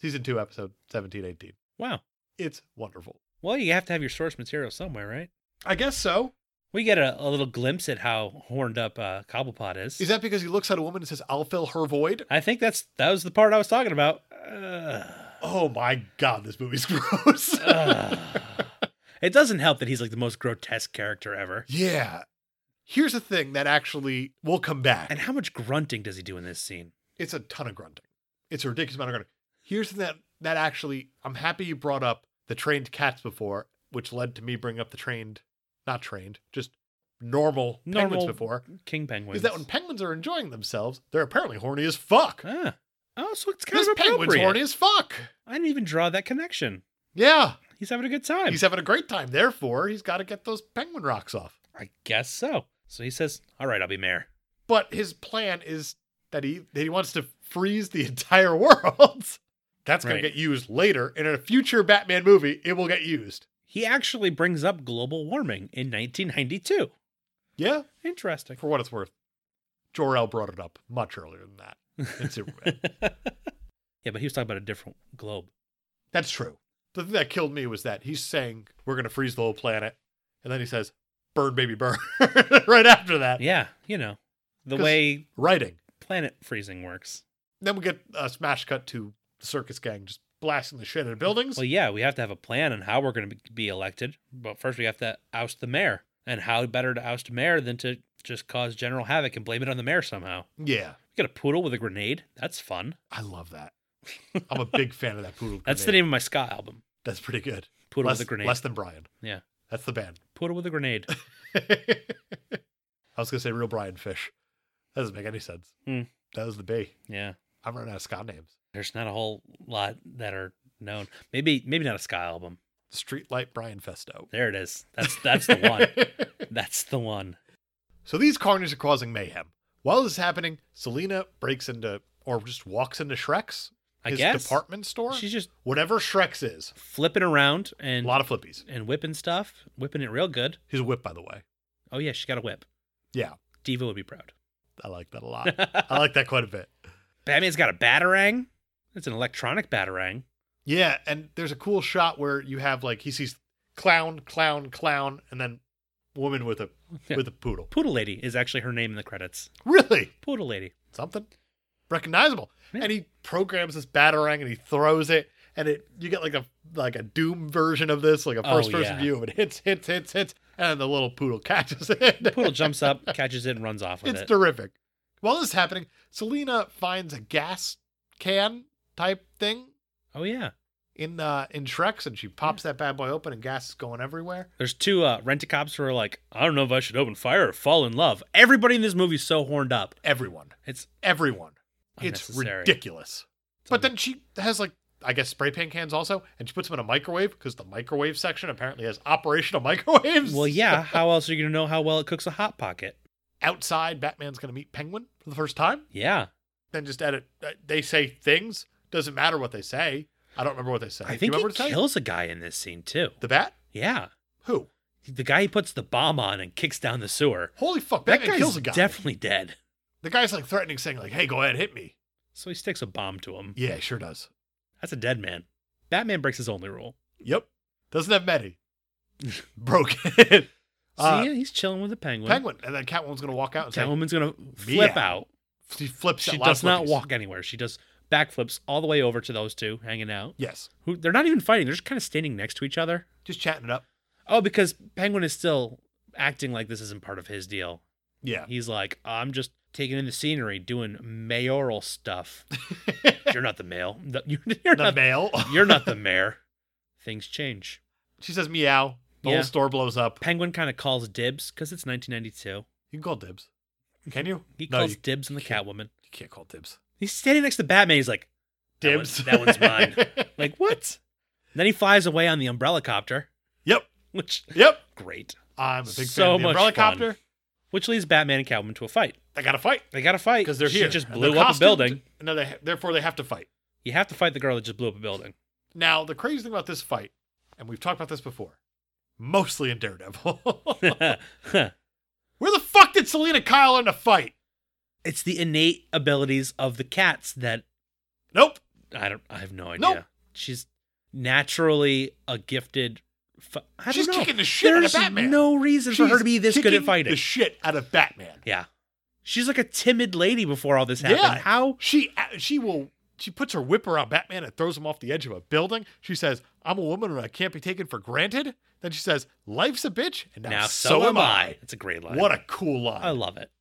Speaker 1: season two, episode 17, 18.
Speaker 2: Wow.
Speaker 1: It's wonderful.
Speaker 2: Well, you have to have your source material somewhere, right?
Speaker 1: I guess so.
Speaker 2: We get a, a little glimpse at how horned up uh, Cobblepot is.
Speaker 1: Is that because he looks at a woman and says, I'll fill her void?
Speaker 2: I think that's that was the part I was talking about. Uh,
Speaker 1: Oh my God, this movie's gross.
Speaker 2: uh. it doesn't help that he's like the most grotesque character ever.
Speaker 1: yeah. Here's a thing that actually will come back.
Speaker 2: And how much grunting does he do in this scene?
Speaker 1: it's a ton of grunting. It's a ridiculous amount of grunting. Here's the thing that that actually, I'm happy you brought up the trained cats before, which led to me bringing up the trained, not trained, just normal, penguins
Speaker 2: Normal
Speaker 1: before.
Speaker 2: King penguins.
Speaker 1: Is that when penguins are enjoying themselves, they're apparently horny as fuck.
Speaker 2: Ah. Oh, so it's kind
Speaker 1: This
Speaker 2: of
Speaker 1: penguin's
Speaker 2: appropriate.
Speaker 1: horny as fuck.
Speaker 2: I didn't even draw that connection.
Speaker 1: Yeah,
Speaker 2: He's having a good time.
Speaker 1: he's having a great time. Therefore, he's got to get those penguin rocks off.
Speaker 2: I guess so. So he says, "All right, I'll be mayor."
Speaker 1: But his plan is that he that he wants to freeze the entire world. That's going
Speaker 2: Right.
Speaker 1: to get used later in a future Batman movie. It will get used.
Speaker 2: He actually brings up global warming in 1992.
Speaker 1: Yeah,
Speaker 2: Interesting.
Speaker 1: for what it's worth, Jor El brought it up much earlier than that in Superman.
Speaker 2: Yeah, but he was talking about a different globe.
Speaker 1: That's true. The thing that killed me was that he's saying we're gonna freeze the whole planet, and then he says, "Burn, baby, burn." right after that,
Speaker 2: Yeah, you know, the
Speaker 1: 'Cause-
Speaker 2: way
Speaker 1: writing.
Speaker 2: planet freezing works.
Speaker 1: Then we get a smash cut to the circus gang just blasting the shit out of buildings.
Speaker 2: Well, yeah, we have to have a plan on how we're going to be elected, but first we have to oust the mayor. And how better to oust a mayor than to just cause general havoc and blame it on the mayor somehow?
Speaker 1: yeah,
Speaker 2: We got a poodle with a grenade. That's fun.
Speaker 1: I love that. I'm a big fan of that poodle.
Speaker 2: That's the
Speaker 1: grenade.
Speaker 2: name of my ska album.
Speaker 1: That's pretty good.
Speaker 2: Poodle
Speaker 1: less,
Speaker 2: with a grenade.
Speaker 1: less than Brian.
Speaker 2: Yeah.
Speaker 1: that's the band.
Speaker 2: Poodle with a grenade.
Speaker 1: I was gonna say real Brian Fish. That doesn't make any sense.
Speaker 2: Hmm.
Speaker 1: That was the B.
Speaker 2: yeah.
Speaker 1: I'm running out of Scott names.
Speaker 2: There's not a whole lot that are known. Maybe maybe not a ska album.
Speaker 1: Streetlight Brian Festo.
Speaker 2: There it is. That's that's the one. That's the one.
Speaker 1: so these carnies are causing mayhem. While this is happening, Selena breaks into or just walks into Shrek's,
Speaker 2: I
Speaker 1: his
Speaker 2: guess.
Speaker 1: department store,
Speaker 2: She's just
Speaker 1: whatever Shrek's is.
Speaker 2: flipping around
Speaker 1: A
Speaker 2: and
Speaker 1: lot of flippies.
Speaker 2: and whipping stuff, whipping it real good.
Speaker 1: He's a whip, by the way.
Speaker 2: Oh yeah, she got a whip.
Speaker 1: Yeah,
Speaker 2: Diva would be proud.
Speaker 1: I like that a lot. I like that quite a bit.
Speaker 2: Batman's got a batarang. It's an electronic batarang.
Speaker 1: Yeah, and there's a cool shot where you have like he sees clown, clown, clown, and then woman with a
Speaker 2: Yeah.
Speaker 1: with a poodle.
Speaker 2: Poodle lady is actually her name in the credits.
Speaker 1: Really?
Speaker 2: Poodle lady.
Speaker 1: Something recognizable.
Speaker 2: Yeah.
Speaker 1: And he programs this batarang and he throws it and it you get like a like a doom version of this, like a
Speaker 2: Oh,
Speaker 1: first person
Speaker 2: yeah.
Speaker 1: view of it hits, hits, hits, hits, and the little poodle catches it.
Speaker 2: Poodle jumps up, catches it, and runs off with
Speaker 1: it's
Speaker 2: it.
Speaker 1: terrific. While this is happening, Selena finds a gas can type thing
Speaker 2: oh yeah.
Speaker 1: in uh in Shrek's and she pops that bad boy open and gas is going everywhere.
Speaker 2: There's two uh, rent-a-cops who are like, I don't know if I should open fire or fall in love. Everybody in this movie's so horned up.
Speaker 1: Everyone.
Speaker 2: It's
Speaker 1: Everyone. It's
Speaker 2: unnecessary.
Speaker 1: ridiculous. But then she has like I guess spray paint cans also, and she puts them in a microwave because the microwave section apparently has operational microwaves.
Speaker 2: Well, yeah. How else are you gonna know how well it cooks a hot pocket?
Speaker 1: Outside, Batman's gonna meet Penguin for the first time.
Speaker 2: Yeah,
Speaker 1: Then just edit. uh, They say things. Doesn't matter what they say. I don't remember what they say.
Speaker 2: I
Speaker 1: Do you
Speaker 2: think
Speaker 1: remember
Speaker 2: he
Speaker 1: what it says?
Speaker 2: kills a guy in this scene too.
Speaker 1: the bat.
Speaker 2: Yeah,
Speaker 1: Who?
Speaker 2: the guy he puts the bomb on and kicks down the sewer.
Speaker 1: Holy fuck!
Speaker 2: That
Speaker 1: Batman
Speaker 2: guy's
Speaker 1: kills a guy.
Speaker 2: definitely dead.
Speaker 1: the guy's like threatening, saying like, "Hey, go ahead, hit me."
Speaker 2: So he sticks a bomb to him.
Speaker 1: Yeah, he sure does.
Speaker 2: That's a dead man. Batman breaks his only rule.
Speaker 1: Yep. Doesn't have Medi. Broke it.
Speaker 2: So
Speaker 1: Uh,
Speaker 2: yeah, he's chilling with the penguin.
Speaker 1: Penguin, and then Catwoman's gonna walk out and say,
Speaker 2: Catwoman's gonna flip
Speaker 1: Yeah.
Speaker 2: out.
Speaker 1: "She flips."
Speaker 2: She
Speaker 1: at Lost
Speaker 2: does not
Speaker 1: Lippies.
Speaker 2: walk anywhere. She does backflips all the way over to those two hanging out.
Speaker 1: Yes.
Speaker 2: Who they're not even fighting. They're just kind of standing next to each other.
Speaker 1: Just chatting it up.
Speaker 2: Oh, because Penguin is still acting like this isn't part of his deal.
Speaker 1: Yeah.
Speaker 2: He's like, I'm just taking in the scenery, doing mayoral stuff. you're not the male. No, You're, you're
Speaker 1: the
Speaker 2: not.
Speaker 1: male.
Speaker 2: You're not the mayor. Things change.
Speaker 1: she says meow. The
Speaker 2: Yeah.
Speaker 1: whole store blows up.
Speaker 2: Penguin kind of calls dibs because it's 1992.
Speaker 1: You can call dibs. Can you?
Speaker 2: He
Speaker 1: no,
Speaker 2: calls
Speaker 1: you,
Speaker 2: dibs on the
Speaker 1: can't.
Speaker 2: Catwoman.
Speaker 1: you can't call dibs.
Speaker 2: He's standing next to Batman. He's like, that one-
Speaker 1: Dibs.
Speaker 2: That, one's mine. like what? And then he flies away on the umbrella copter,
Speaker 1: yep.
Speaker 2: which
Speaker 1: Yep.
Speaker 2: great.
Speaker 1: I'm a big
Speaker 2: So
Speaker 1: fan of
Speaker 2: much
Speaker 1: the umbrella
Speaker 2: fun.
Speaker 1: copter.
Speaker 2: Which leads Batman and Catwoman to a fight.
Speaker 1: They got to fight
Speaker 2: They got to fight
Speaker 1: because they're
Speaker 2: she
Speaker 1: here.
Speaker 2: Just
Speaker 1: And they're
Speaker 2: blew up a
Speaker 1: costumed.
Speaker 2: building.
Speaker 1: No, they, therefore they have to fight.
Speaker 2: You have to fight the girl that just blew up a building.
Speaker 1: Now the crazy thing about this fight, and we've talked about this before, mostly in Daredevil. Where the fuck did Selena Kyle learn to fight?
Speaker 2: it's the innate abilities of the cats that
Speaker 1: Nope.
Speaker 2: I don't. I have no idea.
Speaker 1: Nope.
Speaker 2: She's naturally a gifted. F- I don't
Speaker 1: She's
Speaker 2: know.
Speaker 1: kicking the shit out of
Speaker 2: There's
Speaker 1: Batman.
Speaker 2: no reason for her
Speaker 1: She's
Speaker 2: to be this good at
Speaker 1: kicking
Speaker 2: fighting.
Speaker 1: The shit out of Batman.
Speaker 2: yeah, she's like a timid lady before all this happened.
Speaker 1: Yeah.
Speaker 2: How?
Speaker 1: She uh, she will she puts her whip around Batman and throws him off the edge of a building. She says, "I'm a woman and I can't be taken for granted." Then she says, "Life's a bitch," and now,
Speaker 2: now
Speaker 1: so, am I.
Speaker 2: It's a great line.
Speaker 1: What a cool line!
Speaker 2: I love it.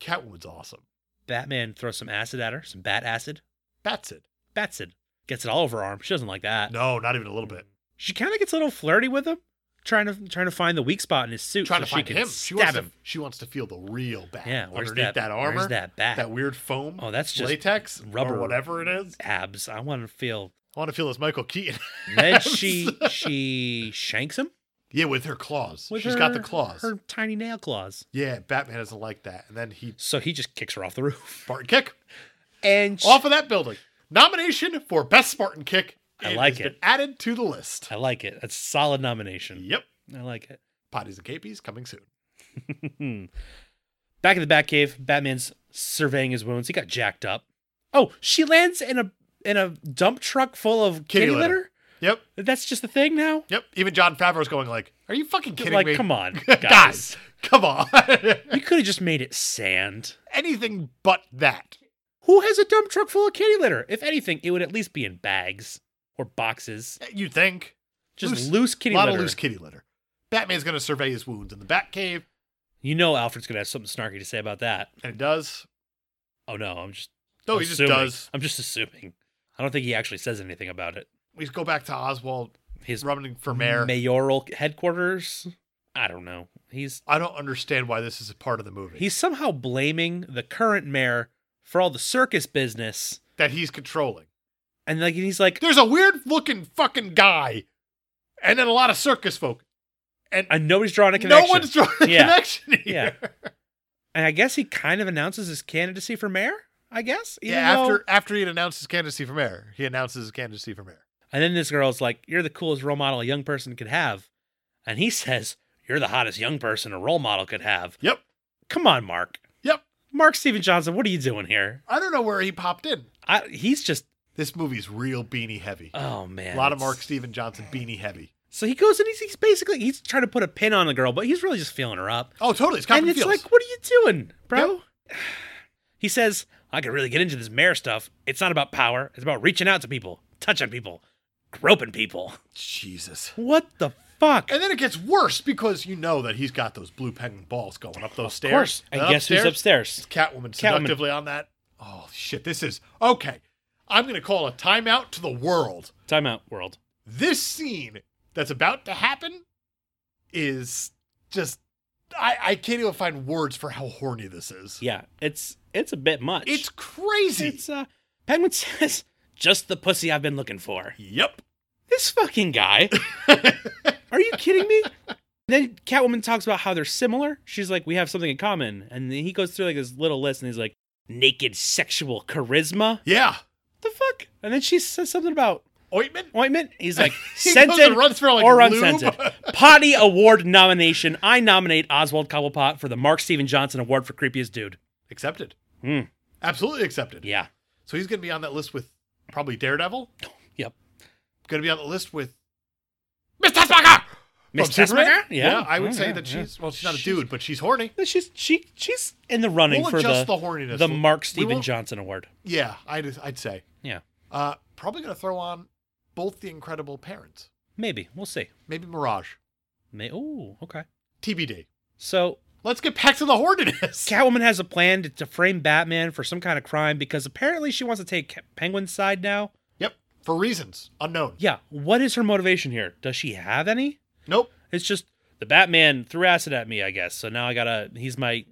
Speaker 1: Catwoman's awesome.
Speaker 2: Batman throws some acid at her, some bat acid.
Speaker 1: That's it.
Speaker 2: Bats it. Gets it all over her arm. She doesn't like that.
Speaker 1: No, not even a little bit.
Speaker 2: She kind of gets a little flirty with him, trying to trying to find the weak spot in his suit.
Speaker 1: Trying
Speaker 2: so
Speaker 1: to find
Speaker 2: she can
Speaker 1: him. She
Speaker 2: Stab
Speaker 1: wants
Speaker 2: him.
Speaker 1: to. She wants to feel the real bat
Speaker 2: yeah. Where's
Speaker 1: underneath
Speaker 2: that,
Speaker 1: that, armor.
Speaker 2: Where's that bat?
Speaker 1: that weird foam.
Speaker 2: oh, that's just
Speaker 1: latex,
Speaker 2: rubber-
Speaker 1: or whatever it is.
Speaker 2: abs. I want to feel.
Speaker 1: I want to feel this Michael Keaton.
Speaker 2: Then she she shanks him
Speaker 1: yeah, with her claws.
Speaker 2: with
Speaker 1: She's
Speaker 2: her,
Speaker 1: got the claws.
Speaker 2: her tiny nail claws.
Speaker 1: Yeah, Batman doesn't like that. And then he
Speaker 2: So he just kicks her off the roof.
Speaker 1: Spartan kick
Speaker 2: And she-
Speaker 1: off of that building. Nomination for best Spartan kick.
Speaker 2: I like
Speaker 1: has Been
Speaker 2: it.
Speaker 1: added to the list.
Speaker 2: I like it. That's a solid nomination.
Speaker 1: Yep.
Speaker 2: I like it.
Speaker 1: Potties and capies coming soon.
Speaker 2: Mm-hmm. Back in the Batcave, Batman's surveying his wounds. He got jacked up. Oh, she lands in a in a dump truck full of
Speaker 1: Kitty
Speaker 2: kitty, litter.
Speaker 1: litter. Yep.
Speaker 2: That's just the thing now.
Speaker 1: Yep. Even John Favreau's going like, "Are you fucking kidding
Speaker 2: like,
Speaker 1: me?
Speaker 2: come on, guys.
Speaker 1: guys. come on.
Speaker 2: You could have just made it sand.
Speaker 1: Anything but that."
Speaker 2: Who has a dump truck full of kitty litter? If anything, it would at least be in bags or boxes.
Speaker 1: You think?
Speaker 2: Just loose,
Speaker 1: Loose-
Speaker 2: kitty
Speaker 1: a lot
Speaker 2: litter.
Speaker 1: of loose kitty litter. Batman's going to survey his wounds in the Batcave,
Speaker 2: you know Alfred's gonna have something snarky to say about that.
Speaker 1: and he does.
Speaker 2: Oh no, I'm just
Speaker 1: No, he
Speaker 2: assuming.
Speaker 1: just does.
Speaker 2: I'm just assuming. I don't think he actually says anything about it.
Speaker 1: We go back to Oswald
Speaker 2: His
Speaker 1: running for mayor.
Speaker 2: mayoral headquarters. I don't know. He's
Speaker 1: I don't understand why this is a part of the movie.
Speaker 2: he's somehow blaming the current mayor for all the circus business,
Speaker 1: that he's controlling.
Speaker 2: and like he's like,
Speaker 1: There's a weird looking fucking guy, and then a lot of circus folk.
Speaker 2: and nobody's drawing a
Speaker 1: No
Speaker 2: connection.
Speaker 1: one's drawing a
Speaker 2: Yeah.
Speaker 1: connection here.
Speaker 2: Yeah. and I guess he kind of announces his candidacy for mayor. I guess. even
Speaker 1: Yeah,
Speaker 2: though-
Speaker 1: after after he announces his candidacy for mayor, he announces his candidacy for mayor.
Speaker 2: And then this girl's like, You're the coolest role model a young person could have. And he says, You're the hottest young person a role model could have.
Speaker 1: Yep.
Speaker 2: Come on, Mark.
Speaker 1: Yep.
Speaker 2: Mark Steven Johnson, what are you doing here?
Speaker 1: I don't know where he popped in.
Speaker 2: I, he's just,
Speaker 1: This movie's real beanie heavy.
Speaker 2: oh man.
Speaker 1: a lot of
Speaker 2: it's-
Speaker 1: Mark Steven Johnson beanie heavy.
Speaker 2: So he goes and he's, he's basically, he's trying to put a pin on the girl, but he's really just feeling her up.
Speaker 1: Oh, totally. It's
Speaker 2: And
Speaker 1: Captain
Speaker 2: it's
Speaker 1: Feels.
Speaker 2: like, What are you doing, bro? He says, I could really get into this mayor stuff. It's not about power, it's about reaching out to people, touching people, groping people.
Speaker 1: Jesus.
Speaker 2: What the fuck?
Speaker 1: And then it gets worse because you know that he's got those blue penguin balls going up those stairs.
Speaker 2: of course.
Speaker 1: And
Speaker 2: And guess who's
Speaker 1: upstairs,
Speaker 2: upstairs?
Speaker 1: Catwoman
Speaker 2: Catwoman.
Speaker 1: seductively on that. Oh shit, this is okay. I'm gonna call a timeout to the world.
Speaker 2: Timeout world.
Speaker 1: This scene that's about to happen is just I, I can't even find words for how horny this is.
Speaker 2: Yeah, it's it's a bit much.
Speaker 1: It's crazy.
Speaker 2: it's uh Penguin says just the pussy I've been looking for.
Speaker 1: yep.
Speaker 2: This fucking guy. Are you kidding me? Then Catwoman talks about how they're similar. She's like, we have something in common. And then he goes through like this little list and he's like, naked sexual charisma.
Speaker 1: Yeah.
Speaker 2: The fuck? And then she says something about
Speaker 1: Ointment?
Speaker 2: ointment. He's like,
Speaker 1: He goes
Speaker 2: scented
Speaker 1: and runs through, like,
Speaker 2: or
Speaker 1: lube.
Speaker 2: unscented. Potty award nomination. I nominate Oswald Cobblepot for the Mark Steven Johnson Award for Creepiest Dude.
Speaker 1: Accepted.
Speaker 2: Hmm.
Speaker 1: Absolutely accepted.
Speaker 2: Yeah.
Speaker 1: So he's gonna be on that list with probably Daredevil.
Speaker 2: Yep.
Speaker 1: Gonna be on the list with Miss Tessmacher!
Speaker 2: Miss
Speaker 1: From Superman?
Speaker 2: Tessmacher? Yeah.
Speaker 1: Yeah. I would
Speaker 2: Oh,
Speaker 1: say
Speaker 2: yeah,
Speaker 1: that
Speaker 2: yeah.
Speaker 1: she's well, she's not a
Speaker 2: She's-
Speaker 1: dude, but she's horny.
Speaker 2: But She's she she's in the running
Speaker 1: We'll
Speaker 2: for the
Speaker 1: adjust the,
Speaker 2: the,
Speaker 1: horniness. We'll-
Speaker 2: Mark
Speaker 1: we
Speaker 2: Steven
Speaker 1: won't-
Speaker 2: Johnson Award.
Speaker 1: Yeah, I'd I'd say.
Speaker 2: Yeah,
Speaker 1: Uh, probably gonna throw on both the Incredible Parents.
Speaker 2: maybe we'll see.
Speaker 1: Maybe Mirage.
Speaker 2: May oh okay.
Speaker 1: TBD.
Speaker 2: So
Speaker 1: Let's get back to the horniness.
Speaker 2: Catwoman has a plan to, to frame Batman for some kind of crime because apparently she wants to take Ca- Penguin's side now.
Speaker 1: yep. For reasons unknown.
Speaker 2: Yeah, what is her motivation here? Does she have any?
Speaker 1: Nope.
Speaker 2: It's just the Batman threw acid at me, I guess. So now I gotta. He's my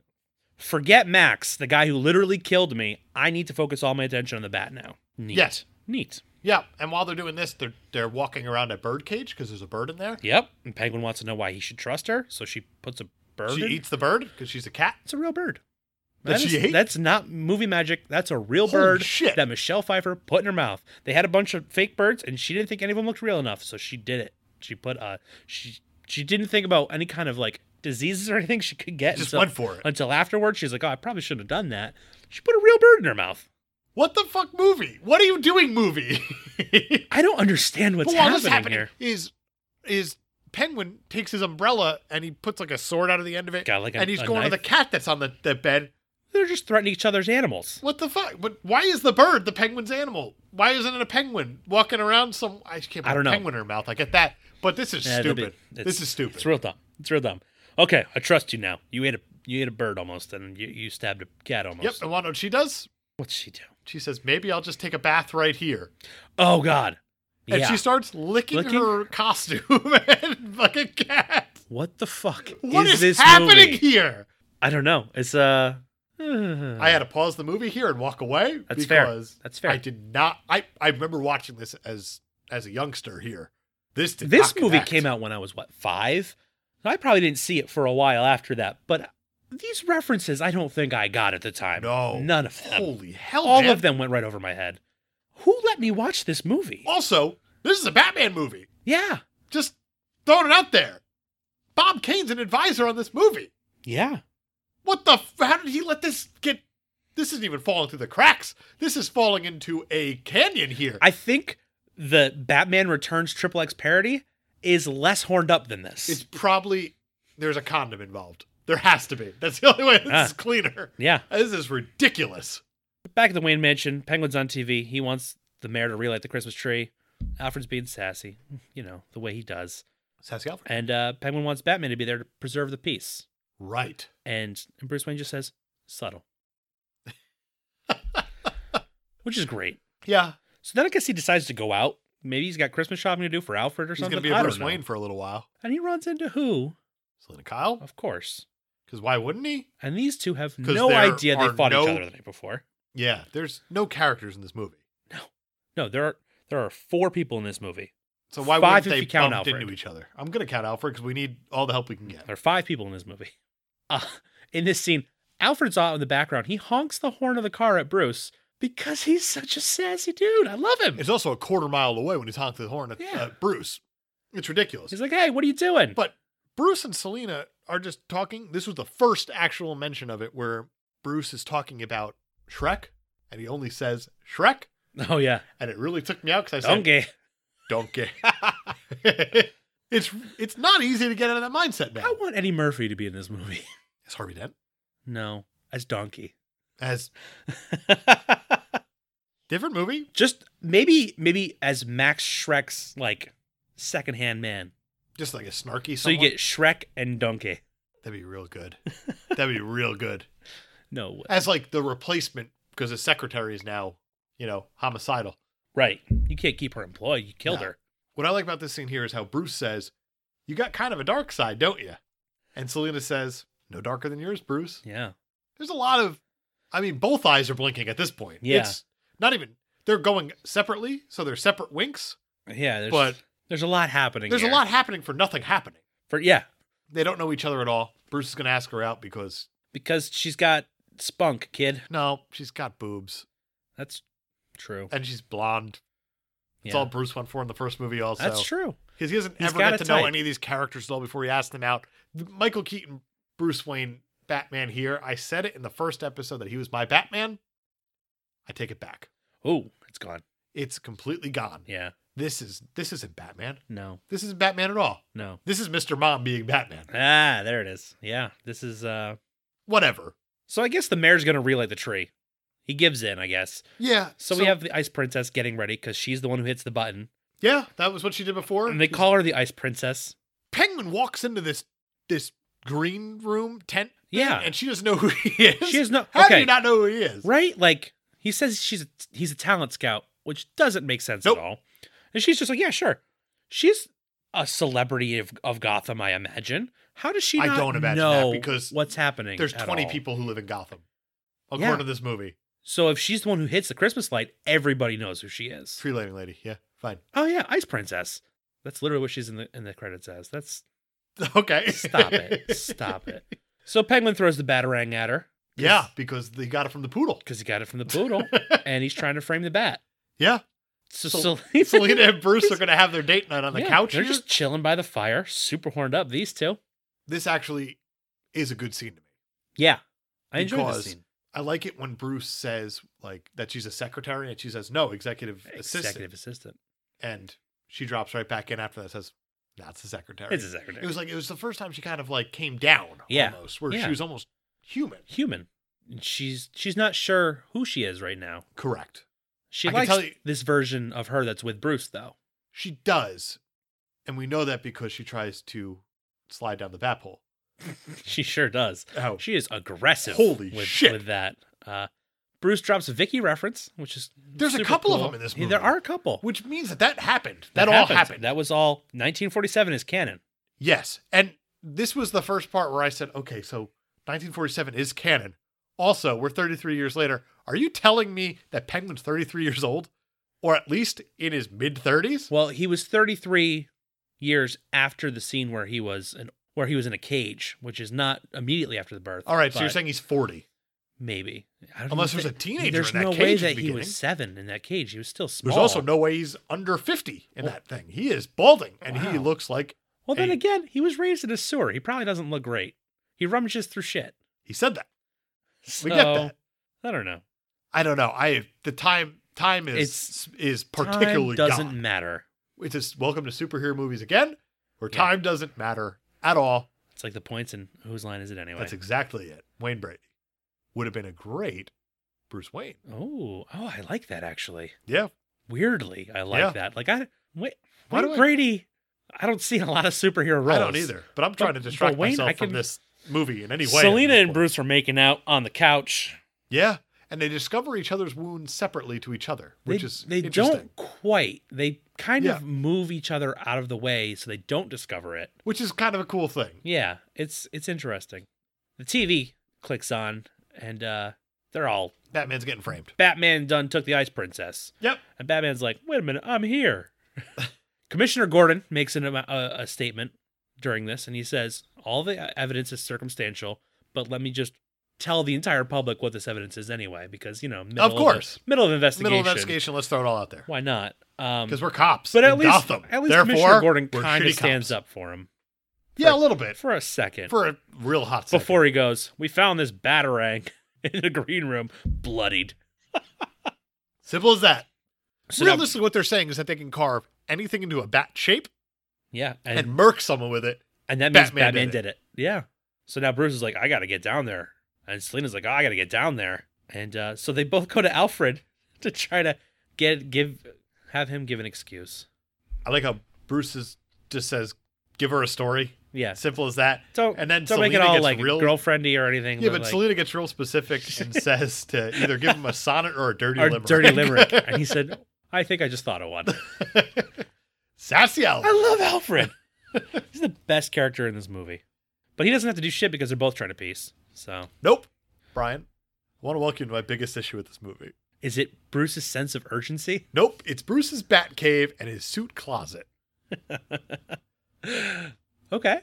Speaker 2: forget Max, the guy who literally killed me. I need to focus all my attention on the Bat now. Neat.
Speaker 1: Yes.
Speaker 2: Neat.
Speaker 1: Yeah. And while they're doing this, they're they're walking around a bird cage because there's a bird in there.
Speaker 2: Yep. And Penguin wants to know why he should trust her, so she puts a bird.
Speaker 1: She
Speaker 2: in-
Speaker 1: eats the bird because she's a cat.
Speaker 2: It's a real bird.
Speaker 1: That she
Speaker 2: is-
Speaker 1: ate?
Speaker 2: That's not movie magic. That's a real
Speaker 1: Holy
Speaker 2: bird
Speaker 1: shit.
Speaker 2: that Michelle Pfeiffer put in her mouth. They had a bunch of fake birds, and she didn't think any of them looked real enough, so she did it. She put uh she she didn't think about any kind of like diseases or anything she could get.
Speaker 1: Just
Speaker 2: until,
Speaker 1: went for it.
Speaker 2: Until afterwards, she's like, "Oh, I probably shouldn't have done that." She put a real bird in her mouth.
Speaker 1: What the fuck movie? What are you doing, movie?
Speaker 2: I don't understand what's
Speaker 1: But while
Speaker 2: happening,
Speaker 1: this is happening
Speaker 2: here.
Speaker 1: is is Penguin takes his umbrella and he puts like a sword out of the end of it,
Speaker 2: Got, like, a-
Speaker 1: and he's
Speaker 2: a
Speaker 1: going
Speaker 2: knife?
Speaker 1: to the cat that's on the, the bed.
Speaker 2: They're just threatening each other's animals.
Speaker 1: What the fuck? But why is the bird the penguin's animal? Why isn't it a penguin walking around some? I just can't put
Speaker 2: I don't
Speaker 1: a
Speaker 2: know.
Speaker 1: penguin in her mouth. I get that, but this is
Speaker 2: Yeah, that'd be-
Speaker 1: stupid.
Speaker 2: it's-
Speaker 1: this is stupid.
Speaker 2: It's real dumb. It's real dumb. Okay, I trust you now. You ate a you ate a bird almost, and you, you stabbed a cat almost.
Speaker 1: Yep, and what she does?
Speaker 2: What's she do?
Speaker 1: She says, "Maybe I'll just take a bath right here,"
Speaker 2: Oh God.
Speaker 1: and
Speaker 2: yeah.
Speaker 1: she starts licking,
Speaker 2: Licking?
Speaker 1: her costume and like a cat.
Speaker 2: What the fuck
Speaker 1: What is
Speaker 2: is this
Speaker 1: happening
Speaker 2: movie?
Speaker 1: here?
Speaker 2: I don't know. It's uh. I
Speaker 1: I had to pause the movie here and walk away
Speaker 2: Uh, That's fair.
Speaker 1: because
Speaker 2: That's fair.
Speaker 1: I did not. I I remember watching this as as a youngster here. This did
Speaker 2: this
Speaker 1: not
Speaker 2: movie
Speaker 1: connect.
Speaker 2: came out when I was what five. I probably didn't see it for a while after that, but these references I don't think I got at the time.
Speaker 1: No.
Speaker 2: none of them.
Speaker 1: Holy hell!
Speaker 2: All
Speaker 1: man.
Speaker 2: of them went right over my head. Who let me watch this
Speaker 1: Oh.
Speaker 2: movie?
Speaker 1: Also, this is a Batman movie.
Speaker 2: Yeah,
Speaker 1: Just throwing it out there. Bob Kane's an advisor on this movie.
Speaker 2: yeah.
Speaker 1: What the? F- how did he let this get? This isn't even falling through the cracks. This is falling into a canyon here.
Speaker 2: I think the Batman Returns Triple X parody is less horned up than this.
Speaker 1: it's probably there's a condom involved. There has to be. That's the only way this
Speaker 2: Ah.
Speaker 1: is cleaner.
Speaker 2: yeah.
Speaker 1: This is ridiculous.
Speaker 2: Back at the Wayne Mansion, Penguin's on TV. He wants the mayor to relight the Christmas tree. Alfred's being sassy, you know, the way he does.
Speaker 1: Sassy Alfred.
Speaker 2: And uh, Penguin wants Batman to be there to preserve the peace.
Speaker 1: Right.
Speaker 2: And, and Bruce Wayne just says, subtle. Which is great.
Speaker 1: Yeah.
Speaker 2: So then I guess he decides to go out. Maybe he's got Christmas shopping to do for Alfred or
Speaker 1: He's
Speaker 2: something.
Speaker 1: gonna be
Speaker 2: I
Speaker 1: a
Speaker 2: don't
Speaker 1: Bruce
Speaker 2: know.
Speaker 1: Wayne for a little while.
Speaker 2: And he runs into who?
Speaker 1: Selena Kyle.
Speaker 2: Of course.
Speaker 1: Because Oh. why wouldn't he?
Speaker 2: And these two have
Speaker 1: 'Cause
Speaker 2: no
Speaker 1: there
Speaker 2: idea they
Speaker 1: are
Speaker 2: fought each
Speaker 1: no-
Speaker 2: other the night before.
Speaker 1: Yeah. There's no characters in this movie.
Speaker 2: No, there are there are four people in this movie.
Speaker 1: So why
Speaker 2: Five
Speaker 1: wouldn't
Speaker 2: if
Speaker 1: they
Speaker 2: you count
Speaker 1: bumped
Speaker 2: Alfred.
Speaker 1: into each other? I'm gonna count Alfred because we need all the help we can get.
Speaker 2: There are five people in this movie. Uh, in this scene, Alfred's out in the background. He honks the horn of the car at Bruce because he's such a sassy dude. I love him.
Speaker 1: It's also a quarter mile away when he's honking the horn at
Speaker 2: Yeah.
Speaker 1: uh, Bruce. It's ridiculous.
Speaker 2: He's like, "Hey, what are you doing?"
Speaker 1: But Bruce and Selena are just talking. This was the first actual mention of it where Bruce is talking about Shrek, and he only says Shrek,
Speaker 2: oh yeah,
Speaker 1: and it really took me out because I said
Speaker 2: donkey.
Speaker 1: donkey. it's it's not easy to get out of that mindset now.
Speaker 2: I want Eddie Murphy to be in this movie.
Speaker 1: Is Harvey Dent
Speaker 2: no, as donkey.
Speaker 1: as different movie?
Speaker 2: Just maybe maybe as Max Shrek's like secondhand man.
Speaker 1: Just like a snarky. Someone?
Speaker 2: So you get Shrek and Donkey.
Speaker 1: that'd be real good. that'd be real good
Speaker 2: No,
Speaker 1: as like the replacement because his secretary is now you know homicidal.
Speaker 2: right? You can't keep her employed. You killed
Speaker 1: No.
Speaker 2: her.
Speaker 1: What I like about this scene here is how Bruce says, "You got kind of a dark side, don't you?" And Selena says, "No darker than yours, Bruce."
Speaker 2: Yeah.
Speaker 1: There's a lot of, I mean, both eyes are blinking at this point.
Speaker 2: Yeah.
Speaker 1: It's not even they're going separately, so they're separate winks.
Speaker 2: Yeah, there's
Speaker 1: But-
Speaker 2: there's a lot happening.
Speaker 1: There's
Speaker 2: here.
Speaker 1: a lot happening for nothing happening.
Speaker 2: for yeah,
Speaker 1: They don't know each other at all. Bruce is going to ask her out because
Speaker 2: because she's got spunk, kid.
Speaker 1: no, she's got boobs
Speaker 2: That's true.
Speaker 1: and she's blonde. It's
Speaker 2: Yeah.
Speaker 1: all Bruce went for in the first movie, also.
Speaker 2: That's true.
Speaker 1: Because he doesn't
Speaker 2: He's
Speaker 1: ever
Speaker 2: got
Speaker 1: get
Speaker 2: a
Speaker 1: to know
Speaker 2: type.
Speaker 1: any of these characters at all before he asks them out. The- Michael Keaton, Bruce Wayne, Batman here. I said it in the first episode that he was my Batman. I take it back.
Speaker 2: Oh, it's gone.
Speaker 1: It's completely gone.
Speaker 2: Yeah.
Speaker 1: This is this isn't Batman.
Speaker 2: No.
Speaker 1: This isn't Batman at all.
Speaker 2: No.
Speaker 1: This is Mr. Mom being Batman.
Speaker 2: Ah, there it is. Yeah. This is uh
Speaker 1: Whatever.
Speaker 2: so I guess the mayor's gonna relight the tree. He gives in, I guess.
Speaker 1: Yeah.
Speaker 2: So, we have the ice princess getting ready because she's the one who hits the button.
Speaker 1: Yeah, that was what she did before.
Speaker 2: And they call her the ice princess.
Speaker 1: Penguin walks into this this green room tent. thing,
Speaker 2: Yeah.
Speaker 1: And she doesn't know who he is.
Speaker 2: Uh-huh. She has no
Speaker 1: How do
Speaker 2: okay.
Speaker 1: you not know who he is?
Speaker 2: right? Like he says she's a, he's a talent scout, which doesn't make sense
Speaker 1: Nope.
Speaker 2: at all. And she's just like, yeah, sure. She's a celebrity of, of Gotham, I imagine. How does she?
Speaker 1: I
Speaker 2: not
Speaker 1: don't imagine that
Speaker 2: know
Speaker 1: because
Speaker 2: what's happening.
Speaker 1: There's
Speaker 2: at
Speaker 1: 20
Speaker 2: all?
Speaker 1: people who live in Gotham, according
Speaker 2: Yeah.
Speaker 1: to this movie.
Speaker 2: So if she's the one who hits the Christmas light, everybody knows who she is.
Speaker 1: Tree lighting lady. Yeah, fine.
Speaker 2: Oh yeah, Ice Princess. That's literally what she's in the in the credits as. That's
Speaker 1: Okay.
Speaker 2: stop it, stop it. So Penguin throws the batarang at her
Speaker 1: yeah, because they got it from the poodle.
Speaker 2: because he got it from the poodle, and he's trying to frame the bat.
Speaker 1: Yeah.
Speaker 2: So,
Speaker 1: Sel-
Speaker 2: Selena-
Speaker 1: Selena and Bruce are going to have their date night on the
Speaker 2: Yeah,
Speaker 1: couch.
Speaker 2: They're
Speaker 1: here.
Speaker 2: just chilling by the fire, super horned up. These two.
Speaker 1: This actually is a good scene to me.
Speaker 2: Yeah, I enjoyed this
Speaker 1: Because
Speaker 2: scene.
Speaker 1: I like it when Bruce says, like, that she's a secretary and she says, no, executive, assistant.
Speaker 2: Executive assistant.
Speaker 1: And she drops right back in after that says, that's the secretary.
Speaker 2: It's a secretary.
Speaker 1: It was like, it was the first time she kind of like came down
Speaker 2: Yeah.
Speaker 1: almost, where
Speaker 2: Yeah.
Speaker 1: she was almost human.
Speaker 2: human. And she's she's not sure who she is right now.
Speaker 1: Correct.
Speaker 2: She
Speaker 1: I can
Speaker 2: likes
Speaker 1: tell you-
Speaker 2: this version of her that's with Bruce though.
Speaker 1: She does. And we know that because she tries to slide down the bat hole.
Speaker 2: She sure does.
Speaker 1: Oh,
Speaker 2: She is aggressive.
Speaker 1: Holy
Speaker 2: with,
Speaker 1: shit.
Speaker 2: With that, uh, Bruce drops a Vicky reference, which is
Speaker 1: There's a
Speaker 2: super
Speaker 1: couple of
Speaker 2: cool.
Speaker 1: them in this
Speaker 2: Yeah,
Speaker 1: movie.
Speaker 2: There are a couple.
Speaker 1: which means that that happened. That,
Speaker 2: That
Speaker 1: all
Speaker 2: happens.
Speaker 1: happened.
Speaker 2: That was all. 1947 is canon.
Speaker 1: Yes. And this was the first part where I said, okay, so 1947 is canon. Also, we're 33 years later. Are you telling me that Penguin's 33 years old? Or at least in his mid 30s?
Speaker 2: Well, he was 33 years after the scene where he was an, where he was in a cage, which is not immediately after the birth.
Speaker 1: All right, so you're
Speaker 2: but
Speaker 1: saying he's 40.
Speaker 2: maybe I don't
Speaker 1: Unless
Speaker 2: even
Speaker 1: there's a
Speaker 2: thi-
Speaker 1: teenager
Speaker 2: There's
Speaker 1: in that
Speaker 2: no
Speaker 1: cage
Speaker 2: way
Speaker 1: at the
Speaker 2: that he
Speaker 1: beginning.
Speaker 2: was seven in that cage. He was still small.
Speaker 1: There's also no way he's under 50 in that thing. He is balding and he
Speaker 2: Wow.
Speaker 1: looks like
Speaker 2: Well, then
Speaker 1: eight.
Speaker 2: again, he was raised in a sewer. He probably doesn't look great. He rummages through shit.
Speaker 1: he said that.
Speaker 2: So,
Speaker 1: We get that.
Speaker 2: I don't know.
Speaker 1: I don't know. I the time time is is particularly
Speaker 2: Time doesn't
Speaker 1: gone.
Speaker 2: matter.
Speaker 1: It's just welcome to superhero movies again, where
Speaker 2: Yeah.
Speaker 1: time doesn't matter at all.
Speaker 2: It's like the points and whose line is it anyway?
Speaker 1: That's exactly it. Wayne Brady would have been a great Bruce Wayne.
Speaker 2: oh, oh, I like that actually.
Speaker 1: Yeah,
Speaker 2: Weirdly, I like
Speaker 1: Yeah.
Speaker 2: that. Like I wait,
Speaker 1: Why
Speaker 2: Wayne
Speaker 1: do I-
Speaker 2: Brady. I don't see a lot of superhero roles.
Speaker 1: I don't either. But I'm
Speaker 2: But-
Speaker 1: trying to
Speaker 2: but
Speaker 1: distract
Speaker 2: Wayne,
Speaker 1: myself
Speaker 2: I
Speaker 1: from
Speaker 2: can-
Speaker 1: this movie in any way. at
Speaker 2: Selena
Speaker 1: this
Speaker 2: and
Speaker 1: point.
Speaker 2: Bruce are making out on the couch.
Speaker 1: Yeah, and they discover each other's wounds separately to each other, which
Speaker 2: they,
Speaker 1: is
Speaker 2: they
Speaker 1: interesting.
Speaker 2: don't quite. They kind
Speaker 1: Yeah.
Speaker 2: of move each other out of the way so they don't discover it.
Speaker 1: Which is kind of a cool thing.
Speaker 2: Yeah, it's it's interesting. The TV clicks on and uh they're all
Speaker 1: Batman's getting framed.
Speaker 2: Batman done took the ice princess.
Speaker 1: Yep.
Speaker 2: And Batman's like, wait a minute, I'm here. Commissioner Gordon makes an, a, a statement during this, and he says, all the evidence is circumstantial, but let me just tell the entire public what this evidence is anyway, because, you know, middle
Speaker 1: Of course.
Speaker 2: of, middle of investigation.
Speaker 1: Middle of investigation. Let's throw it all out there
Speaker 2: Why not? Um,
Speaker 1: because we're cops.
Speaker 2: but
Speaker 1: in
Speaker 2: at least,
Speaker 1: Gotham.
Speaker 2: at least
Speaker 1: Therefore,
Speaker 2: Commissioner Gordon
Speaker 1: we're
Speaker 2: kind
Speaker 1: shitty
Speaker 2: of stands
Speaker 1: cops.
Speaker 2: up for him
Speaker 1: Yeah, a little bit
Speaker 2: for a second
Speaker 1: for a real hot second.
Speaker 2: before he goes, we found this batarang in the green room, bloodied.
Speaker 1: Simple as that.
Speaker 2: So now-
Speaker 1: Realistically, what they're saying is that they can carve anything into a bat shape
Speaker 2: yeah,
Speaker 1: and,
Speaker 2: and
Speaker 1: murk someone with it.
Speaker 2: And that means
Speaker 1: Batman
Speaker 2: Batman,
Speaker 1: did
Speaker 2: did, it. Yeah. So now Bruce is like, I got to get down there. And Selena's like, oh, I got to get down there. And uh, so they both go to Alfred to try to get give have him give an excuse.
Speaker 1: I like how Bruce is, just says, "Give her a story."
Speaker 2: Yeah.
Speaker 1: Simple as that.
Speaker 2: Don't
Speaker 1: And then
Speaker 2: don't make it
Speaker 1: Selena
Speaker 2: all
Speaker 1: gets
Speaker 2: like
Speaker 1: real-
Speaker 2: girlfriendy or anything.
Speaker 1: Yeah, but
Speaker 2: like,
Speaker 1: Selena gets real specific and says to either give him a sonnet or a dirty
Speaker 2: our
Speaker 1: limerick.
Speaker 2: dirty limerick. and he said, I think I just thought of one.
Speaker 1: Sassy Al.
Speaker 2: I love Alfred. He's the best character in this movie, but he doesn't have to do shit because they're both trying to peace. So
Speaker 1: Nope. Brian, I want to welcome you to my biggest issue with this movie.
Speaker 2: is it Bruce's sense of urgency?
Speaker 1: Nope. It's Bruce's bat cave and his suit closet.
Speaker 2: okay.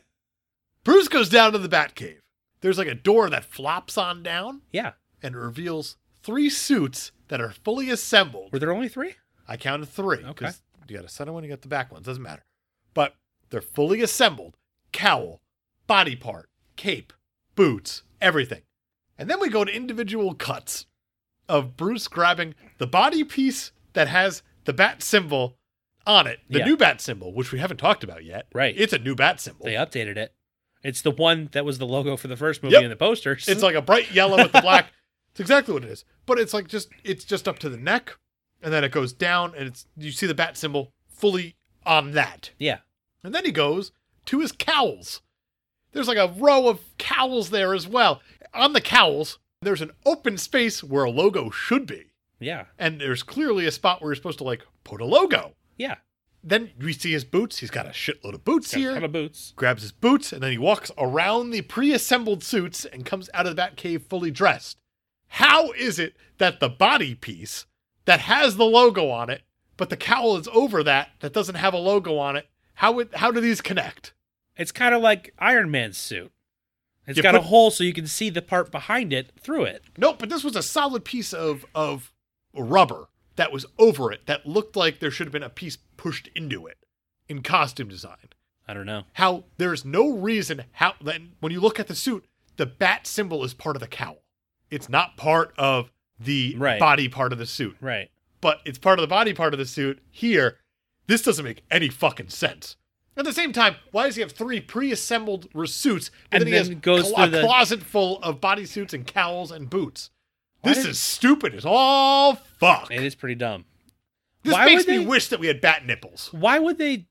Speaker 1: Bruce goes down to the bat cave. There's like a door that flops on down
Speaker 2: Yeah.
Speaker 1: and reveals three suits that are fully assembled.
Speaker 2: Were there only three?
Speaker 1: I counted three.
Speaker 2: Okay.
Speaker 1: 'cause You got a center one, you got the back ones. Doesn't matter. But they're fully assembled cowl, body part, cape, boots, everything. And then we go to individual cuts of Bruce grabbing the body piece that has the bat symbol on it, the
Speaker 2: Yeah.
Speaker 1: new bat symbol, which we haven't talked about yet.
Speaker 2: Right.
Speaker 1: It's a new bat symbol.
Speaker 2: They updated it. It's the one that was the logo for the first movie
Speaker 1: Yep.
Speaker 2: in the posters.
Speaker 1: It's like a bright yellow with the black. it's exactly what it is. But it's like just it's just up to the neck, and then it goes down, and it's you see the bat symbol fully on that.
Speaker 2: yeah,
Speaker 1: And then he goes to his cowls. There's like a row of cowls there as well. On the cowls, there's an open space where a logo should be.
Speaker 2: yeah,
Speaker 1: And there's clearly a spot where you're supposed to like put a logo.
Speaker 2: yeah.
Speaker 1: Then we see his boots. He's got a shitload of boots
Speaker 2: Got a
Speaker 1: here
Speaker 2: ton of boots.
Speaker 1: grabs his boots, and then he walks around the pre assembled suits and comes out of the Batcave fully dressed. How is it that the body piece that has the logo on it, but the cowl is over that, that doesn't have a logo on it, how, would, how do these connect?
Speaker 2: It's kind of like Iron Man's suit. It's
Speaker 1: You
Speaker 2: got a
Speaker 1: put-
Speaker 2: hole so you can see the part behind it through it.
Speaker 1: Nope, but this was a solid piece of, of rubber that was over it that looked like there should have been a piece pushed into it in costume design.
Speaker 2: I don't know.
Speaker 1: How there's no reason how then when you look at the suit, the bat symbol is part of the cowl. It's not part of the
Speaker 2: Right.
Speaker 1: body part of the suit,
Speaker 2: Right.
Speaker 1: but it's part of the body part of the suit here. This doesn't make any fucking sense. At the same time, why does he have three pre-assembled re- suits
Speaker 2: And
Speaker 1: he
Speaker 2: then goes
Speaker 1: cl-
Speaker 2: through
Speaker 1: a
Speaker 2: the-
Speaker 1: closet full of bodysuits and cowls and boots?
Speaker 2: Why
Speaker 1: This
Speaker 2: did-
Speaker 1: is stupid as all fuck.
Speaker 2: It is pretty dumb.
Speaker 1: This
Speaker 2: Why
Speaker 1: makes
Speaker 2: would
Speaker 1: me
Speaker 2: they-
Speaker 1: wish that we had bat nipples,
Speaker 2: Why would they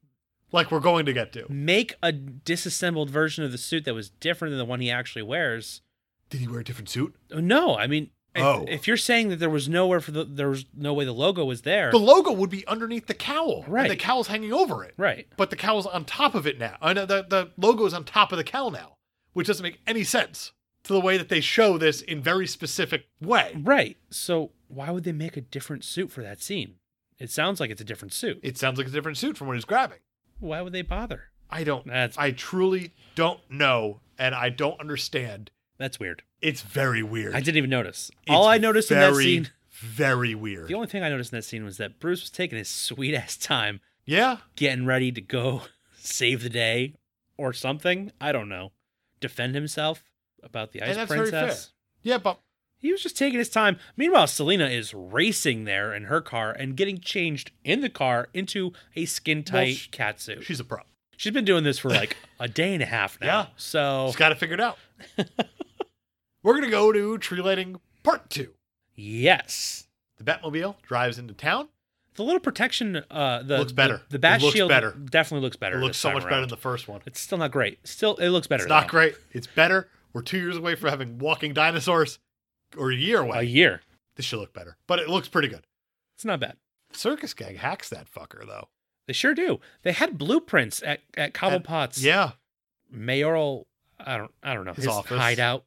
Speaker 1: like we're going to get to.
Speaker 2: make a disassembled version of the suit that was different than the one he actually wears? Oh,
Speaker 1: Did he wear a different suit?
Speaker 2: No, I mean, if,
Speaker 1: Oh.
Speaker 2: if you're saying that there was nowhere for the there was no way the logo was there,
Speaker 1: The logo would be underneath the cowl, And the
Speaker 2: Right.
Speaker 1: cowl's hanging over it,
Speaker 2: right?
Speaker 1: but the cowl's on top of it now. I know the the logo is on top of the cowl now, which doesn't make any sense to the way that they show this in very specific way.
Speaker 2: Right. So why would they make a different suit for that scene? It sounds like it's a different suit.
Speaker 1: It sounds like a different suit from what he's grabbing.
Speaker 2: Why would they bother?
Speaker 1: I don't.
Speaker 2: That's
Speaker 1: I truly don't know, and I don't understand.
Speaker 2: that's weird.
Speaker 1: It's very weird.
Speaker 2: I didn't even notice.
Speaker 1: It's
Speaker 2: All I noticed in that
Speaker 1: very,
Speaker 2: scene,
Speaker 1: very weird.
Speaker 2: the only thing I noticed in that scene was that Bruce was taking his sweet ass time
Speaker 1: yeah,
Speaker 2: getting ready to go save the day or something. I don't know. Defend himself about the
Speaker 1: And
Speaker 2: ice
Speaker 1: that's very
Speaker 2: princess.
Speaker 1: fair. yeah, but
Speaker 2: He was just taking his time. Meanwhile, Selena is racing there in her car and getting changed in the car into a skin tight
Speaker 1: sh-
Speaker 2: catsuit.
Speaker 1: she's a pro.
Speaker 2: She's been doing this for like a day and a half now.
Speaker 1: Yeah.
Speaker 2: So
Speaker 1: She's got it figured out. We're gonna go to tree lighting part two.
Speaker 2: yes.
Speaker 1: The Batmobile drives into town.
Speaker 2: The little protection uh the
Speaker 1: Looks better.
Speaker 2: The, the bat
Speaker 1: It looks
Speaker 2: shield
Speaker 1: better.
Speaker 2: definitely looks better.
Speaker 1: It looks
Speaker 2: this
Speaker 1: so
Speaker 2: time
Speaker 1: much better
Speaker 2: around.
Speaker 1: than the first one.
Speaker 2: it's still not great. Still it looks better.
Speaker 1: It's not
Speaker 2: though.
Speaker 1: great. It's better. We're two years away from having walking dinosaurs, or a year away.
Speaker 2: A year.
Speaker 1: This should look better, but it looks pretty good.
Speaker 2: It's not bad.
Speaker 1: Circus gang hacks that fucker though.
Speaker 2: They sure do. They had blueprints at at Cobblepot's
Speaker 1: Yeah,
Speaker 2: mayoral. I don't. I don't know
Speaker 1: His
Speaker 2: his,
Speaker 1: office.
Speaker 2: hideout.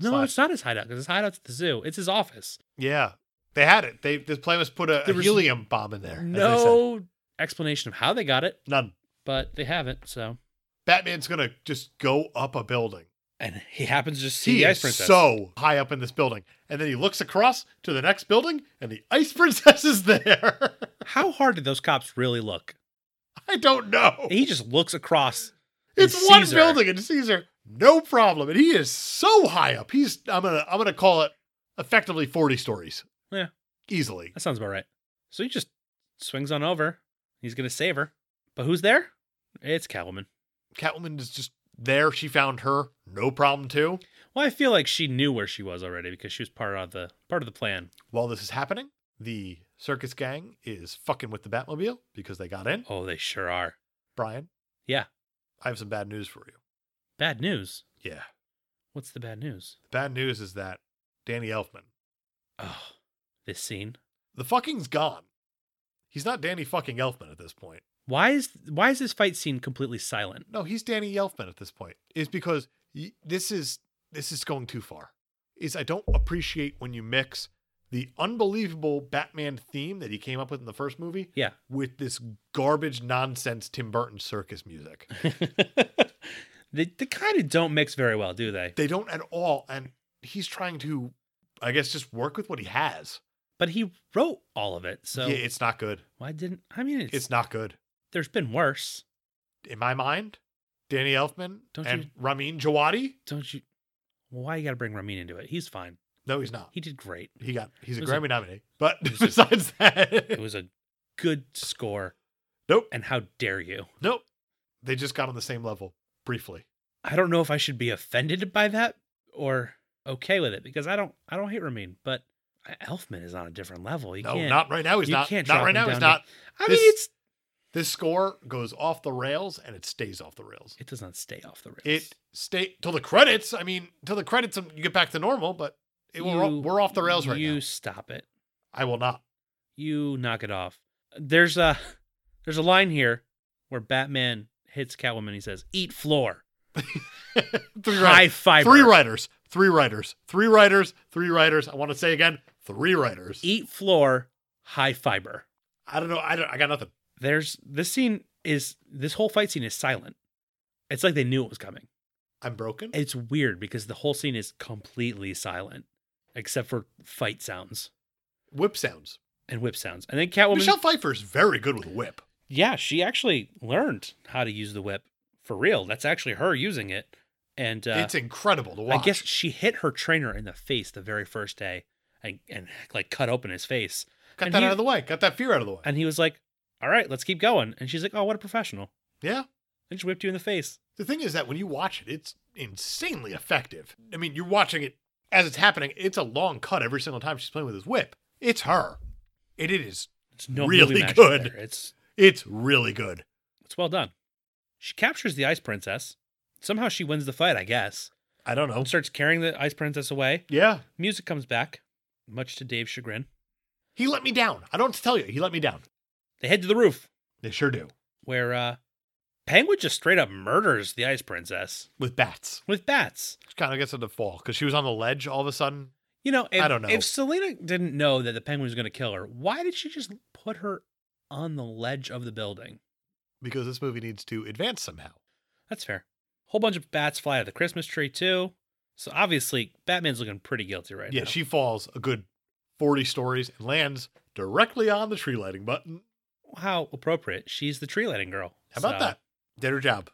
Speaker 2: No,
Speaker 1: Slash-
Speaker 2: it's not his hideout because his hideout's at the zoo. It's his office.
Speaker 1: yeah. They had it. They this plane was put a, a
Speaker 2: There was
Speaker 1: helium bomb in there. as they said.
Speaker 2: No explanation of how they got it,
Speaker 1: none.
Speaker 2: but they have it. So,
Speaker 1: Batman's gonna just go up a building.
Speaker 2: and he happens to just see
Speaker 1: He
Speaker 2: the ice
Speaker 1: is
Speaker 2: princess.
Speaker 1: so high up in this building, and then he looks across to the next building, and the ice princess is there.
Speaker 2: how hard did those cops really look?
Speaker 1: I don't know.
Speaker 2: He just looks across. and
Speaker 1: It's one
Speaker 2: sees her.
Speaker 1: building and sees her, no problem. And he is so high up. He's I'm gonna I'm gonna call it effectively 40 stories.
Speaker 2: Yeah.
Speaker 1: Easily.
Speaker 2: That sounds about right. So he just swings on over. He's gonna save her, but who's there? It's Catwoman.
Speaker 1: Catwoman is just there. She found her, no problem too.
Speaker 2: Well, I feel like she knew where she was already because she was part of the part of the plan.
Speaker 1: While this is happening, the circus gang is fucking with the Batmobile because they got in.
Speaker 2: Oh, they sure are.
Speaker 1: Brian.
Speaker 2: Yeah.
Speaker 1: I have some bad news for you.
Speaker 2: Bad news.
Speaker 1: Yeah.
Speaker 2: What's the bad news?
Speaker 1: The bad news is that Danny Elfman,
Speaker 2: Oh, this scene.
Speaker 1: the fucking's gone. He's not Danny fucking Elfman at this point.
Speaker 2: Why is why is this fight scene completely silent?
Speaker 1: No, he's Danny Elfman at this point. Is because y- this is this is going too far. Is I don't appreciate when you mix the unbelievable Batman theme that he came up with in the first movie
Speaker 2: Yeah.
Speaker 1: with this garbage nonsense Tim Burton circus music.
Speaker 2: they they kind of don't mix very well, do they?
Speaker 1: They don't at all and he's trying to I guess just work with what he has.
Speaker 2: But he wrote all of it, so
Speaker 1: yeah, it's not good.
Speaker 2: why didn't I mean it's,
Speaker 1: It's not good.
Speaker 2: there's been worse.
Speaker 1: In my mind, Danny Elfman
Speaker 2: Don't
Speaker 1: and
Speaker 2: you-
Speaker 1: Ramin Djawadi?
Speaker 2: Don't you well, why you gotta bring Ramin into it? He's fine.
Speaker 1: No, he's not.
Speaker 2: He did great.
Speaker 1: He got he's a
Speaker 2: It was a-
Speaker 1: Grammy nominee. But
Speaker 2: was a-
Speaker 1: besides
Speaker 2: It
Speaker 1: that,
Speaker 2: was a good score.
Speaker 1: nope.
Speaker 2: And how dare you?
Speaker 1: Nope. They just got on the same level briefly.
Speaker 2: I don't know if I should be offended by that or okay with it because I don't I don't hate Ramin, but Elfman is on a different level. You
Speaker 1: No,
Speaker 2: can't
Speaker 1: not right now. He's
Speaker 2: you
Speaker 1: not.
Speaker 2: can't
Speaker 1: Not
Speaker 2: drop
Speaker 1: right
Speaker 2: him
Speaker 1: now. He's
Speaker 2: down
Speaker 1: not.
Speaker 2: to- I
Speaker 1: This-
Speaker 2: mean, it's
Speaker 1: This score goes off the rails and it stays off the rails.
Speaker 2: it does not stay off the rails.
Speaker 1: It stay till the credits. I mean, till the credits, um, you get back to normal. But it, we're, off-
Speaker 2: You-
Speaker 1: we're off the rails right
Speaker 2: You
Speaker 1: now.
Speaker 2: stop it.
Speaker 1: I will not.
Speaker 2: You knock it off. There's a there's a line here where Batman hits Catwoman. He says, "Eat floor,
Speaker 1: three
Speaker 2: high
Speaker 1: writers.
Speaker 2: fiber,
Speaker 1: Three writers. Three writers. Three writers. Three writers. I want to say again. Three writers.
Speaker 2: eat floor, high fiber."
Speaker 1: I don't know. I don't. I got nothing.
Speaker 2: There's this scene is this whole fight scene is silent. It's like they knew it was coming.
Speaker 1: I'm broken.
Speaker 2: It's weird because the whole scene is completely silent except for fight sounds
Speaker 1: Whip sounds.
Speaker 2: and whip sounds. And then Catwoman
Speaker 1: Michelle Pfeiffer is very good with whip.
Speaker 2: yeah, she actually learned how to use the whip for real. That's actually her using it. And uh,
Speaker 1: it's incredible to watch.
Speaker 2: I guess she hit her trainer in the face the very first day and, and like cut open his face.
Speaker 1: got
Speaker 2: and
Speaker 1: that
Speaker 2: he-
Speaker 1: out of the way. Got that fear out of the way.
Speaker 2: And he was like, All right, let's keep going. And she's like, Oh, what a professional.
Speaker 1: Yeah.
Speaker 2: They just whipped you in the face.
Speaker 1: The thing is that when you watch it, it's insanely effective. I mean, you're watching it as it's happening. It's a long cut every single time she's playing with his whip. It's her. And it is.
Speaker 2: It's no
Speaker 1: Really
Speaker 2: movie magic
Speaker 1: good.
Speaker 2: there. It's
Speaker 1: It's really good.
Speaker 2: it's well done. She captures the ice princess. Somehow she wins the fight, I guess.
Speaker 1: I don't know.
Speaker 2: Starts carrying the ice princess away.
Speaker 1: Yeah.
Speaker 2: Music comes back, much to Dave's chagrin.
Speaker 1: He let me down. I don't tell you. He let me down.
Speaker 2: They head to the roof,
Speaker 1: They sure do.
Speaker 2: where uh Penguin just straight up murders the ice princess
Speaker 1: With bats.
Speaker 2: with bats.
Speaker 1: Which kind of gets her to fall because she was on the ledge all of a sudden.
Speaker 2: You know, if,
Speaker 1: I don't know.
Speaker 2: if Selena didn't know that the penguin was going to kill her, why did she just put her on the ledge of the building?
Speaker 1: Because this movie needs to advance somehow.
Speaker 2: That's fair. Whole bunch of bats fly out of the Christmas tree too. So obviously, Batman's looking pretty guilty right
Speaker 1: yeah,
Speaker 2: now.
Speaker 1: she falls a good 40 stories and lands directly on the tree lighting button.
Speaker 2: How appropriate. She's the tree lighting girl.
Speaker 1: How about
Speaker 2: So-
Speaker 1: that? Did her job.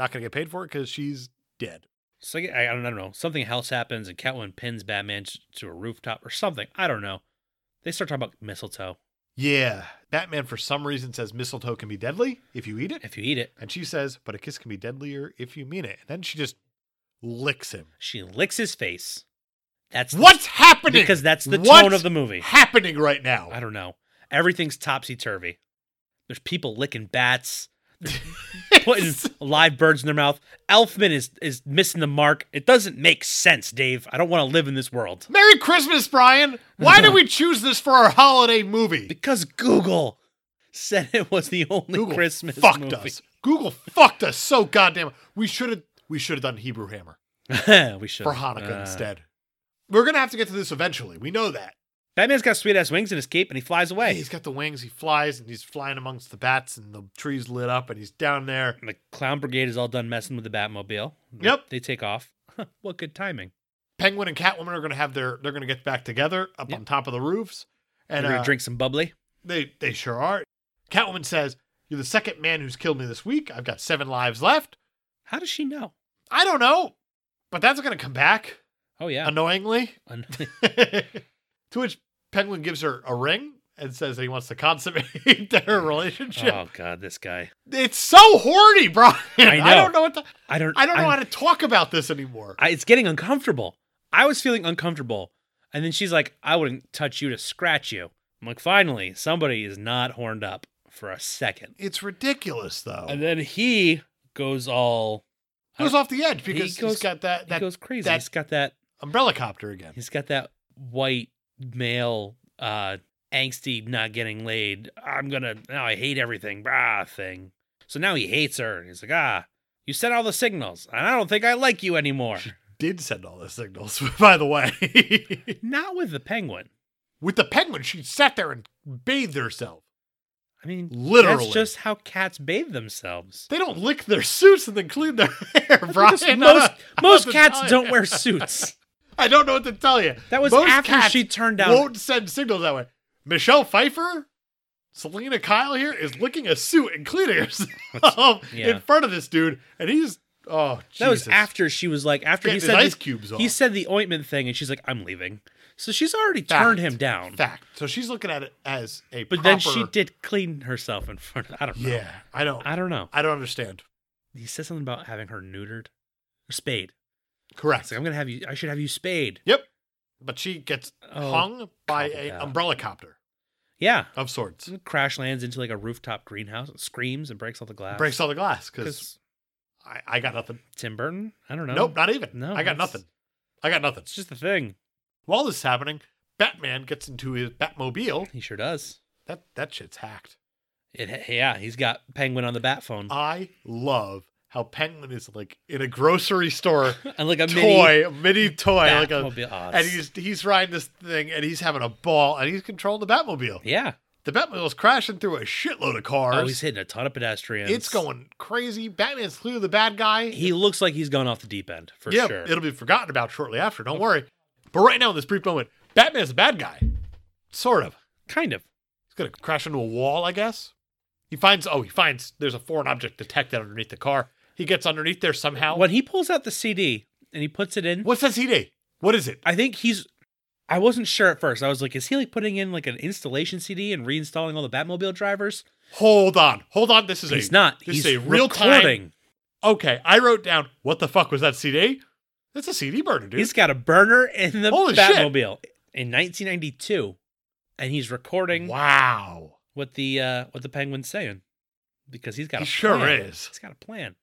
Speaker 1: Not going to get paid for it because she's dead.
Speaker 2: So I, I don't, I don't know. Something else happens, and Catwoman pins Batman t- to a rooftop or something. I don't know. They start talking about mistletoe.
Speaker 1: Yeah. Batman, for some reason, says mistletoe can be deadly if you eat it.
Speaker 2: If you eat it,
Speaker 1: And she says, but a kiss can be deadlier if you mean it. And then she just licks him.
Speaker 2: she licks his face. That's the-
Speaker 1: What's happening?
Speaker 2: because that's the
Speaker 1: What's
Speaker 2: tone of the movie.
Speaker 1: happening right now.
Speaker 2: I don't know. Everything's topsy turvy. There's people licking bats, putting live birds in their mouth. Elfman is is missing the mark. It doesn't make sense, Dave. I don't want to live in this world.
Speaker 1: Merry Christmas, Brian. Why did we choose this for our holiday movie?
Speaker 2: Because Google said it was the only
Speaker 1: Google
Speaker 2: Christmas
Speaker 1: fucked
Speaker 2: movie.
Speaker 1: us. Google fucked us so goddamn. We should have. We should have done Hebrew Hammer
Speaker 2: we should
Speaker 1: for Hanukkah
Speaker 2: Uh,
Speaker 1: instead. We're gonna have to get to this eventually. We know that.
Speaker 2: Batman's got sweet ass wings in his cape, and he flies away.
Speaker 1: He's got the wings. He flies and he's flying amongst the bats and the trees lit up and he's down there.
Speaker 2: And the clown brigade is all done messing with the Batmobile. They-
Speaker 1: Yep.
Speaker 2: They take off. what good timing.
Speaker 1: Penguin and Catwoman are gonna have their. They're gonna get back together up
Speaker 2: Yep.
Speaker 1: on top of the roofs.
Speaker 2: And
Speaker 1: And
Speaker 2: They're
Speaker 1: uh,
Speaker 2: gonna drink some bubbly.
Speaker 1: They they sure are. Catwoman says, "You're the second man who's killed me this week. I've got seven lives left.
Speaker 2: How does she know?
Speaker 1: I don't know, but that's gonna come back
Speaker 2: Oh yeah.
Speaker 1: annoyingly."
Speaker 2: Un-
Speaker 1: to which Penguin gives her a ring and says that he wants to consummate their relationship.
Speaker 2: oh god, this guy.
Speaker 1: It's so horny, Brian. I,
Speaker 2: know.
Speaker 1: don't know what to,
Speaker 2: I don't.
Speaker 1: I don't know
Speaker 2: I'm-
Speaker 1: how to talk about this anymore.
Speaker 2: I, it's getting uncomfortable. I was feeling uncomfortable, and then she's like, "I wouldn't touch you to scratch you." I'm like, "Finally, somebody is not horned up for a second.
Speaker 1: it's ridiculous though.
Speaker 2: And then he goes all
Speaker 1: goes off the edge because
Speaker 2: goes-
Speaker 1: he's got that
Speaker 2: he
Speaker 1: that
Speaker 2: goes crazy.
Speaker 1: that-
Speaker 2: he's got that.
Speaker 1: umbrella copter again.
Speaker 2: He's got that white male, uh, angsty, not getting laid. I'm gonna now. I hate everything. Brah thing. So now he hates her, and he's like, "Ah, you sent all the signals, and I don't think I like you anymore."
Speaker 1: Did send all the signals, by the way.
Speaker 2: not with the penguin.
Speaker 1: with the penguin. She sat there and bathed herself.
Speaker 2: I mean,
Speaker 1: Literally.
Speaker 2: that's just how cats bathe themselves.
Speaker 1: They don't lick their suits and then clean their hair, Brian.
Speaker 2: Because
Speaker 1: I don't
Speaker 2: most
Speaker 1: know
Speaker 2: most
Speaker 1: what to
Speaker 2: cats
Speaker 1: tell you.
Speaker 2: don't wear suits.
Speaker 1: I don't know what to tell you.
Speaker 2: That was
Speaker 1: Most
Speaker 2: after
Speaker 1: cats
Speaker 2: she turned down.
Speaker 1: Won't send signals that way. Michelle Pfeiffer, Selena Kyle here is licking a suit and cleaning herself
Speaker 2: yeah.
Speaker 1: in front of this dude, and he's oh Jesus.
Speaker 2: that was after she was like after
Speaker 1: Getting
Speaker 2: he
Speaker 1: his
Speaker 2: said
Speaker 1: ice
Speaker 2: this-
Speaker 1: cubes off.
Speaker 2: he said the ointment thing, and she's like, "I'm leaving." So she's already
Speaker 1: Fact.
Speaker 2: turned him down.
Speaker 1: fact. So she's looking at it as a
Speaker 2: But then
Speaker 1: proper-
Speaker 2: she did clean herself in front of. I don't know.
Speaker 1: Yeah, I don't.
Speaker 2: I don't know.
Speaker 1: I don't understand.
Speaker 2: He said something about having her neutered or spayed. It's
Speaker 1: Correct.
Speaker 2: like I'm gonna have you. I should have you spayed.
Speaker 1: Yep. But she gets
Speaker 2: Oh,
Speaker 1: hung by a
Speaker 2: copycat.
Speaker 1: umbrella copter
Speaker 2: Yeah.
Speaker 1: of sorts.
Speaker 2: Crash lands into like a rooftop greenhouse and screams and breaks all the glass.
Speaker 1: Breaks all the glass because
Speaker 2: because
Speaker 1: I, I got nothing.
Speaker 2: Tim Burton. I don't know.
Speaker 1: Nope, not even.
Speaker 2: No,
Speaker 1: I got
Speaker 2: that's-
Speaker 1: nothing. I got nothing.
Speaker 2: It's just the thing.
Speaker 1: While this is happening, Batman gets into his Batmobile.
Speaker 2: He sure does.
Speaker 1: That that shit's hacked.
Speaker 2: It, yeah, he's got Penguin on the bat phone
Speaker 1: I love how Penguin is like in a grocery store
Speaker 2: and like a mini
Speaker 1: toy, a mini toy, like a,
Speaker 2: Batmobile. Oh,
Speaker 1: and
Speaker 2: it's-
Speaker 1: he's he's riding this thing and he's having a ball and he's controlling the Batmobile.
Speaker 2: yeah.
Speaker 1: The Batmobile's crashing through a shitload of cars.
Speaker 2: Oh, he's hitting a ton of pedestrians.
Speaker 1: it's going crazy. Batman's clearly the bad guy.
Speaker 2: He looks like he's gone off the deep end for
Speaker 1: yeah,
Speaker 2: sure.
Speaker 1: it'll be forgotten about shortly after. Don't worry. But right now, in this brief moment, Batman's a bad guy, sort of.
Speaker 2: Kind of.
Speaker 1: He's gonna crash into a wall, I guess. He finds oh, he finds there's a foreign object detected underneath the car. He gets underneath there somehow.
Speaker 2: When he pulls out the CD and he puts it in,
Speaker 1: What's that CD? What is it?
Speaker 2: I think he's. I wasn't sure at first. I was like, is he like putting in like an installation CD and reinstalling all the Batmobile drivers?
Speaker 1: Hold on, hold on. This is
Speaker 2: He's
Speaker 1: a
Speaker 2: not.
Speaker 1: this
Speaker 2: He's
Speaker 1: is a real time-
Speaker 2: recording.
Speaker 1: okay. I wrote down what the fuck was that CD? That's a CD burner, dude.
Speaker 2: He's got a burner in the
Speaker 1: Holy shit.
Speaker 2: Batmobile in 1992, and he's recording
Speaker 1: wow,
Speaker 2: what the uh, what the Penguin's saying because he's got
Speaker 1: he
Speaker 2: a
Speaker 1: sure
Speaker 2: plan.
Speaker 1: is.
Speaker 2: He's got a plan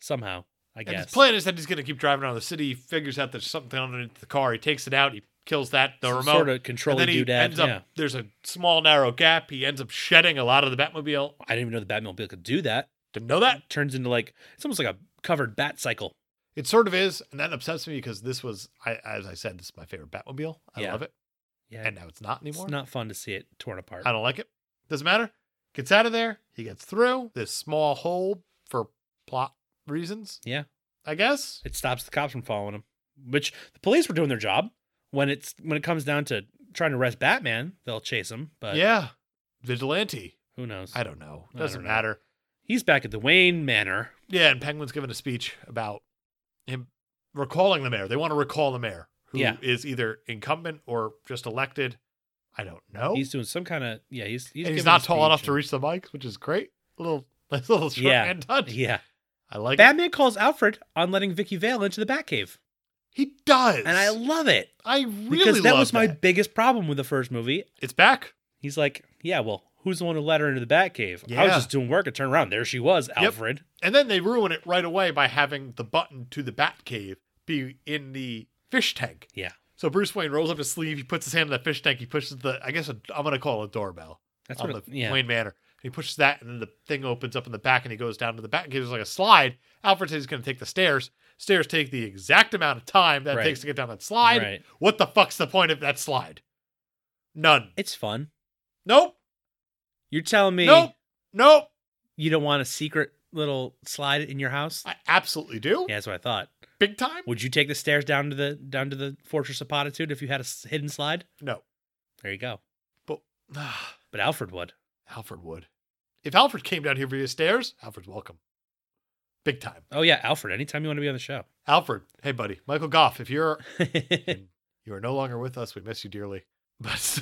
Speaker 2: somehow. I
Speaker 1: And his
Speaker 2: guess.
Speaker 1: plan is that he's going to keep driving around the city. He figures out there's something underneath the car. He takes it out. He kills that the remote.
Speaker 2: sort of
Speaker 1: and
Speaker 2: controlling
Speaker 1: then he
Speaker 2: doodad.
Speaker 1: ends up.
Speaker 2: yeah.
Speaker 1: There's a small narrow gap. He ends up shedding a lot of the Batmobile.
Speaker 2: I didn't even know the Batmobile could do that.
Speaker 1: Didn't know that.
Speaker 2: Turns into like it's almost like a covered bat cycle.
Speaker 1: It sort of is, and that upsets me because this was, I, as I said, this is my favorite Batmobile. I
Speaker 2: Yeah.
Speaker 1: love it,
Speaker 2: Yeah,
Speaker 1: and now it's not
Speaker 2: it's
Speaker 1: anymore.
Speaker 2: not fun to see it torn apart.
Speaker 1: I don't like it. Doesn't matter. Gets out of there. He gets through this small hole for plot reasons.
Speaker 2: Yeah.
Speaker 1: I guess.
Speaker 2: It stops the cops from following him, which the police were doing their job. When it's when it comes down to trying to arrest Batman, they'll chase him. But
Speaker 1: yeah. Vigilante.
Speaker 2: who knows?
Speaker 1: I don't know.
Speaker 2: I don't
Speaker 1: Doesn't
Speaker 2: know.
Speaker 1: matter.
Speaker 2: He's back at the Wayne Manor.
Speaker 1: Yeah, and Penguin's giving a speech about him recalling the mayor. They want to recall the mayor, who is
Speaker 2: Yeah.
Speaker 1: either incumbent or just elected. I don't know.
Speaker 2: He's doing some kind of yeah. He's
Speaker 1: Oh.
Speaker 2: he's,
Speaker 1: and he's
Speaker 2: giving
Speaker 1: not
Speaker 2: a
Speaker 1: tall enough
Speaker 2: speech
Speaker 1: to reach the mic, which is great. A little, a little short
Speaker 2: Yeah.
Speaker 1: and touch.
Speaker 2: and- Yeah,
Speaker 1: I like it.
Speaker 2: Batman calls Alfred on letting Vicky Vale into the Batcave,
Speaker 1: He does.
Speaker 2: and I love it
Speaker 1: I really
Speaker 2: because that
Speaker 1: love
Speaker 2: was my
Speaker 1: that.
Speaker 2: biggest problem with the first movie.
Speaker 1: It's back.
Speaker 2: He's like, yeah, well, who's the one who let her into the Batcave? I was
Speaker 1: Yeah.
Speaker 2: just doing work. I turned around, there she was, Alfred.
Speaker 1: And then they ruin it right away by having the button to the bat cave be in the fish tank.
Speaker 2: Yeah.
Speaker 1: So Bruce Wayne rolls up his sleeve, he puts his hand in the fish tank, he pushes the I guess i am I'm gonna call it a doorbell
Speaker 2: That's
Speaker 1: on
Speaker 2: what.
Speaker 1: the
Speaker 2: it- yeah,
Speaker 1: Wayne Manor. He pushes that and then the thing opens up in the back and he goes down to the bat cave. There's like a slide. Alfred says he's gonna take the stairs. Stairs take the exact amount of time that
Speaker 2: Right.
Speaker 1: it takes to get down that slide.
Speaker 2: right.
Speaker 1: What the fuck's the point of that slide? None.
Speaker 2: It's fun.
Speaker 1: Nope.
Speaker 2: You're telling me
Speaker 1: Nope. Nope.
Speaker 2: you don't want a secret little slide in your house?
Speaker 1: I absolutely do.
Speaker 2: yeah, that's what I thought.
Speaker 1: Big time?
Speaker 2: Would you take the stairs down to the down to the Fortress of Potitude if you had a s- hidden slide?
Speaker 1: No.
Speaker 2: There you go.
Speaker 1: But
Speaker 2: But Alfred would.
Speaker 1: Alfred would. If Alfred came down here via stairs, Alfred's welcome. Big time.
Speaker 2: Oh yeah, Alfred. Anytime you want to be on the show.
Speaker 1: Alfred, hey buddy, Michael Goff, if you're you are no longer with us, we miss you dearly. But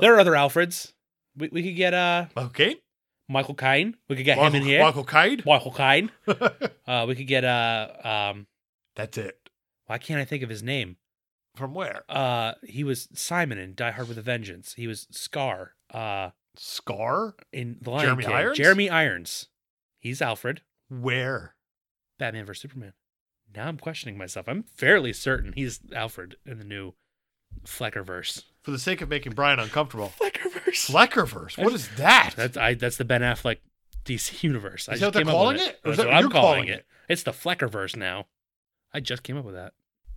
Speaker 2: there are other Alfreds. We, we could get uh
Speaker 1: Michael Caine?
Speaker 2: Michael Caine. We could get
Speaker 1: Michael,
Speaker 2: him in here.
Speaker 1: Michael Caine?
Speaker 2: Michael Caine. Uh, we could get uh um.
Speaker 1: That's it.
Speaker 2: Why can't I think of his name?
Speaker 1: From where?
Speaker 2: Uh, he was Simon in Die Hard with a Vengeance. He was Scar. Uh,
Speaker 1: Scar?
Speaker 2: in The Lion
Speaker 1: Jeremy
Speaker 2: King.
Speaker 1: Irons?
Speaker 2: Jeremy Irons. He's Alfred.
Speaker 1: Where?
Speaker 2: Batman vs Superman. Now I'm questioning myself. I'm fairly certain he's Alfred in the new Fleckerverse.
Speaker 1: For the sake of making Brian uncomfortable.
Speaker 2: Fleckerverse.
Speaker 1: Fleckerverse. What is that?
Speaker 2: That's I. That's the Ben Affleck DC universe. I
Speaker 1: Is that what
Speaker 2: just came
Speaker 1: they're
Speaker 2: up
Speaker 1: calling
Speaker 2: with
Speaker 1: it? Or is
Speaker 2: That's
Speaker 1: that
Speaker 2: what
Speaker 1: what
Speaker 2: I'm
Speaker 1: you're
Speaker 2: calling
Speaker 1: calling
Speaker 2: it.
Speaker 1: it?
Speaker 2: It's the Fleckerverse now. I just came up with that.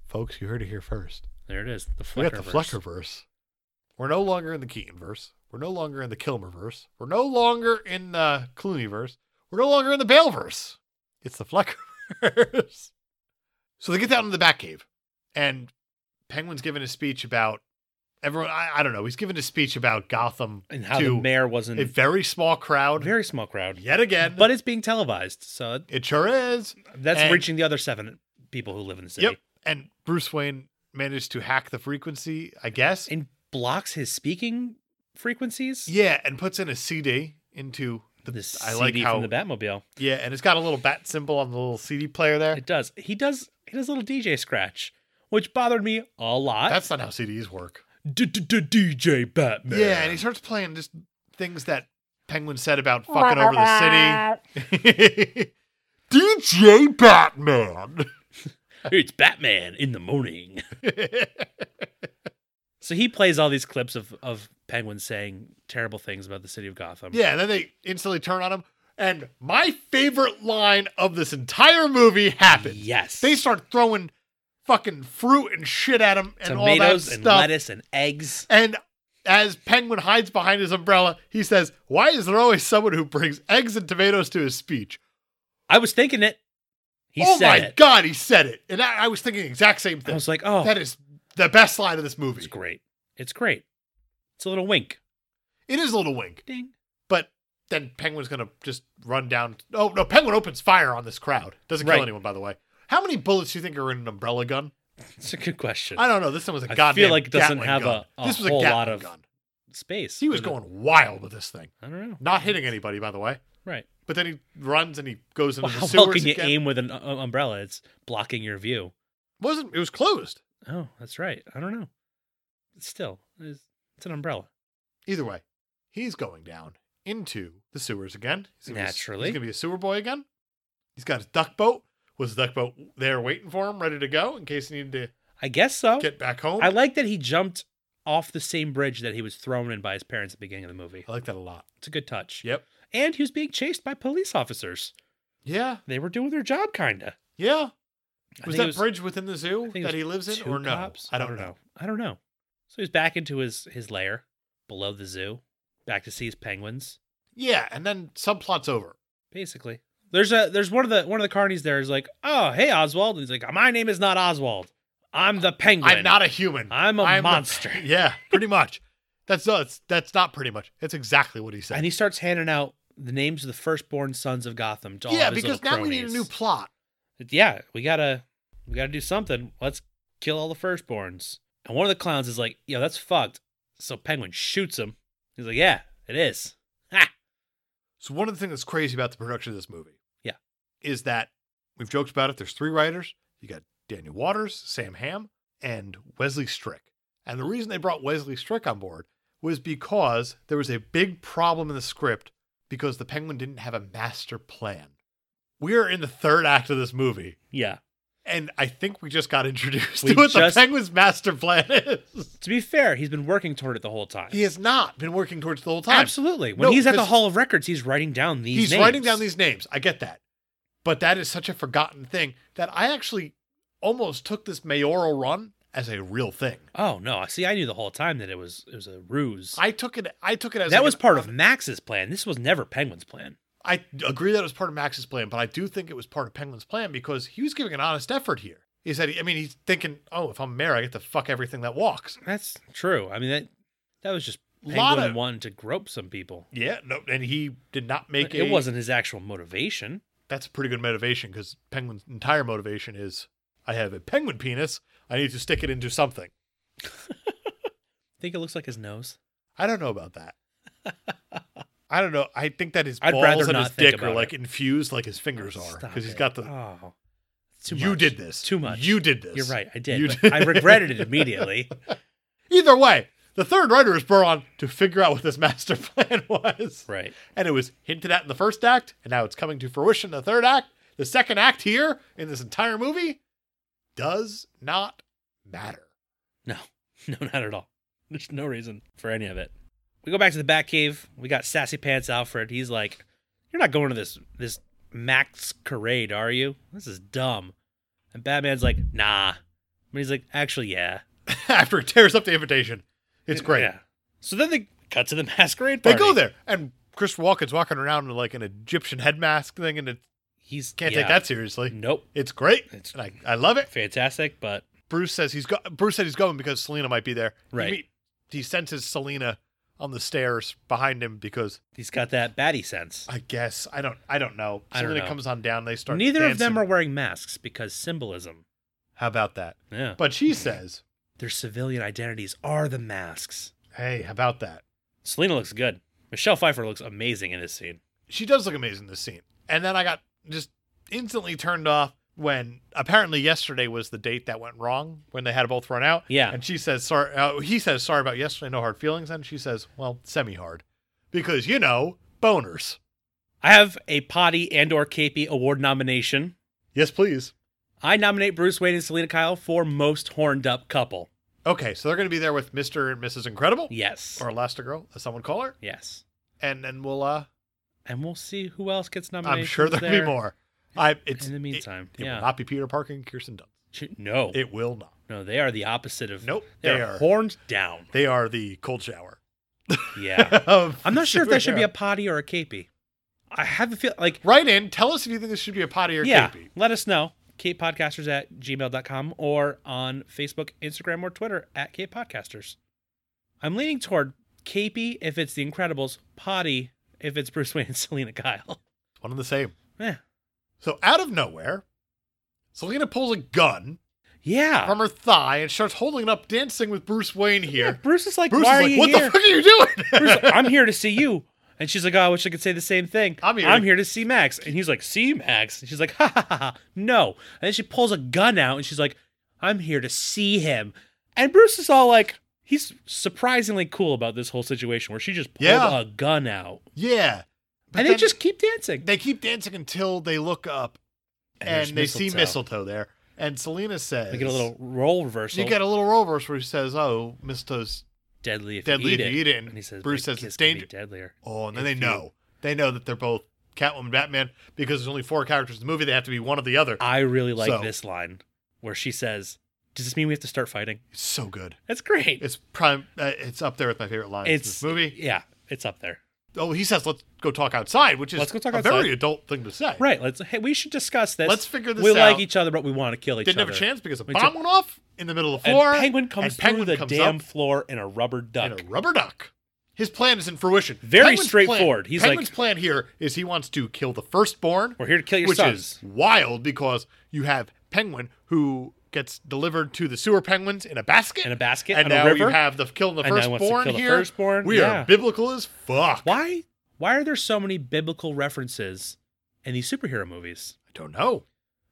Speaker 1: Folks, you heard it here first.
Speaker 2: There it is. The
Speaker 1: We got the
Speaker 2: Fleckerverse.
Speaker 1: Fleckerverse. We're no longer in the Keatonverse. We're no longer in the Kilmerverse. We're no longer in the Clooneyverse. We're no longer in the Baleverse. It's the Fleckerverse. so they get down to the Batcave, and Penguin's giving a speech about everyone. I, I don't know. He's giving a speech about Gotham
Speaker 2: and how
Speaker 1: to
Speaker 2: the mayor
Speaker 1: a
Speaker 2: wasn't
Speaker 1: very small
Speaker 2: a
Speaker 1: crowd
Speaker 2: very small crowd.
Speaker 1: yet again.
Speaker 2: But it's being televised, so
Speaker 1: it sure is.
Speaker 2: that's
Speaker 1: And-
Speaker 2: reaching the other seven people who live in the city.
Speaker 1: Yep. And Bruce Wayne managed to hack the frequency, I guess.
Speaker 2: And blocks his speaking frequencies.
Speaker 1: Yeah, and puts in a CD into the.
Speaker 2: This
Speaker 1: I
Speaker 2: CD
Speaker 1: like how.
Speaker 2: from the Batmobile.
Speaker 1: yeah, and it's got a little bat symbol on the little CD player there.
Speaker 2: It does. He does. He does a little DJ scratch, which bothered me a lot.
Speaker 1: That's not how CDs work.
Speaker 2: DJ Batman.
Speaker 1: Yeah, and he starts playing just things that Penguin said about fucking over the city. DJ Batman.
Speaker 2: it's Batman in the morning. So he plays all these clips of of Penguin saying terrible things about the city of Gotham.
Speaker 1: yeah, and then they instantly turn on him. And my favorite line of this entire movie happens.
Speaker 2: Yes.
Speaker 1: They start throwing fucking fruit and shit at him and
Speaker 2: tomatoes
Speaker 1: all that
Speaker 2: and
Speaker 1: stuff.
Speaker 2: lettuce and eggs.
Speaker 1: And as Penguin hides behind his umbrella, he says, Why is there always someone who brings eggs and tomatoes to his speech?
Speaker 2: I was thinking it. He
Speaker 1: oh
Speaker 2: said
Speaker 1: my
Speaker 2: it.
Speaker 1: God, he said it. And I, I was thinking the exact same
Speaker 2: I
Speaker 1: thing.
Speaker 2: was like, oh,
Speaker 1: that is the best line of this
Speaker 2: it's
Speaker 1: movie.
Speaker 2: great. It's great. It's a little wink.
Speaker 1: It is a little wink,
Speaker 2: Ding.
Speaker 1: but then Penguin's going to just run down. Oh, no, Penguin opens fire on this crowd. Doesn't kill
Speaker 2: Right.
Speaker 1: anyone, by the way. How many bullets do you think are in an umbrella gun?
Speaker 2: It's a good question.
Speaker 1: I don't know. This one was a
Speaker 2: I feel
Speaker 1: goddamn
Speaker 2: like it doesn't
Speaker 1: Gatling
Speaker 2: have
Speaker 1: gun.
Speaker 2: a- a
Speaker 1: this was a
Speaker 2: whole lot
Speaker 1: Gatling
Speaker 2: of-
Speaker 1: gun.
Speaker 2: space.
Speaker 1: He was
Speaker 2: for the-
Speaker 1: going wild with this thing,
Speaker 2: I don't know.
Speaker 1: not hitting anybody, by the way.
Speaker 2: Right.
Speaker 1: But then he runs and he goes into
Speaker 2: Well,
Speaker 1: the
Speaker 2: how well
Speaker 1: sewers
Speaker 2: can you
Speaker 1: again.
Speaker 2: aim with an uh, umbrella? It's blocking your view.
Speaker 1: Wasn't it was closed
Speaker 2: Oh, that's right. I don't know. Still, it's, it's an umbrella.
Speaker 1: either way. He's going down into the sewers again. He's gonna be a-
Speaker 2: Naturally.
Speaker 1: he's gonna be a sewer boy again. He's got his duck boat. Was the duck boat there waiting for him, ready to go in case he needed to
Speaker 2: I guess so.
Speaker 1: get back home?
Speaker 2: Oh, I like that he jumped off the same bridge that he was thrown in by his parents at the beginning of the movie.
Speaker 1: I like that a lot.
Speaker 2: It's a good touch.
Speaker 1: Yep.
Speaker 2: And he was being chased by police officers.
Speaker 1: Yeah.
Speaker 2: They were doing their job, kinda.
Speaker 1: Yeah.
Speaker 2: I
Speaker 1: Was
Speaker 2: think
Speaker 1: that
Speaker 2: it was-
Speaker 1: bridge within the
Speaker 2: I
Speaker 1: zoo
Speaker 2: think it
Speaker 1: that
Speaker 2: was
Speaker 1: he lives in,
Speaker 2: two
Speaker 1: or no?
Speaker 2: cops?
Speaker 1: I don't, know.
Speaker 2: I don't know. So he's back into his his lair below the zoo, back to see his penguins.
Speaker 1: Yeah, and then subplot's over.
Speaker 2: Basically, there's a there's one of the one of the carnies there is like, oh hey Oswald, and he's like, my name is not Oswald, I'm the penguin.
Speaker 1: I'm not a human.
Speaker 2: I'm a
Speaker 1: the-
Speaker 2: monster.
Speaker 1: yeah, pretty much. That's that's that's not pretty much. That's exactly what he said.
Speaker 2: And he starts handing out the names of the firstborn sons of Gotham to all
Speaker 1: yeah,
Speaker 2: of his
Speaker 1: because
Speaker 2: little
Speaker 1: now we need a
Speaker 2: cronies.
Speaker 1: new plot.
Speaker 2: yeah, we gotta we gotta do something. Let's kill all the firstborns. And one of the clowns is like, yo, that's fucked. So Penguin shoots him. He's like, yeah, it is. Ha!
Speaker 1: So one of the things that's crazy about the production of this movie,
Speaker 2: Yeah.
Speaker 1: is that we've joked about it. There's three writers. You got Daniel Waters, Sam Hamm, and Wesley Strick. And the reason they brought Wesley Strick on board was because there was a big problem in the script because the Penguin didn't have a master plan. We are in the third act of this movie,
Speaker 2: Yeah.
Speaker 1: and I think we just got introduced
Speaker 2: We
Speaker 1: to what
Speaker 2: just-
Speaker 1: the Penguin's master plan is.
Speaker 2: To be fair, he's been working toward it the whole time.
Speaker 1: He has not been working towards it the whole time.
Speaker 2: Absolutely. When
Speaker 1: No,
Speaker 2: he's at the
Speaker 1: 'cause-
Speaker 2: Hall of Records, he's writing down these
Speaker 1: he's
Speaker 2: names.
Speaker 1: writing down these names. I get that. But that is such a forgotten thing that I actually almost took this mayoral run as a real thing.
Speaker 2: Oh no, I see I knew the whole time that it was it was a ruse.
Speaker 1: I took it I took it as
Speaker 2: that
Speaker 1: like
Speaker 2: was "Oh,
Speaker 1: an-
Speaker 2: part of Max's plan. This was never Penguin's plan.
Speaker 1: I agree that it was part of Max's plan, but I do think it was part of Penguin's plan because he was giving an honest effort here. He said I mean he's thinking, "Oh, if I'm mayor, I get to fuck everything that walks."
Speaker 2: That's true. I mean that that was just Penguin
Speaker 1: Lot of-
Speaker 2: wanting to grope some people.
Speaker 1: Yeah, no, and he did not make
Speaker 2: it
Speaker 1: a-
Speaker 2: wasn't his actual motivation.
Speaker 1: That's a pretty good motivation because Penguin's entire motivation is I have a penguin penis. I need to stick it into something.
Speaker 2: Think it looks like his nose.
Speaker 1: I don't know about that. I don't know. I think that his
Speaker 2: I'd
Speaker 1: balls
Speaker 2: rather
Speaker 1: and
Speaker 2: not
Speaker 1: his
Speaker 2: think
Speaker 1: dick are
Speaker 2: about
Speaker 1: like infused like his fingers are
Speaker 2: Stop
Speaker 1: because he's
Speaker 2: it.
Speaker 1: got the.
Speaker 2: Oh, It's too
Speaker 1: you
Speaker 2: much.
Speaker 1: did this.
Speaker 2: Too much.
Speaker 1: You did this.
Speaker 2: You're right. I did.
Speaker 1: You
Speaker 2: but
Speaker 1: did.
Speaker 2: I regretted it immediately.
Speaker 1: Either way, the third writer is Buron to figure out what this master plan was,
Speaker 2: right.
Speaker 1: and it was hinted at in the first act, and now it's coming to fruition in the third act. The second act here in this entire movie does not matter.
Speaker 2: No. No, not at all. There's no reason for any of it. We go back to the Batcave. We got Sassy Pants Alfred. He's like, "You're not going to this this Max Parade, are you? This is dumb." And Batman's like, "Nah." But he's like, "Actually, yeah."
Speaker 1: After it tears up the invitation, it's great.
Speaker 2: Yeah. So then they cut to the masquerade
Speaker 1: They
Speaker 2: party.
Speaker 1: go there, and Chris Walken's walking around in like an Egyptian head mask thing, and it
Speaker 2: He's
Speaker 1: can't
Speaker 2: yeah.
Speaker 1: take that seriously.
Speaker 2: Nope.
Speaker 1: It's great,
Speaker 2: It's-
Speaker 1: and I, I love it.
Speaker 2: Fantastic, but
Speaker 1: Bruce says he's go- Bruce said he's going because Selena might be there.
Speaker 2: Right.
Speaker 1: He, meet- he senses Selena on the stairs behind him because
Speaker 2: he's got that batty sense.
Speaker 1: I guess I don't I don't know.
Speaker 2: I don't
Speaker 1: Selena
Speaker 2: know.
Speaker 1: comes on down. They start.
Speaker 2: Neither of them
Speaker 1: dancing.
Speaker 2: are wearing masks because symbolism.
Speaker 1: How about that?
Speaker 2: Yeah.
Speaker 1: But she says,
Speaker 2: Their civilian identities are the masks.
Speaker 1: "Hey, how about that?"
Speaker 2: Selena looks good. Michelle Pfeiffer looks amazing in this scene.
Speaker 1: she does look amazing in this scene. And then I got just instantly turned off when apparently yesterday was the date that went wrong when they had both run out.
Speaker 2: Yeah.
Speaker 1: And she says, sorry, uh, he says, sorry about yesterday, no hard feelings. And she says, well, semi hard because, you know, boners.
Speaker 2: I have a potty and or KP award nomination.
Speaker 1: Yes, please.
Speaker 2: I nominate Bruce Wayne and Selena Kyle for most horned up couple.
Speaker 1: Okay. So they're going to be there with Mr. and Mrs. Incredible
Speaker 2: Yes.
Speaker 1: or Elastigirl, as someone call her.
Speaker 2: yes.
Speaker 1: And then we'll, uh,
Speaker 2: And we'll see who else gets nominated.
Speaker 1: I'm sure there'll be more. I, it's,
Speaker 2: In the
Speaker 1: it-
Speaker 2: meantime,
Speaker 1: it,
Speaker 2: yeah.
Speaker 1: will not be Peter Parker and Kirsten Dunst.
Speaker 2: No.
Speaker 1: It will not.
Speaker 2: no, they are the opposite of
Speaker 1: Nope,
Speaker 2: They're
Speaker 1: they are.
Speaker 2: horned down.
Speaker 1: They are the cold shower.
Speaker 2: Yeah.
Speaker 1: of
Speaker 2: I'm not sure if that should be
Speaker 1: superhero.
Speaker 2: a potty or a KP. I have a feel like
Speaker 1: Write in. Tell us if you think this should be a potty or
Speaker 2: yeah,
Speaker 1: KP.
Speaker 2: let us know. KatePodcasters at gmail.com or on Facebook, Instagram, or Twitter at KatePodcasters. I'm leaning toward KP if it's The Incredibles, Potty if it's Bruce Wayne and Selena Kyle.
Speaker 1: One and the same.
Speaker 2: Eh.
Speaker 1: So out of nowhere, Selena pulls a gun
Speaker 2: Yeah.
Speaker 1: from her thigh and starts holding it up, dancing with Bruce Wayne here.
Speaker 2: Bruce is like,
Speaker 1: Bruce is
Speaker 2: why are
Speaker 1: like,
Speaker 2: you
Speaker 1: "What
Speaker 2: here?
Speaker 1: the fuck are you doing?"
Speaker 2: Bruce, I'm here to see you. And she's like, oh, I wish I could say the same thing.
Speaker 1: I'm here.
Speaker 2: I'm here to see Max. And he's like, see Max. And she's like, ha ha ha, ha, no. And then she pulls a gun out and she's like, I'm here to see him. And Bruce is all like, he's surprisingly cool about this whole situation where she just pulled
Speaker 1: Yeah.
Speaker 2: a gun out.
Speaker 1: yeah, But
Speaker 2: and they
Speaker 1: then
Speaker 2: just keep dancing.
Speaker 1: they keep dancing until they look up and,
Speaker 2: there's
Speaker 1: they see mistletoe there. And Selena says,
Speaker 2: They get a little role reversal.
Speaker 1: You get a little reverse where he says, "Oh, mistletoe's
Speaker 2: deadly if
Speaker 1: deadly
Speaker 2: you eat
Speaker 1: if
Speaker 2: it.
Speaker 1: you eat it."
Speaker 2: And he says,
Speaker 1: Bruce
Speaker 2: "My
Speaker 1: says it's
Speaker 2: kiss can be
Speaker 1: danger-
Speaker 2: deadlier.
Speaker 1: Oh, and then they
Speaker 2: If you-
Speaker 1: know. They know that they're both Catwoman, Batman, because there's only four characters in the movie. They have to be one or the other.
Speaker 2: I really like
Speaker 1: So-
Speaker 2: this line where she says, does this mean we have to start fighting?
Speaker 1: It's so good.
Speaker 2: That's great.
Speaker 1: It's prime. Uh, it's up there with my favorite lines
Speaker 2: it's
Speaker 1: in this movie.
Speaker 2: Yeah, it's up there.
Speaker 1: Oh, he says, "Let's go talk outside," which is
Speaker 2: Let's go talk
Speaker 1: a
Speaker 2: outside.
Speaker 1: very adult thing to say.
Speaker 2: Right. Let's. Hey, we should discuss this.
Speaker 1: Let's figure this
Speaker 2: we
Speaker 1: out.
Speaker 2: like each other, but we want to kill each
Speaker 1: Didn't
Speaker 2: other.
Speaker 1: have a chance because a
Speaker 2: We
Speaker 1: bomb
Speaker 2: took-
Speaker 1: went off in the middle of the
Speaker 2: And
Speaker 1: floor.
Speaker 2: Penguin comes
Speaker 1: and
Speaker 2: through
Speaker 1: Penguin
Speaker 2: the
Speaker 1: comes
Speaker 2: damn
Speaker 1: up
Speaker 2: floor in a rubber duck.
Speaker 1: in a rubber duck. His plan is in fruition.
Speaker 2: Very
Speaker 1: Penguin's plan-
Speaker 2: straightforward. He's like-
Speaker 1: Penguin's plan here is he wants to kill the firstborn,
Speaker 2: We're here to kill your
Speaker 1: which
Speaker 2: sons.
Speaker 1: is wild because you have Penguin who gets delivered to the sewer penguins in a basket
Speaker 2: in a basket
Speaker 1: and
Speaker 2: on
Speaker 1: now
Speaker 2: a river.
Speaker 1: you have the killing the
Speaker 2: And now he wants to
Speaker 1: firstborn
Speaker 2: kill the
Speaker 1: here.
Speaker 2: firstborn,
Speaker 1: We
Speaker 2: yeah.
Speaker 1: are biblical as fuck.
Speaker 2: why? Why are there so many biblical references in these superhero movies?
Speaker 1: I don't know.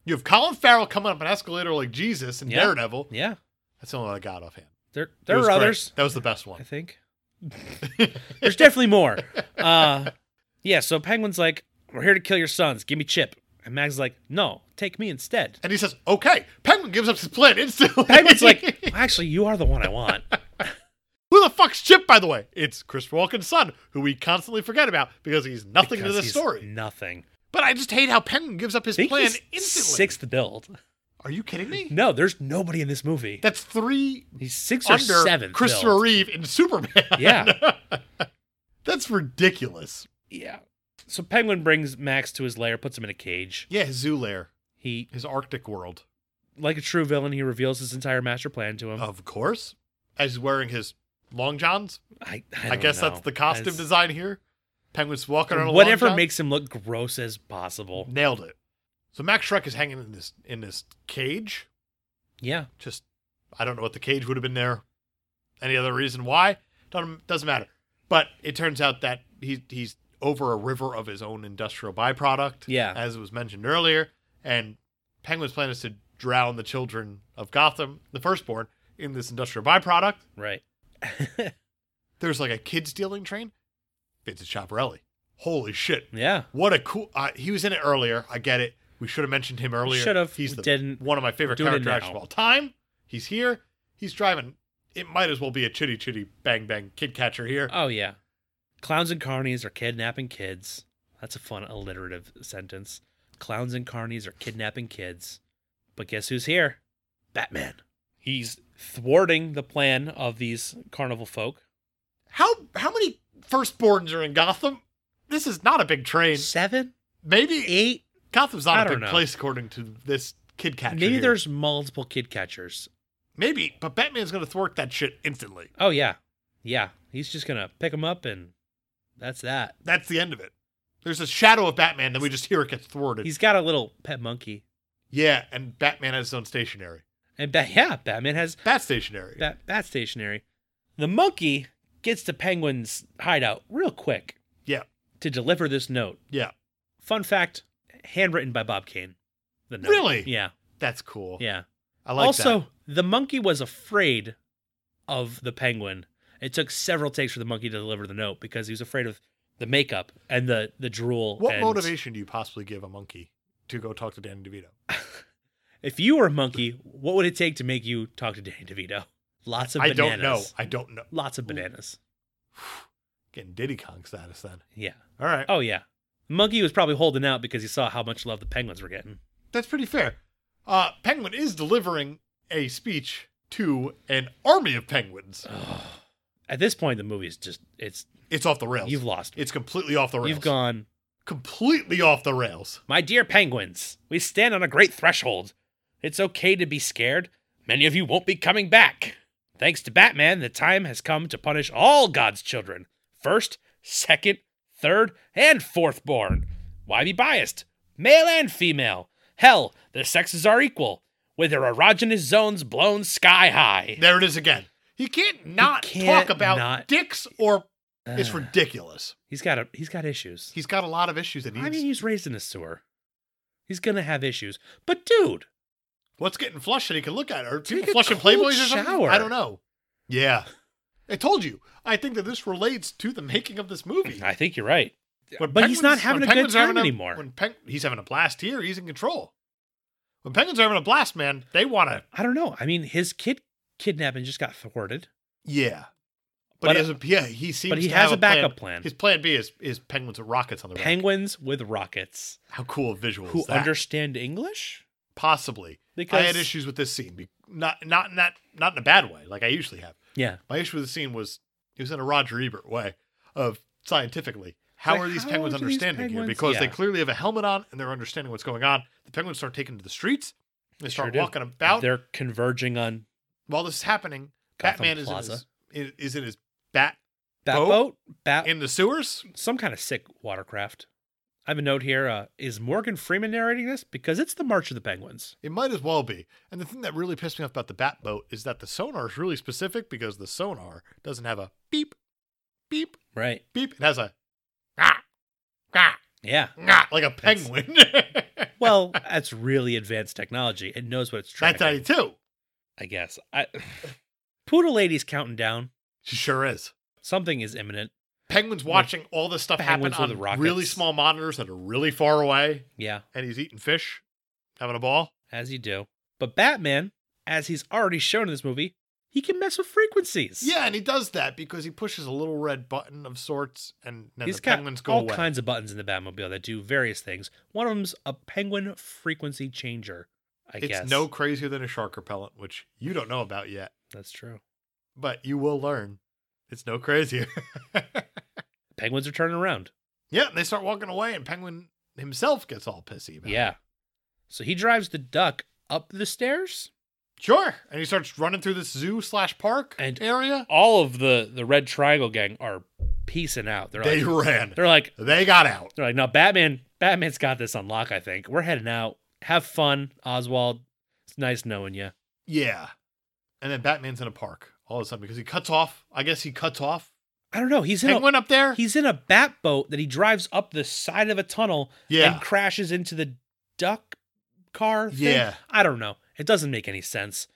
Speaker 1: You have Colin Farrell coming up an escalator like Jesus in
Speaker 2: Yeah.
Speaker 1: Daredevil.
Speaker 2: Yeah,
Speaker 1: That's the only one I got off him.
Speaker 2: there there are others.
Speaker 1: That was the best
Speaker 2: I
Speaker 1: one.
Speaker 2: think there's definitely more. Uh, yeah. So Penguin's like, "We're here to kill your sons. Give me Chip." And Mag's like, "No, take me instead."
Speaker 1: And he says, "Okay." Penguin gives up his plan instantly.
Speaker 2: Penguin's like, "Actually, you are the one I want."
Speaker 1: "Who the fuck's Chip?" By the way, it's Christopher Walken's son, who we constantly forget about because he's nothing
Speaker 2: Because
Speaker 1: to the
Speaker 2: he's
Speaker 1: story.
Speaker 2: Nothing.
Speaker 1: But I just hate how Penguin gives up his
Speaker 2: Think
Speaker 1: plan
Speaker 2: he's
Speaker 1: instantly.
Speaker 2: Sixth build.
Speaker 1: Are you kidding me?
Speaker 2: No, there's nobody in this movie.
Speaker 1: That's three
Speaker 2: He's sixth or
Speaker 1: under
Speaker 2: seventh.
Speaker 1: Christopher
Speaker 2: build.
Speaker 1: Reeve in Superman.
Speaker 2: Yeah.
Speaker 1: That's ridiculous.
Speaker 2: Yeah. So Penguin brings Max to his lair, puts him in a cage.
Speaker 1: Yeah, his zoo lair,
Speaker 2: He,
Speaker 1: his Arctic world.
Speaker 2: like a true villain, he reveals his entire master plan to him.
Speaker 1: Of course. As he's wearing his long johns.
Speaker 2: I, I,
Speaker 1: I,
Speaker 2: don't
Speaker 1: guess that's
Speaker 2: know.
Speaker 1: the costume
Speaker 2: That's-
Speaker 1: design here. Penguin's walking around. with a long
Speaker 2: Whatever
Speaker 1: john.
Speaker 2: makes him look gross as possible.
Speaker 1: nailed it. So Max Shrek is hanging in this in this cage.
Speaker 2: Yeah.
Speaker 1: Just I don't know what the cage would have been there. Any other reason why? Doesn't doesn't matter. But it turns out that he he's over a river of his own industrial byproduct.
Speaker 2: Yeah.
Speaker 1: As was mentioned earlier. And Penguin's plan is to drown the children of Gotham, the firstborn, in this industrial byproduct.
Speaker 2: Right.
Speaker 1: There's like a kid stealing train. It's a Chaparelli. Holy shit.
Speaker 2: yeah.
Speaker 1: What a cool! Uh, he was in it earlier. I get it. We should have mentioned him earlier.
Speaker 2: should've.
Speaker 1: He's
Speaker 2: We
Speaker 1: the,
Speaker 2: didn't.
Speaker 1: one of my favorite
Speaker 2: We're doing it
Speaker 1: character actors of
Speaker 2: now.
Speaker 1: all time. He's here. He's driving. It might as well be a chitty chitty bang bang kid catcher here.
Speaker 2: Oh, yeah. Clowns and carnies are kidnapping kids. That's a fun alliterative sentence. Clowns and carnies are kidnapping kids. But guess who's here? Batman. He's thwarting the plan of these carnival folk.
Speaker 1: how how many firstborns are in Gotham? This is not a big train.
Speaker 2: Seven?
Speaker 1: Maybe
Speaker 2: Eight?
Speaker 1: Gotham's
Speaker 2: I
Speaker 1: not a
Speaker 2: don't
Speaker 1: big
Speaker 2: know.
Speaker 1: place according to this kid catcher.
Speaker 2: Maybe
Speaker 1: here.
Speaker 2: there's multiple kid catchers.
Speaker 1: maybe, but Batman's gonna thwart that shit instantly.
Speaker 2: Oh, yeah. Yeah. He's just going to pick them up and that's that.
Speaker 1: That's the end of it. There's a shadow of Batman, then we just hear it gets thwarted.
Speaker 2: He's got a little pet monkey.
Speaker 1: yeah, and Batman has his own stationary.
Speaker 2: And ba- yeah, Batman has
Speaker 1: Bat stationary.
Speaker 2: bat, bat stationary. The monkey gets to Penguin's hideout real quick.
Speaker 1: Yeah.
Speaker 2: To deliver this note.
Speaker 1: yeah.
Speaker 2: Fun fact handwritten by Bob Kane. The note.
Speaker 1: Really?
Speaker 2: Yeah.
Speaker 1: That's cool.
Speaker 2: Yeah.
Speaker 1: I like
Speaker 2: also,
Speaker 1: that.
Speaker 2: the monkey was afraid of the penguin. It took several takes for the monkey to deliver the note because he was afraid of the makeup and the the drool.
Speaker 1: What
Speaker 2: and-
Speaker 1: motivation do you possibly give a monkey to go talk to Danny DeVito?
Speaker 2: If you were a monkey, what would it take to make you talk to Danny DeVito? Lots of
Speaker 1: I don't
Speaker 2: bananas.
Speaker 1: know. I don't know.
Speaker 2: Lots of bananas.
Speaker 1: Getting Diddy Kong status then.
Speaker 2: Yeah.
Speaker 1: All right.
Speaker 2: Oh yeah. Monkey was probably holding out because he saw how much love the penguins were getting.
Speaker 1: That's pretty fair. Uh, Penguin is delivering a speech to an army of penguins.
Speaker 2: At this point, the movie is just it's
Speaker 1: It's off the rails.
Speaker 2: you've lost. me.
Speaker 1: It's completely off the rails.
Speaker 2: You've gone.
Speaker 1: completely off the rails.
Speaker 2: My dear penguins, we stand on a great threshold. It's okay to be scared. Many of you won't be coming back. Thanks to Batman, the time has come to punish all God's children first, second, third, and fourth born. Why be biased? Male and female. Hell, the sexes are equal. with their erogenous zones blown sky high.
Speaker 1: There it is again. He can't not
Speaker 2: can't
Speaker 1: talk about
Speaker 2: not-
Speaker 1: dicks or it's
Speaker 2: Ugh.
Speaker 1: ridiculous.
Speaker 2: he's got a he's got issues.
Speaker 1: He's got a lot of issues that he
Speaker 2: I
Speaker 1: needs.
Speaker 2: mean, he's raised in a sewer. He's gonna have issues. But dude,
Speaker 1: What's getting flushed that he can look at? Or
Speaker 2: Take
Speaker 1: people
Speaker 2: a
Speaker 1: flushing
Speaker 2: cold
Speaker 1: Playboys or something?
Speaker 2: shower.
Speaker 1: I don't know. Yeah. I told you. I think that this relates to the making of this movie.
Speaker 2: I think you're right.
Speaker 1: When
Speaker 2: but he's not
Speaker 1: penguins-
Speaker 2: having
Speaker 1: when
Speaker 2: a good
Speaker 1: penguins are having
Speaker 2: time
Speaker 1: a-
Speaker 2: anymore.
Speaker 1: When peng- he's having a blast here, he's in control. When penguins are having a blast, man, they want to.
Speaker 2: I don't know. I mean, his kid kidnapping just got thwarted.
Speaker 1: Yeah. But,
Speaker 2: But-
Speaker 1: he has a yeah. He seems.
Speaker 2: but he
Speaker 1: to
Speaker 2: has
Speaker 1: have
Speaker 2: a backup
Speaker 1: plan.
Speaker 2: plan.
Speaker 1: His plan B is is penguins with rockets on the back.
Speaker 2: Penguins with rockets
Speaker 1: How cool a visual
Speaker 2: who
Speaker 1: is that?
Speaker 2: understand English
Speaker 1: Possibly.
Speaker 2: because
Speaker 1: I had issues with this scene, be- not not not not in a bad way, like I usually have.
Speaker 2: Yeah,
Speaker 1: My issue with the scene was it was in a Roger Ebert way of scientifically. How
Speaker 2: like,
Speaker 1: are these
Speaker 2: how
Speaker 1: penguins
Speaker 2: do these
Speaker 1: understanding here?
Speaker 2: penguins-
Speaker 1: Because they
Speaker 2: Yeah.
Speaker 1: clearly have a helmet on and they're understanding what's going on. The penguins start taking to the streets. They
Speaker 2: Sure
Speaker 1: start
Speaker 2: do.
Speaker 1: walking about.
Speaker 2: they're converging on
Speaker 1: While this is happening,
Speaker 2: Gotham
Speaker 1: Batman is in,
Speaker 2: Plaza.
Speaker 1: his, i- is in his bat
Speaker 2: Bat
Speaker 1: Boat?
Speaker 2: boat, bat,
Speaker 1: in the sewers.
Speaker 2: some kind of sick watercraft. I have a note here. Uh, is Morgan Freeman narrating this? Because it's the March of the Penguins.
Speaker 1: It might as well be. And the thing that really pissed me off about the bat boat is that the sonar is really specific because the sonar doesn't have a beep, beep,
Speaker 2: Right.
Speaker 1: beep. It has a ah, ah,
Speaker 2: Yeah.
Speaker 1: ah, like a
Speaker 2: That's-
Speaker 1: penguin.
Speaker 2: Well, that's really advanced technology. It knows what it's trying.
Speaker 1: That's
Speaker 2: to do.
Speaker 1: 92.
Speaker 2: I guess. I Poodle Lady's counting down.
Speaker 1: She sure is.
Speaker 2: Something is imminent.
Speaker 1: Penguin's watching all this stuff happen
Speaker 2: Penguins with
Speaker 1: on
Speaker 2: rockets.
Speaker 1: really small monitors that are really far away,
Speaker 2: Yeah,
Speaker 1: and he's eating fish, having a ball.
Speaker 2: as you do. But Batman, as he's already shown in this movie, he can mess with frequencies.
Speaker 1: Yeah, and he does that because he pushes a little red button of sorts, and then
Speaker 2: He's
Speaker 1: the
Speaker 2: got
Speaker 1: penguins go
Speaker 2: all
Speaker 1: away.
Speaker 2: kinds of buttons in the Batmobile that do various things. One of them's a penguin frequency changer. I
Speaker 1: it's
Speaker 2: guess
Speaker 1: no crazier than a shark repellent, which you don't know about yet,
Speaker 2: That's true.
Speaker 1: but you will learn. It's no crazier.
Speaker 2: Penguins are turning around.
Speaker 1: yeah, and they start walking away, and Penguin himself gets all pissy about it.
Speaker 2: Yeah. So he drives the duck up the stairs.
Speaker 1: Sure. And he starts running through this zoo slash park
Speaker 2: And-
Speaker 1: area.
Speaker 2: All of the the Red Triangle gang are piecing out. They're
Speaker 1: They
Speaker 2: like
Speaker 1: ran.
Speaker 2: they're like
Speaker 1: They got out.
Speaker 2: They're like, no, Batman, Batman's got this on lock, I think. We're heading out. Have fun, Oswald. It's nice knowing you.
Speaker 1: Yeah. And then Batman's in a park all of a sudden because he cuts off. I guess he cuts off
Speaker 2: I don't know. He's in
Speaker 1: Penguin up there.
Speaker 2: a he's in a bat boat that he drives up the side of a tunnel
Speaker 1: yeah.
Speaker 2: and crashes into the duck car. Thing.
Speaker 1: Yeah.
Speaker 2: I don't know. It doesn't make any sense.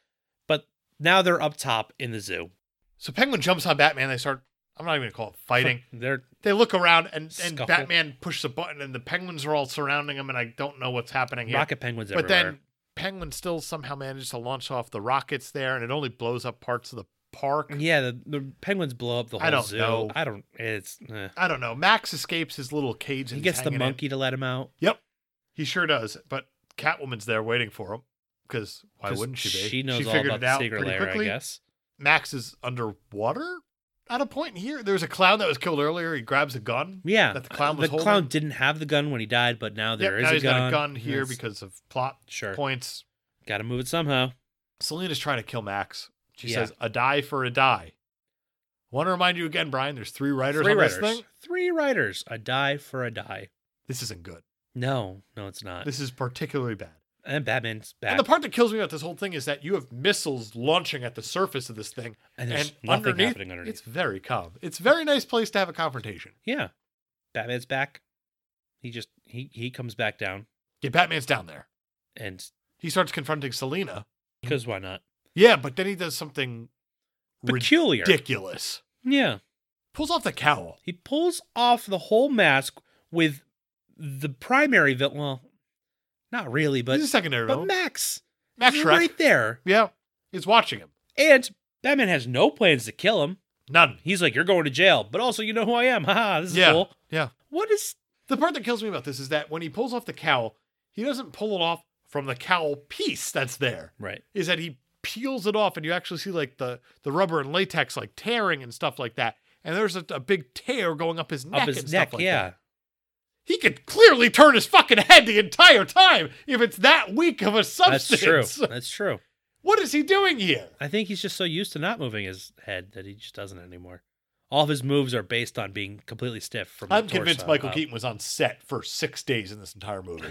Speaker 2: But now they're up top in the zoo.
Speaker 1: so Penguin jumps on Batman. They start, I'm not even going to call it fighting.
Speaker 2: They're
Speaker 1: they look around and, and
Speaker 2: Scuffle.
Speaker 1: Batman pushes a button and the Penguins are all surrounding him and I don't know what's happening here.
Speaker 2: rocket penguins
Speaker 1: but
Speaker 2: everywhere.
Speaker 1: then Penguin still somehow manages to launch off the rockets there and it only blows up parts of the park.
Speaker 2: yeah, the, the penguins blow up the
Speaker 1: I
Speaker 2: whole
Speaker 1: don't
Speaker 2: zoo.
Speaker 1: know.
Speaker 2: I don't. It's eh.
Speaker 1: I don't know. Max escapes his little cage and
Speaker 2: he gets the monkey to let him out.
Speaker 1: Yep. He sure does. But Catwoman's there waiting for him because why
Speaker 2: 'cause
Speaker 1: wouldn't she be?
Speaker 2: She knows all
Speaker 1: figured
Speaker 2: about
Speaker 1: it
Speaker 2: the
Speaker 1: out
Speaker 2: secret
Speaker 1: pretty
Speaker 2: layer,
Speaker 1: quickly.
Speaker 2: I guess.
Speaker 1: Max is underwater at a point here. There was a clown that was killed earlier. He grabs a gun.
Speaker 2: Yeah,
Speaker 1: that the
Speaker 2: uh,
Speaker 1: clown was holding?
Speaker 2: clown didn't have the gun when he died, but now
Speaker 1: Yep,
Speaker 2: there is
Speaker 1: now
Speaker 2: a
Speaker 1: he's
Speaker 2: gun.
Speaker 1: got a gun here
Speaker 2: It's-
Speaker 1: because of plot
Speaker 2: sure,
Speaker 1: points.
Speaker 2: got to move it somehow.
Speaker 1: Selena's trying to kill Max. She
Speaker 2: Yeah.
Speaker 1: says, a die for a die. Want to remind you again, Brian, there's three writers
Speaker 2: Three
Speaker 1: on
Speaker 2: writers,
Speaker 1: this thing.
Speaker 2: three writers, a die for a die.
Speaker 1: This isn't good.
Speaker 2: No, no, it's not.
Speaker 1: This is particularly bad.
Speaker 2: and Batman's back,
Speaker 1: And the part that kills me about this whole thing is that you have missiles launching at the surface of this thing.
Speaker 2: and there's
Speaker 1: and
Speaker 2: nothing
Speaker 1: underneath,
Speaker 2: happening underneath.
Speaker 1: It's very calm. It's a very nice place to have a confrontation.
Speaker 2: Yeah, Batman's back. He just he he comes back down,
Speaker 1: Yeah, Batman's down there.
Speaker 2: and
Speaker 1: He starts confronting Selina.
Speaker 2: because why not?
Speaker 1: Yeah, but then he does something
Speaker 2: Peculiar.
Speaker 1: ridiculous.
Speaker 2: Yeah,
Speaker 1: Pulls off the cowl.
Speaker 2: he pulls off the whole mask with the primary villain. Well, not really, but
Speaker 1: He's a secondary
Speaker 2: but
Speaker 1: villain.
Speaker 2: Max,
Speaker 1: Max
Speaker 2: He's
Speaker 1: Shrek.
Speaker 2: right there.
Speaker 1: Yeah, he's watching him.
Speaker 2: And Batman has no plans to kill him.
Speaker 1: None.
Speaker 2: He's like, "You're going to jail," but also, you know who I am. Haha, this is
Speaker 1: Yeah,
Speaker 2: cool.
Speaker 1: yeah.
Speaker 2: What is?
Speaker 1: The part that kills me about this is that when he pulls off the cowl, he doesn't pull it off from the cowl piece that's there.
Speaker 2: Right.
Speaker 1: Is that he peels it off and you actually see like the the rubber and latex like tearing and stuff like that. And there's a, a big tear going up his neck
Speaker 2: Up
Speaker 1: and
Speaker 2: his
Speaker 1: stuff
Speaker 2: neck.
Speaker 1: like that.
Speaker 2: yeah.
Speaker 1: he could clearly turn his fucking head the entire time if it's that weak of a
Speaker 2: That's
Speaker 1: substance.
Speaker 2: true. That's true.
Speaker 1: What is he doing here?
Speaker 2: I think he's just so used to not moving his head that he just doesn't anymore. All of his moves are based on being completely stiff from. the
Speaker 1: I'm convinced
Speaker 2: torso Uh,
Speaker 1: Michael
Speaker 2: up.
Speaker 1: Keaton was on set for six days in this entire movie.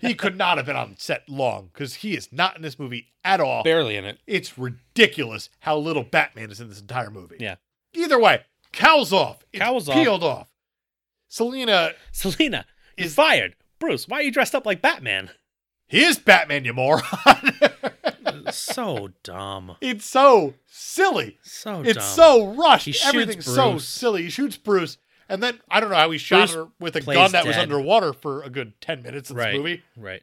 Speaker 1: he could not have been on set long because he is not in this movie at all.
Speaker 2: barely in it.
Speaker 1: It's ridiculous how little Batman is in this entire movie.
Speaker 2: Yeah.
Speaker 1: Either way, cow's off. It's
Speaker 2: Cow's off.
Speaker 1: peeled off. Selena
Speaker 2: Selena is
Speaker 1: Is-
Speaker 2: fired. Bruce, why are you dressed up like Batman?
Speaker 1: he is Batman, you moron.
Speaker 2: so dumb.
Speaker 1: it's so silly.
Speaker 2: So
Speaker 1: it's
Speaker 2: dumb.
Speaker 1: so rushed.
Speaker 2: Oh, He shoots
Speaker 1: Everything's so
Speaker 2: Bruce.
Speaker 1: silly. He shoots Bruce, and then I don't know how he shot
Speaker 2: Bruce
Speaker 1: her with a
Speaker 2: plays
Speaker 1: gun that was
Speaker 2: dead.
Speaker 1: underwater for a good ten minutes in
Speaker 2: Right.
Speaker 1: this movie.
Speaker 2: right.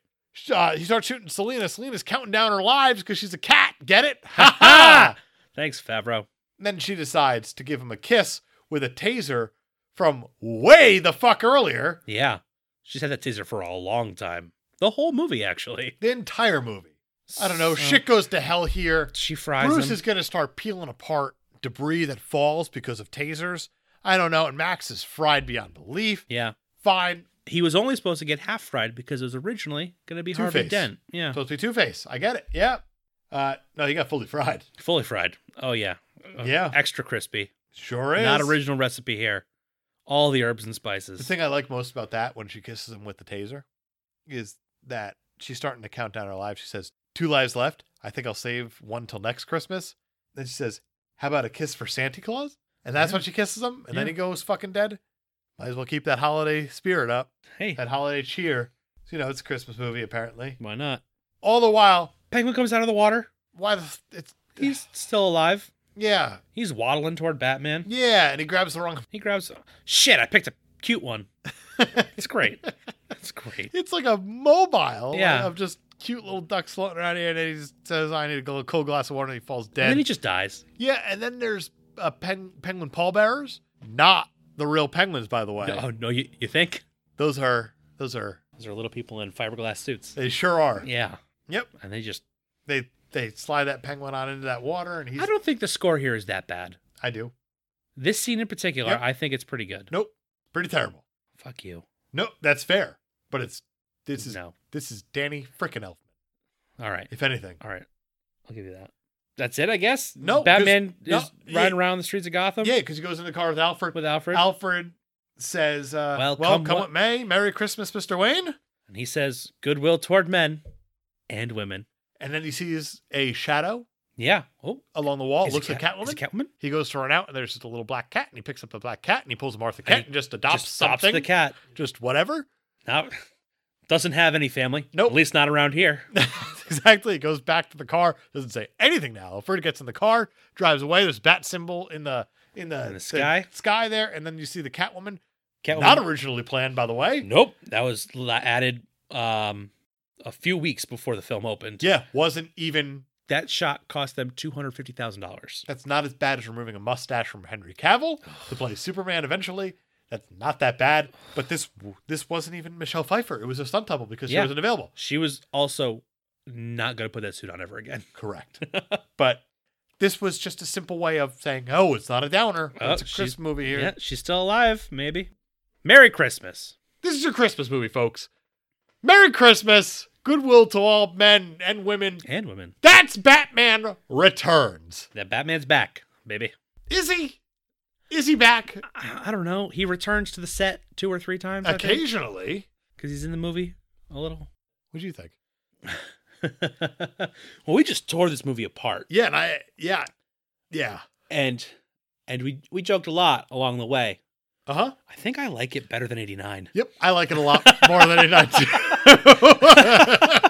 Speaker 1: Uh, he starts shooting Selena. Selena's counting down her lives because she's a cat. Get it? Ha ha!
Speaker 2: Thanks, Favreau.
Speaker 1: then she decides to give him a kiss with a taser from way the fuck earlier.
Speaker 2: Yeah, she's had that teaser for a long time. The whole movie, actually.
Speaker 1: The entire movie. I don't know.
Speaker 2: So-
Speaker 1: Shit goes to hell here.
Speaker 2: She fries
Speaker 1: Bruce
Speaker 2: him.
Speaker 1: is going to start peeling apart debris that falls because of tasers. I don't know. And Max is fried beyond belief.
Speaker 2: yeah,
Speaker 1: Fine.
Speaker 2: he was only supposed to get half fried because it was originally going to be Harvey
Speaker 1: Two-Face.
Speaker 2: Dent. Yeah,
Speaker 1: Supposed to be Two Face. I get it. Yeah. Uh, no, he got fully fried.
Speaker 2: fully fried. Oh yeah, Uh,
Speaker 1: Yeah.
Speaker 2: extra crispy.
Speaker 1: Sure is.
Speaker 2: Not original recipe here. All the herbs and
Speaker 1: The
Speaker 2: spices.
Speaker 1: thing I like most about that when she kisses him with the taser is that she's starting to count down her lives. She says, Two lives left. I think I'll save one till next Christmas. Then she says, How about a kiss for Santa Claus? And that's
Speaker 2: Yeah.
Speaker 1: when she kisses him. And then
Speaker 2: Yeah.
Speaker 1: he goes fucking dead. Might as well keep that holiday spirit up,
Speaker 2: hey,
Speaker 1: that holiday cheer. So, you know, it's a Christmas movie, apparently.
Speaker 2: why not?
Speaker 1: All the while,
Speaker 2: Penguin comes out of the water.
Speaker 1: why the, f- it's,
Speaker 2: He's still alive.
Speaker 1: yeah,
Speaker 2: He's waddling toward Batman.
Speaker 1: yeah. And he grabs the wrong,
Speaker 2: He grabs. Shit! I picked a cute one. It's great. It's great.
Speaker 1: it's like a mobile like,
Speaker 2: Yeah.
Speaker 1: of just cute little ducks floating around here. And then he just says, I need a gl- cold glass of water. And he falls dead.
Speaker 2: And then he just dies.
Speaker 1: Yeah, and then there's uh, pen- penguin pallbearers, not the real penguins, by the way.
Speaker 2: No, oh, no, you, you think?
Speaker 1: Those are those are
Speaker 2: Those are little people in fiberglass suits.
Speaker 1: they sure are.
Speaker 2: Yeah.
Speaker 1: Yep,
Speaker 2: And they just.
Speaker 1: they they slide that penguin on into that water, and he's
Speaker 2: I don't think the score here is that bad.
Speaker 1: I do
Speaker 2: This scene in particular,
Speaker 1: Yep.
Speaker 2: I think it's pretty good.
Speaker 1: nope, pretty terrible.
Speaker 2: Fuck you.
Speaker 1: Nope, that's fair, but it's this is
Speaker 2: no.
Speaker 1: this is Danny frickin' Elfman,
Speaker 2: All right.
Speaker 1: if anything.
Speaker 2: All right. I'll give you that. That's it, I guess.
Speaker 1: No, 'cause-
Speaker 2: Batman
Speaker 1: no,
Speaker 2: is riding
Speaker 1: yeah.
Speaker 2: around the streets of Gotham
Speaker 1: Yeah, because he goes in the car with Alfred.
Speaker 2: with Alfred,
Speaker 1: Alfred says, uh,
Speaker 2: Well,
Speaker 1: "Well,
Speaker 2: come
Speaker 1: come,
Speaker 2: what-
Speaker 1: what may, Merry Christmas, Mister Wayne."
Speaker 2: and he says, "Goodwill toward men and women."
Speaker 1: And then he sees a shadow
Speaker 2: Yeah. Oh,
Speaker 1: along the wall.
Speaker 2: is it
Speaker 1: looks like
Speaker 2: Cat-
Speaker 1: Catwoman.
Speaker 2: Is it Catwoman?
Speaker 1: He goes to run out, and there's just a little black cat, and he picks up the black cat, and he pulls a Martha
Speaker 2: And he
Speaker 1: cat, and just adopts
Speaker 2: Just stops
Speaker 1: something,
Speaker 2: the cat.
Speaker 1: just whatever.
Speaker 2: Now, doesn't have any family.
Speaker 1: Nope.
Speaker 2: At least not around here.
Speaker 1: exactly. He goes back to the car, doesn't say anything now. Alfred gets in the car, drives away. There's bat symbol in the in the,
Speaker 2: In the sky?
Speaker 1: sky there, and then you see the Catwoman.
Speaker 2: Catwoman.
Speaker 1: Not originally planned, by the way.
Speaker 2: Nope. That was la- added um, a few weeks before the film opened.
Speaker 1: Yeah, wasn't even.
Speaker 2: That shot cost them two hundred fifty thousand dollars.
Speaker 1: That's not as bad as removing a mustache from Henry Cavill to play Superman eventually. That's not that bad. But this this wasn't even Michelle Pfeiffer. It was a stunt double because she
Speaker 2: Yeah.
Speaker 1: wasn't available.
Speaker 2: She was also not going to put that suit on ever again.
Speaker 1: Correct. but this was just a simple way of saying, oh, it's not a downer.
Speaker 2: Oh,
Speaker 1: it's a
Speaker 2: she's-
Speaker 1: Christmas movie here.
Speaker 2: Yeah, she's still alive. Maybe. Merry Christmas.
Speaker 1: This is your Christmas movie, folks. Merry Christmas. Goodwill to all men and women.
Speaker 2: And women.
Speaker 1: That's Batman Returns.
Speaker 2: That Batman's back, baby.
Speaker 1: Is he? Is he back?
Speaker 2: I, I don't know. He returns to the set two or three times. Because
Speaker 1: Occasionally.
Speaker 2: he's in the movie a little.
Speaker 1: What do you think?
Speaker 2: well, we just tore this movie apart.
Speaker 1: Yeah, and I yeah. Yeah.
Speaker 2: And and we we joked a lot along the way.
Speaker 1: Uh-huh.
Speaker 2: I think I like it better than 89.
Speaker 1: Yep. I like it a lot more than it does.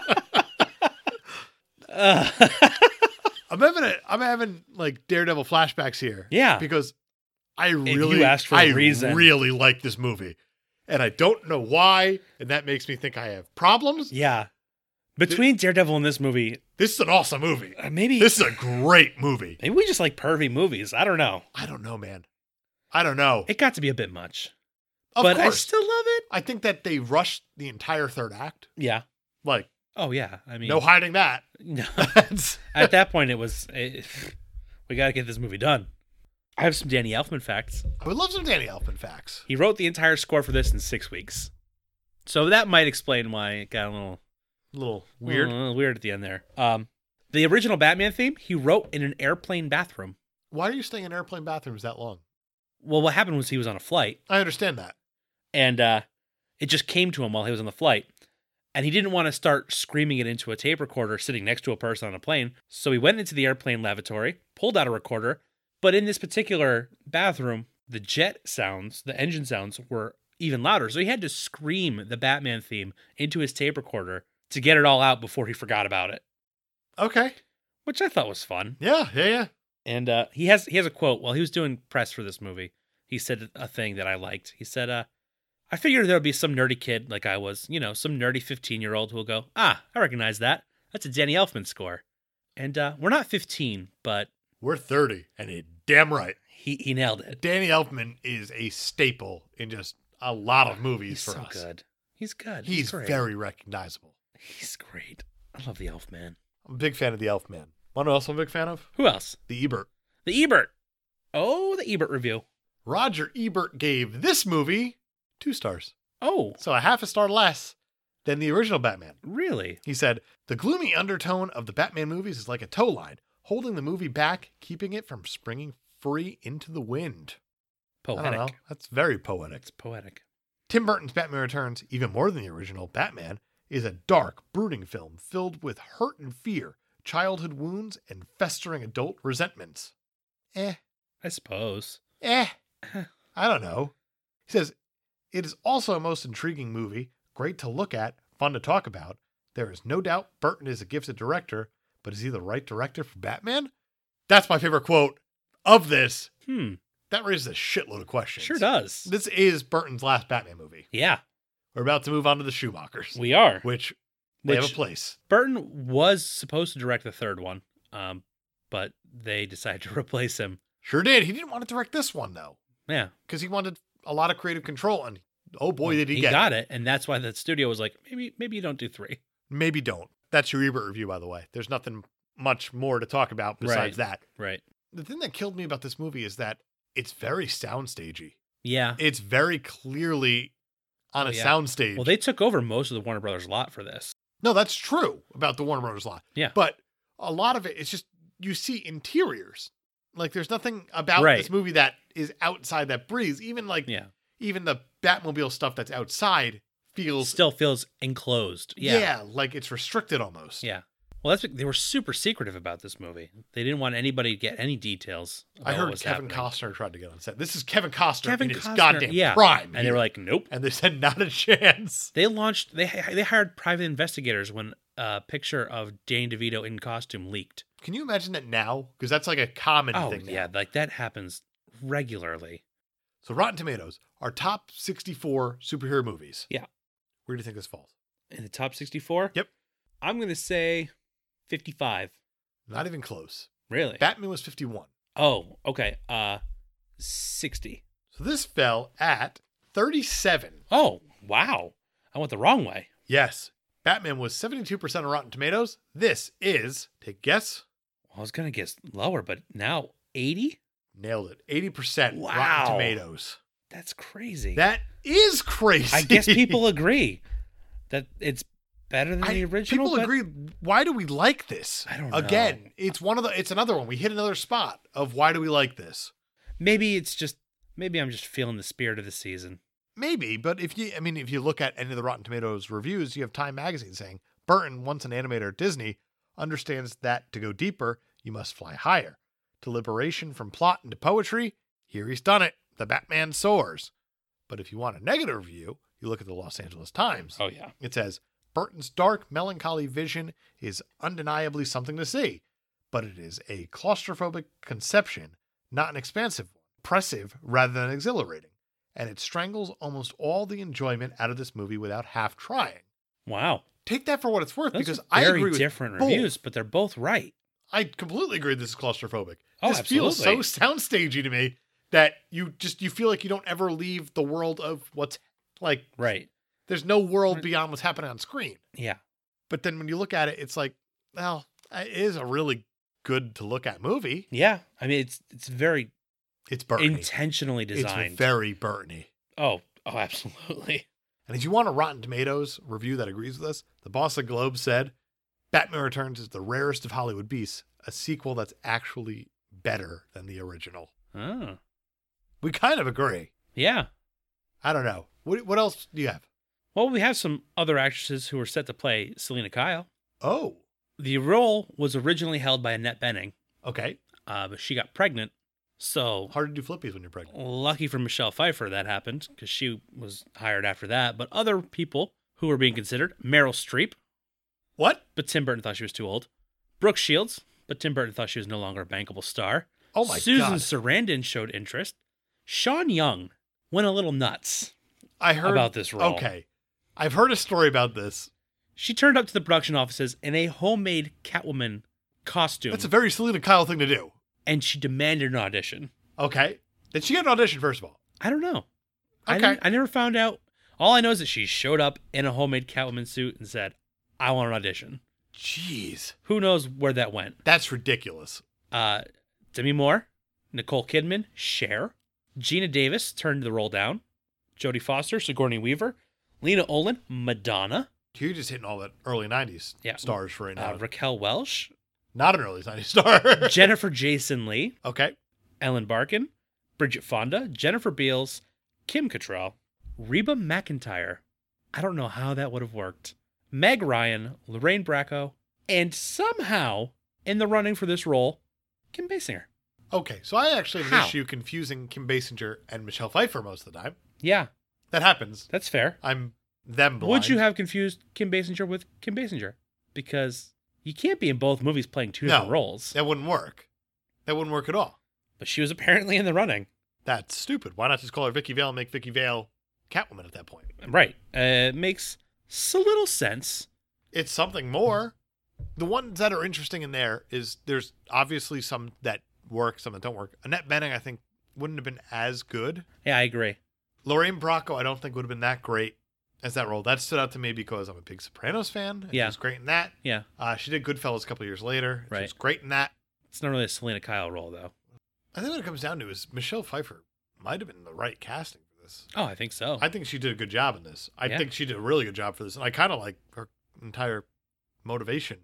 Speaker 2: Uh,
Speaker 1: I'm having a, I'm having like Daredevil flashbacks here.
Speaker 2: yeah.
Speaker 1: because I really
Speaker 2: you asked for a
Speaker 1: I
Speaker 2: reason.
Speaker 1: really like this movie. And I don't know why, and that makes me think I have problems.
Speaker 2: Yeah. Between Daredevil and this movie,
Speaker 1: This is an awesome movie.
Speaker 2: uh, maybe
Speaker 1: This is a great movie.
Speaker 2: maybe we just like pervy movies. I don't know.
Speaker 1: I don't know, man. I don't know.
Speaker 2: It got to be a bit much.
Speaker 1: Of
Speaker 2: but I
Speaker 1: course,
Speaker 2: still love it.
Speaker 1: I think that they rushed the entire third act.
Speaker 2: Yeah.
Speaker 1: Like,
Speaker 2: Oh yeah. I mean
Speaker 1: no hiding that.
Speaker 2: no.
Speaker 1: That's-
Speaker 2: At that point it was eh, we got to get this movie done. I have some Danny Elfman facts.
Speaker 1: I would love some Danny Elfman facts.
Speaker 2: He wrote the entire score for this in 6 weeks. So that might explain why it got a little
Speaker 1: A little weird.
Speaker 2: little weird at the end there. Um the original Batman theme he wrote in an airplane bathroom.
Speaker 1: Why are you staying in airplane bathrooms that long?
Speaker 2: Well, what happened was he was on a flight
Speaker 1: I understand that.
Speaker 2: and uh, it just came to him while he was on the flight. And he didn't want to start screaming it into a tape recorder sitting next to a person on a plane. So he went into the airplane lavatory, pulled out a recorder. But in this particular bathroom, the jet sounds, the engine sounds were even louder. So he had to scream the Batman theme into his tape recorder to get it all out before he forgot about it,
Speaker 1: Okay.
Speaker 2: which I thought was fun.
Speaker 1: Yeah, yeah, yeah.
Speaker 2: And uh, he has he has a quote while he was doing press for this movie. He said a thing that I liked. He said, uh, "I figured there would be some nerdy kid like I was, you know, some nerdy fifteen year old who'll go, ah, I recognize that. That's a Danny Elfman score." And uh, we're not fifteen, but
Speaker 1: We're 30, and you damn right.
Speaker 2: he he nailed it.
Speaker 1: Danny Elfman is a staple in just a lot of movies
Speaker 2: He's
Speaker 1: for
Speaker 2: so
Speaker 1: us.
Speaker 2: good. He's good.
Speaker 1: He's
Speaker 2: great.
Speaker 1: very recognizable.
Speaker 2: He's great. I love the Elfman.
Speaker 1: I'm a big fan of the Elfman. Want to know what else I'm a big fan of?
Speaker 2: Who else?
Speaker 1: The Ebert.
Speaker 2: The Ebert. Oh, the Ebert review.
Speaker 1: Roger Ebert gave this movie two stars.
Speaker 2: Oh,
Speaker 1: So a half a star less than the original Batman.
Speaker 2: really?
Speaker 1: He said, The gloomy undertone of the Batman movies is like a tow line, holding the movie back, keeping it from springing free into the wind. I don't know.
Speaker 2: Poetic.
Speaker 1: That's very poetic.
Speaker 2: It's poetic.
Speaker 1: Tim Burton's Batman Returns, even more than the original Batman, is a dark, brooding film filled with hurt and fear, childhood wounds, and festering adult resentments. Eh,
Speaker 2: I suppose.
Speaker 1: eh, I don't know. He says, It is also a most intriguing movie, great to look at, fun to talk about. There is no doubt Burton is a gifted director, but is he the right director for Batman? That's my favorite quote of this.
Speaker 2: Hmm.
Speaker 1: That raises a shitload of questions.
Speaker 2: Sure does.
Speaker 1: This is Burton's last Batman movie.
Speaker 2: Yeah,
Speaker 1: We're about to move on to the Schumachers.
Speaker 2: we are.
Speaker 1: which they have
Speaker 2: Which-
Speaker 1: a place.
Speaker 2: Burton was supposed to direct the third one, um, but they decided to replace him.
Speaker 1: Sure did. He didn't want to direct this one though,
Speaker 2: Yeah,
Speaker 1: because he wanted a lot of creative control. And oh boy, did he, get
Speaker 2: got it. and that's why the studio was like, maybe, maybe you don't do three.
Speaker 1: Maybe don't. That's your Ebert review, by the way. There's nothing much more to talk about besides that.
Speaker 2: Right?
Speaker 1: The thing that killed me about this movie is that it's very soundstagey.
Speaker 2: Yeah.
Speaker 1: It's very clearly on a
Speaker 2: Oh, yeah.
Speaker 1: soundstage.
Speaker 2: Well, they took over most of the Warner Brothers lot for this.
Speaker 1: No, that's true about the Warner Brothers lot.
Speaker 2: Yeah.
Speaker 1: But a lot of it, it's just you see interiors. Like there's nothing about
Speaker 2: Right.
Speaker 1: this movie that is outside that breeze. Even like
Speaker 2: Yeah,
Speaker 1: even the Batmobile stuff that's outside feels
Speaker 2: still feels enclosed.
Speaker 1: yeah.
Speaker 2: Yeah.
Speaker 1: like it's restricted almost.
Speaker 2: Yeah. Well, that's they were super secretive about this movie. They didn't want anybody to get any details.
Speaker 1: I
Speaker 2: about what
Speaker 1: heard
Speaker 2: was
Speaker 1: Kevin
Speaker 2: happening.
Speaker 1: Costner tried to get on set. This is Kevin Costner
Speaker 2: Kevin
Speaker 1: in his
Speaker 2: Costner,
Speaker 1: goddamn
Speaker 2: yeah.
Speaker 1: prime.
Speaker 2: and they were like, nope.
Speaker 1: and they said not a chance.
Speaker 2: They launched. They they hired private investigators when a picture of Danny DeVito in costume leaked.
Speaker 1: Can you imagine that now? Because that's like a common
Speaker 2: Oh
Speaker 1: thing. now.
Speaker 2: yeah, like that happens regularly.
Speaker 1: So Rotten Tomatoes, our top 64 superhero movies.
Speaker 2: Yeah.
Speaker 1: Where do you think this falls?
Speaker 2: In the top 64?
Speaker 1: Yep.
Speaker 2: I'm going to say 55.
Speaker 1: Not even close.
Speaker 2: Really?
Speaker 1: Batman was 51.
Speaker 2: oh, okay. Uh 60.
Speaker 1: So this fell at 37.
Speaker 2: Oh, wow. I went the wrong way.
Speaker 1: Yes. Batman was 72% on Rotten Tomatoes. This is, take a guess,
Speaker 2: I was going to guess lower, but now 80?
Speaker 1: Nailed it. 80%
Speaker 2: Wow.
Speaker 1: Rotten Tomatoes.
Speaker 2: That's crazy.
Speaker 1: That is crazy.
Speaker 2: I guess people agree that it's better than
Speaker 1: I-
Speaker 2: the original.
Speaker 1: people
Speaker 2: but-
Speaker 1: agree. Why do we like this?
Speaker 2: I don't know.
Speaker 1: Again, it's one of the it's another one. We hit another spot of why do we like this?
Speaker 2: Maybe it's just maybe I'm just feeling the spirit of the season.
Speaker 1: Maybe, but if you I mean if you look at any of the Rotten Tomatoes reviews, you have Time magazine saying Burton, once an animator at Disney, understands that to go deeper, you must fly higher. To liberation from plot into poetry, here he's done it. The Batman soars. But if you want a negative review, you look at the Los Angeles Times.
Speaker 2: Oh yeah.
Speaker 1: It says Burton's dark, melancholy vision is undeniably something to see, but it is a claustrophobic conception, not an expansive one, oppressive rather than exhilarating, and it strangles almost all the enjoyment out of this movie without half trying.
Speaker 2: Wow.
Speaker 1: Take that for what it's worth,
Speaker 2: Those
Speaker 1: because
Speaker 2: are
Speaker 1: I
Speaker 2: very
Speaker 1: agree with
Speaker 2: different
Speaker 1: both.
Speaker 2: reviews, but they're both right.
Speaker 1: I completely agree. This is claustrophobic.
Speaker 2: Oh,
Speaker 1: this feels so
Speaker 2: absolutely.
Speaker 1: soundstagey to me that you just you feel like you don't ever leave the world of what's like.
Speaker 2: Right.
Speaker 1: There's no world
Speaker 2: Right.
Speaker 1: beyond what's happening on screen.
Speaker 2: Yeah.
Speaker 1: But then when you look at it, it's like, well, uh, it is a really good to look at movie.
Speaker 2: Yeah. I mean, it's it's very
Speaker 1: It's Burton.
Speaker 2: intentionally
Speaker 1: It's
Speaker 2: designed.
Speaker 1: very Burton-y.
Speaker 2: oh, oh, absolutely.
Speaker 1: And if you want a Rotten Tomatoes review that agrees with us, the boss of Globe said, Batman Returns is the rarest of Hollywood beasts, a sequel that's actually better than the original.
Speaker 2: Oh,
Speaker 1: We kind of agree.
Speaker 2: Yeah.
Speaker 1: I don't know. What what else do you have?
Speaker 2: Well, we have some other actresses who were set to play Selena Kyle.
Speaker 1: Oh,
Speaker 2: The role was originally held by Annette Benning,
Speaker 1: okay.
Speaker 2: uh, but she got pregnant. So
Speaker 1: Hard to do flippies when you're pregnant.
Speaker 2: lucky for Michelle Pfeiffer that happened because she was hired after that. But other people who were being considered Meryl Streep,
Speaker 1: What?
Speaker 2: but Tim Burton thought she was too old. Brooke Shields, but Tim Burton thought she was no longer a bankable star.
Speaker 1: Oh my
Speaker 2: Susan
Speaker 1: god!
Speaker 2: Sarandon showed interest. Sean Young went a little nuts.
Speaker 1: I heard
Speaker 2: about this role.
Speaker 1: Okay, I've heard a story about this.
Speaker 2: She turned up to the production offices in a homemade Catwoman costume,
Speaker 1: That's a very Selena Kyle thing to do.
Speaker 2: and she demanded an audition.
Speaker 1: Okay, did she get an audition first of all?
Speaker 2: I don't know. I,
Speaker 1: Okay.
Speaker 2: didn't- I never found out. All I know is that she showed up in a homemade Catwoman suit and said, I want an audition.
Speaker 1: Jeez,
Speaker 2: Who knows where that went?
Speaker 1: that's ridiculous.
Speaker 2: Uh, Demi Moore, Nicole Kidman, Cher, Gina Davis turned the role down, Jodie Foster, Sigourney Weaver, Lena Olin, Madonna,
Speaker 1: You're just hitting all that early '90s
Speaker 2: Yeah.
Speaker 1: stars for right now.
Speaker 2: uh, Raquel Welch,
Speaker 1: Not an early '90s star.
Speaker 2: Jennifer Jason Lee,
Speaker 1: okay,
Speaker 2: Ellen Barkin, Bridget Fonda, Jennifer Beals, Kim Cattrall, Reba McIntyre. I don't know how that would have worked. Meg Ryan, Lorraine Bracco, and somehow in the running for this role, Kim Basinger.
Speaker 1: okay. So I actually have an
Speaker 2: How?
Speaker 1: issue confusing Kim Basinger and Michelle Pfeiffer most of the time.
Speaker 2: Yeah,
Speaker 1: That happens.
Speaker 2: that's fair.
Speaker 1: I'm them blind.
Speaker 2: Would you have confused Kim Basinger with Kim Basinger? Because you can't be in both movies playing two
Speaker 1: No.
Speaker 2: different roles.
Speaker 1: That wouldn't work. That wouldn't work at all.
Speaker 2: But she was apparently in the running.
Speaker 1: That's stupid. Why not just call her Vicky Vale and make Vicky Vale Catwoman at that point?
Speaker 2: Right. Uh, it makes so little sense.
Speaker 1: It's something more. The ones that are interesting in there is there's obviously some that work, some that don't work. Annette Benning, I think, wouldn't have been as good.
Speaker 2: Yeah, I agree.
Speaker 1: Lorraine Bracco, I don't think would have been that great as that role. That stood out to me because I'm a big Sopranos fan. And
Speaker 2: Yeah.
Speaker 1: She was great in that.
Speaker 2: Yeah.
Speaker 1: Uh, she did Goodfellas a couple years later. She
Speaker 2: Right.
Speaker 1: was great in that.
Speaker 2: It's not really a Selena Kyle role, though.
Speaker 1: I think what it comes down to is Michelle Pfeiffer might have been the right casting for this.
Speaker 2: Oh, I think so.
Speaker 1: I think she did a good job in this. I
Speaker 2: Yeah.
Speaker 1: think she did a really good job for this, and I kind of like her entire motivation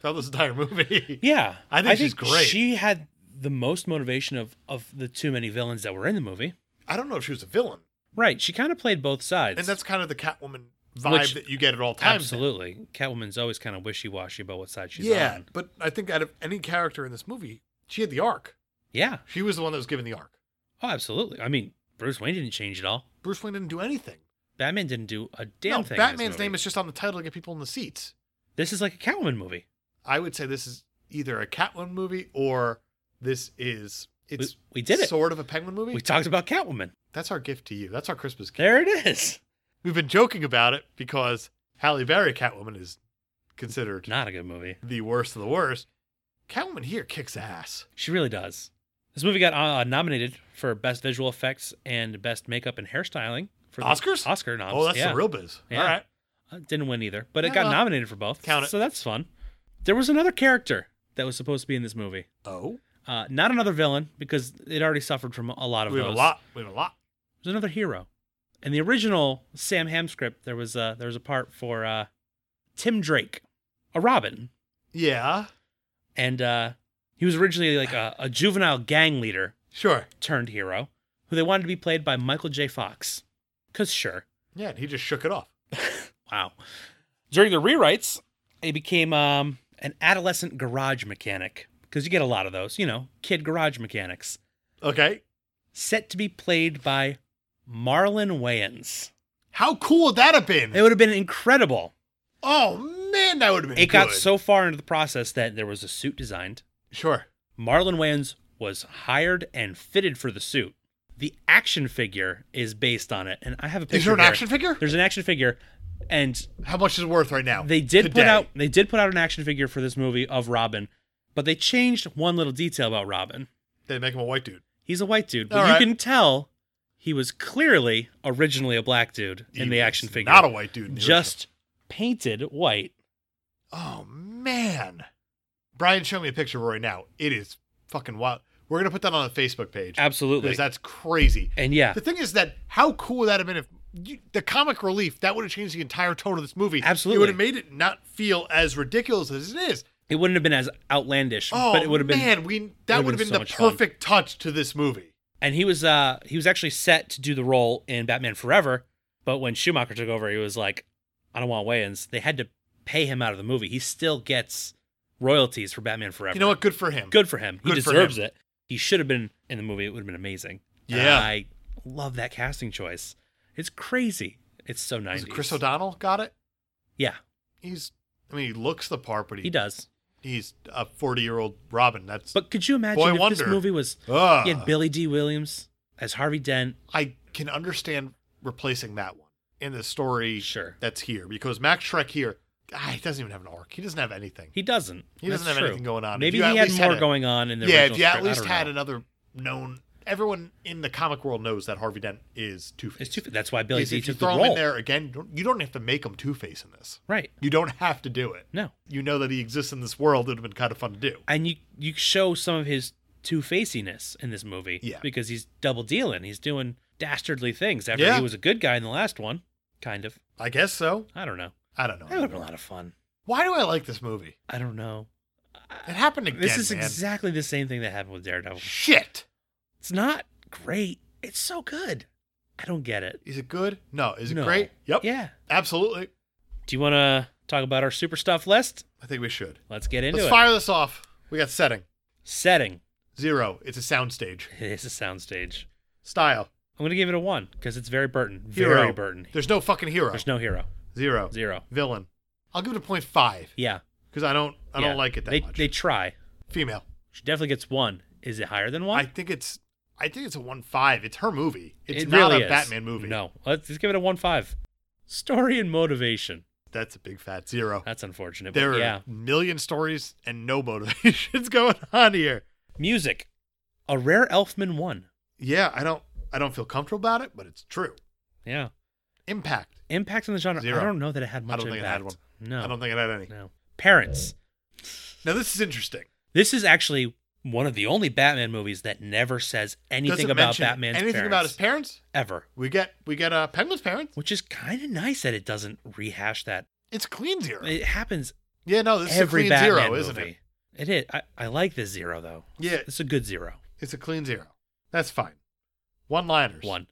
Speaker 1: throughout this entire movie.
Speaker 2: yeah.
Speaker 1: I think she's great.
Speaker 2: She had the most motivation of, of the too many villains that were in the movie.
Speaker 1: I don't know if she was a villain,
Speaker 2: Right. She kind of played both sides.
Speaker 1: and that's kind of the Catwoman vibe
Speaker 2: Which-
Speaker 1: that you get at all times.
Speaker 2: absolutely. Catwoman's always kind of wishy washy about what side she's
Speaker 1: yeah,
Speaker 2: on.
Speaker 1: but I think out of any character in this movie, she had the arc.
Speaker 2: Yeah.
Speaker 1: She was the one that was given the arc.
Speaker 2: Oh, absolutely. I mean, Bruce Wayne didn't change at all.
Speaker 1: Bruce Wayne didn't do anything.
Speaker 2: Batman didn't do a
Speaker 1: no,
Speaker 2: damn thing.
Speaker 1: Batman's name is just on the title to get people in the seats.
Speaker 2: This is like a Catwoman movie.
Speaker 1: I would say this is either a Catwoman movie or this is it's
Speaker 2: we did it.
Speaker 1: sort of a Penguin movie.
Speaker 2: We talked about Catwoman.
Speaker 1: That's our gift to you. That's our Christmas gift.
Speaker 2: There it is.
Speaker 1: We've been joking about it because Halle Berry Catwoman is considered
Speaker 2: Not a good movie.
Speaker 1: the worst of the worst. Catwoman here kicks ass.
Speaker 2: She really does. This movie got uh, nominated for Best Visual Effects and Best Makeup and Hairstyling for the
Speaker 1: Oscars?
Speaker 2: Oscar noms.
Speaker 1: oh, that's
Speaker 2: yeah.
Speaker 1: the real biz.
Speaker 2: Yeah.
Speaker 1: All right.
Speaker 2: Uh, Didn't win either, but it
Speaker 1: Yeah,
Speaker 2: got
Speaker 1: well,
Speaker 2: nominated for both.
Speaker 1: count it.
Speaker 2: So that's fun. There was another character that was supposed to be in this movie.
Speaker 1: Oh,
Speaker 2: Uh, not another villain because it already suffered from a lot of
Speaker 1: we have
Speaker 2: those.
Speaker 1: a lot. We have a lot.
Speaker 2: There's another hero. In the original Sam Ham script, there was a there was a part for uh, Tim Drake, a Robin,
Speaker 1: Yeah.
Speaker 2: and uh, he was originally like a, a juvenile gang leader
Speaker 1: Sure.
Speaker 2: turned hero, who they wanted to be played by Michael J. Fox, cause sure.
Speaker 1: Yeah, and he just shook it off.
Speaker 2: Wow. During the rewrites, he became um, an adolescent garage mechanic because you get a lot of those, you know, kid garage mechanics,
Speaker 1: Okay.
Speaker 2: set to be played by Marlon Wayans.
Speaker 1: How cool would that have been?
Speaker 2: It would have been incredible.
Speaker 1: oh man, that would have been.
Speaker 2: It got
Speaker 1: good.
Speaker 2: so far into the process that there was a suit designed.
Speaker 1: sure.
Speaker 2: Marlon Wayans was hired and fitted for the suit. The action figure is based on it, and I have a picture.
Speaker 1: Is there an
Speaker 2: here.
Speaker 1: action figure?
Speaker 2: There's an action figure, and
Speaker 1: How much is it worth right now?
Speaker 2: they did put
Speaker 1: Today.
Speaker 2: out they did put out an action figure for this movie of Robin, but they changed one little detail about Robin.
Speaker 1: They make him a white dude.
Speaker 2: He's a white dude, but
Speaker 1: All
Speaker 2: you
Speaker 1: right.
Speaker 2: can tell he was clearly originally a black dude in
Speaker 1: He
Speaker 2: the
Speaker 1: was
Speaker 2: action figure,
Speaker 1: Not a white dude. in the
Speaker 2: just painted white.
Speaker 1: Oh man. Brian, show me a picture right now. It is fucking wild. We're gonna put that on the Facebook page.
Speaker 2: Absolutely,
Speaker 1: Because that's crazy.
Speaker 2: and yeah,
Speaker 1: The thing is that how cool would that have been if you, the comic relief that would have changed the entire tone of this movie.
Speaker 2: Absolutely.
Speaker 1: it would have made it not feel as ridiculous as it is.
Speaker 2: it wouldn't have been as outlandish,
Speaker 1: Oh
Speaker 2: but it would have been
Speaker 1: man, we that would have
Speaker 2: would've been
Speaker 1: been,
Speaker 2: so
Speaker 1: the
Speaker 2: much fun.
Speaker 1: perfect touch to this movie.
Speaker 2: and he was uh he was actually set to do the role in Batman Forever, but when Schumacher took over, he was like, I don't want weigh-ins. They had to pay him out of the movie. He still gets royalties for Batman Forever.
Speaker 1: You know what? Good for him.
Speaker 2: Good for him. He
Speaker 1: Good for
Speaker 2: deserves
Speaker 1: him.
Speaker 2: it. He should have been in the movie. It would have been amazing.
Speaker 1: Yeah.
Speaker 2: I love that casting choice. It's crazy. It's so
Speaker 1: Was
Speaker 2: nice.
Speaker 1: it Chris O'Donnell got it.
Speaker 2: Yeah,
Speaker 1: He's. I mean, he looks the part, but he,
Speaker 2: he does.
Speaker 1: he's a forty-year-old Robin. That's.
Speaker 2: But could you imagine
Speaker 1: Boy
Speaker 2: if
Speaker 1: wonder. Uh.
Speaker 2: this movie was
Speaker 1: Ugh.
Speaker 2: you had Billy D. Williams as Harvey Dent?
Speaker 1: I can understand replacing that one in the story
Speaker 2: Sure.
Speaker 1: that's here because Max Shrek here, ah, he doesn't even have an arc. He doesn't have anything.
Speaker 2: He doesn't.
Speaker 1: He doesn't
Speaker 2: That's
Speaker 1: have
Speaker 2: true.
Speaker 1: anything going on. If
Speaker 2: Maybe
Speaker 1: you at
Speaker 2: he had
Speaker 1: least
Speaker 2: more
Speaker 1: a-
Speaker 2: going on in the
Speaker 1: yeah,
Speaker 2: original
Speaker 1: if you at
Speaker 2: script. I
Speaker 1: least
Speaker 2: don't
Speaker 1: had
Speaker 2: know.
Speaker 1: another known, everyone in the comic world knows that Harvey Dent is Two Face.
Speaker 2: It's too, that's why Billy D
Speaker 1: If you
Speaker 2: took the
Speaker 1: throw him in
Speaker 2: role.
Speaker 1: there again, you don't- you don't have to make him Two Face in this.
Speaker 2: Right.
Speaker 1: You don't have to do it.
Speaker 2: No.
Speaker 1: You know that he exists in this world. It would have been kind of fun to do.
Speaker 2: And you you show some of his two faciness in this movie.
Speaker 1: Yeah.
Speaker 2: Because he's double dealing. He's doing dastardly things after
Speaker 1: Yeah.
Speaker 2: he was a good guy in the last one. Kind of.
Speaker 1: I guess so.
Speaker 2: I don't know.
Speaker 1: I don't
Speaker 2: That would have been a
Speaker 1: know.
Speaker 2: lot of fun.
Speaker 1: Why do I like this movie?
Speaker 2: I don't know.
Speaker 1: It happened again.
Speaker 2: This is
Speaker 1: man.
Speaker 2: exactly the same thing that happened with Daredevil.
Speaker 1: shit.
Speaker 2: It's not great. It's so good. I don't get it.
Speaker 1: Is it good? No. Is it
Speaker 2: No.
Speaker 1: great? Yep.
Speaker 2: Yeah.
Speaker 1: Absolutely.
Speaker 2: Do you want to talk about our super stuff list?
Speaker 1: I think we should.
Speaker 2: Let's get into
Speaker 1: Let's
Speaker 2: it.
Speaker 1: fire this off. We got setting.
Speaker 2: Setting.
Speaker 1: Zero. It's a soundstage.
Speaker 2: It is a soundstage.
Speaker 1: Style.
Speaker 2: I'm gonna give it a one because it's very Burton.
Speaker 1: Hero.
Speaker 2: Very Burton.
Speaker 1: There's no fucking hero.
Speaker 2: There's no hero.
Speaker 1: Zero.
Speaker 2: Zero.
Speaker 1: Villain. I'll give it a point five
Speaker 2: Yeah.
Speaker 1: because I don't I
Speaker 2: yeah.
Speaker 1: don't like it that
Speaker 2: they,
Speaker 1: much.
Speaker 2: They try.
Speaker 1: Female.
Speaker 2: She definitely gets one. Is it higher than one?
Speaker 1: I think it's I think it's a one five. It's her movie. It's
Speaker 2: It
Speaker 1: not
Speaker 2: really
Speaker 1: a
Speaker 2: is.
Speaker 1: Batman movie.
Speaker 2: No. Let's just give it a one five. Story and motivation.
Speaker 1: That's a big fat zero.
Speaker 2: That's unfortunate. But
Speaker 1: There are
Speaker 2: yeah.
Speaker 1: a million stories and no motivations going on here.
Speaker 2: Music. A rare Elfman one.
Speaker 1: Yeah, I don't I don't feel comfortable about it, but it's true.
Speaker 2: Yeah.
Speaker 1: Impact.
Speaker 2: Impact on the genre.
Speaker 1: Zero.
Speaker 2: I don't know that it had much
Speaker 1: I don't think it
Speaker 2: impact.
Speaker 1: had one.
Speaker 2: No.
Speaker 1: I don't think it had any.
Speaker 2: no. Parents.
Speaker 1: Now this is interesting.
Speaker 2: This is actually one of the only Batman movies that never says anything
Speaker 1: Doesn't
Speaker 2: about
Speaker 1: mention
Speaker 2: Batman's
Speaker 1: anything
Speaker 2: parents
Speaker 1: about his parents.
Speaker 2: ever.
Speaker 1: We get we get uh, Penguin's parents.
Speaker 2: which is kind of nice that it doesn't rehash that.
Speaker 1: It's clean zero.
Speaker 2: It happens
Speaker 1: yeah, no, this
Speaker 2: every
Speaker 1: is a clean
Speaker 2: Batman
Speaker 1: zero,
Speaker 2: movie.
Speaker 1: isn't it?
Speaker 2: It is. I, I like this zero though.
Speaker 1: Yeah,
Speaker 2: It's a good zero.
Speaker 1: it's a clean zero. That's fine. One liners.
Speaker 2: One.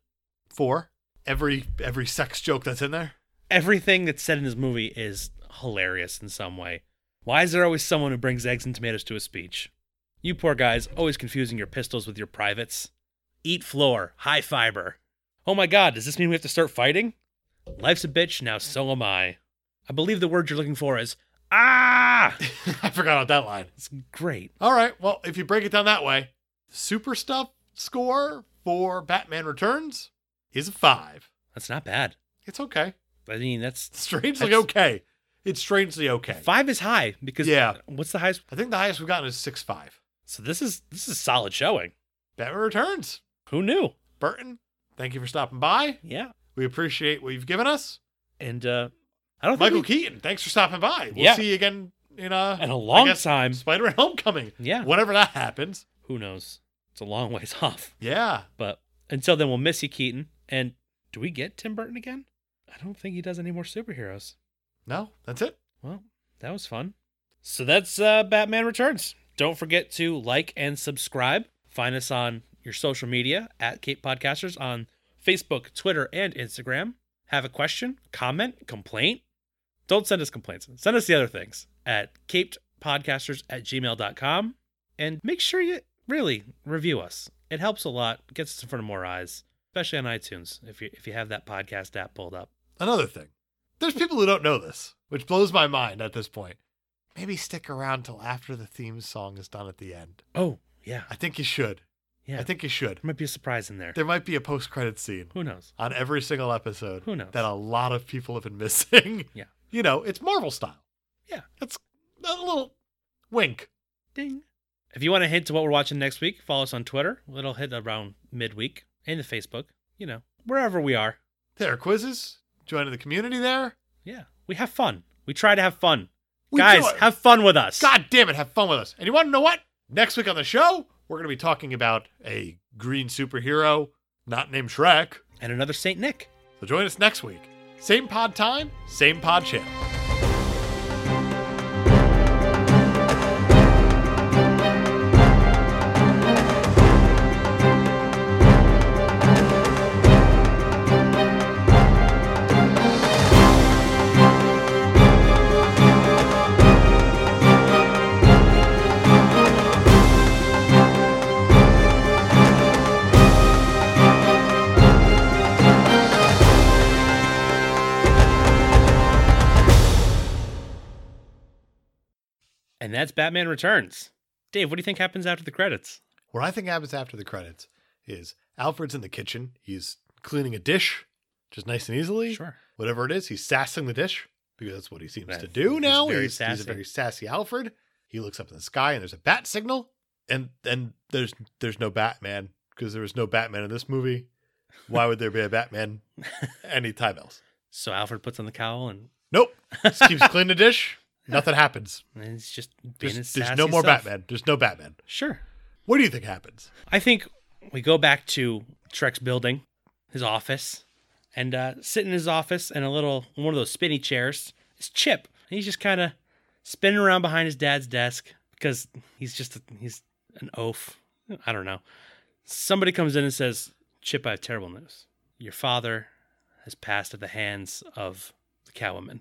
Speaker 1: Four. Every every sex joke that's in there.
Speaker 2: Everything that's said in this movie is hilarious in some way. Why is there always someone who brings eggs and tomatoes to a speech? You poor guys, always confusing your pistols with your privates. Eat floor, high fiber. Oh my god, does this mean we have to start fighting? Life's a bitch, now so am I. I believe the word you're looking for is ah!
Speaker 1: I forgot about that line.
Speaker 2: It's great.
Speaker 1: All right. Well, if you break it down that way, super stuff score for Batman Returns is a five.
Speaker 2: That's not bad.
Speaker 1: It's okay.
Speaker 2: I mean, that's
Speaker 1: Strangely
Speaker 2: That's-
Speaker 1: okay. It's strangely okay.
Speaker 2: five is high because
Speaker 1: Yeah.
Speaker 2: What's the highest?
Speaker 1: I think the highest we've gotten is six five.
Speaker 2: So this is this is solid showing.
Speaker 1: Batman Returns.
Speaker 2: Who knew?
Speaker 1: Burton, thank you for stopping by.
Speaker 2: Yeah.
Speaker 1: We appreciate what you've given us.
Speaker 2: And uh I don't
Speaker 1: Michael
Speaker 2: think
Speaker 1: Keaton, thanks for stopping by. We'll
Speaker 2: Yeah.
Speaker 1: see you again in
Speaker 2: we, in
Speaker 1: uh,
Speaker 2: a long
Speaker 1: guess-
Speaker 2: time.
Speaker 1: Spider-Man Homecoming.
Speaker 2: Yeah.
Speaker 1: Whenever that happens.
Speaker 2: Who knows? It's a long ways off.
Speaker 1: Yeah.
Speaker 2: But until then, we'll miss you, Keaton. And do we get Tim Burton again? I don't think he does any more superheroes.
Speaker 1: No, that's it.
Speaker 2: Well, that was fun. So that's uh, Batman Returns. Don't forget to like and subscribe. Find us on your social media at Cape Podcasters on Facebook, Twitter, and Instagram. Have a question, comment, complaint? Don't send us complaints. Send us the other things at capedpodcasters at gmail.com. And make sure you really review us. It helps a lot, gets us in front of more eyes, especially on iTunes if you, if you have that podcast app pulled up.
Speaker 1: Another thing. There's people who don't know this, which blows my mind at this point. Maybe stick around till after the theme song is done at the end.
Speaker 2: Oh, yeah.
Speaker 1: I think you should.
Speaker 2: Yeah.
Speaker 1: I think you should.
Speaker 2: there might be a surprise in there.
Speaker 1: There might be a post-credit scene
Speaker 2: Who knows?
Speaker 1: on every single episode
Speaker 2: Who knows?
Speaker 1: that a lot of people have been missing.
Speaker 2: Yeah.
Speaker 1: You know, it's Marvel style.
Speaker 2: Yeah.
Speaker 1: It's a little wink.
Speaker 2: Ding. If you want a hint to what we're watching next week, follow us on Twitter. It'll hit around midweek and the Facebook, you know, wherever we are.
Speaker 1: There are quizzes. Join the community there.
Speaker 2: Yeah. We have fun. We try to have fun.
Speaker 1: We
Speaker 2: Guys,
Speaker 1: do it.
Speaker 2: have fun with us.
Speaker 1: God damn it, have fun with us. And you want to know what? Next week on the show, we're going to be talking about a green superhero not named Shrek.
Speaker 2: And another St. Nick.
Speaker 1: So join us next week. Same pod time, same pod channel.
Speaker 2: And that's Batman Returns. Dave, what do you think happens after the credits?
Speaker 1: What I think happens after the credits is Alfred's in the kitchen. He's cleaning a dish, just nice and easily. Whatever it is, he's sassing the dish because that's what he seems
Speaker 2: Right.
Speaker 1: to do
Speaker 2: He's
Speaker 1: now.
Speaker 2: very
Speaker 1: he's, he's a
Speaker 2: sassy.
Speaker 1: very sassy Alfred. He looks up in the sky and there's a bat signal, and and there's there's no Batman because there was no Batman in this movie. Why would there be a Batman anytime else?
Speaker 2: So Alfred puts on the cowl and,
Speaker 1: Nope. Just keeps cleaning the dish. Nothing happens.
Speaker 2: and he's just being his
Speaker 1: There's, there's
Speaker 2: sassy
Speaker 1: no more
Speaker 2: self.
Speaker 1: Batman. There's no Batman.
Speaker 2: Sure.
Speaker 1: What do you think happens?
Speaker 2: I think we go back to Trek's building, his office, and uh, sit in his office in a little one of those spinny chairs. It's Chip. And he's just kind of spinning around behind his dad's desk because he's just he's an oaf. I don't know. Somebody comes in and says, "Chip, I have terrible news. Your father has passed at the hands of the cowwoman."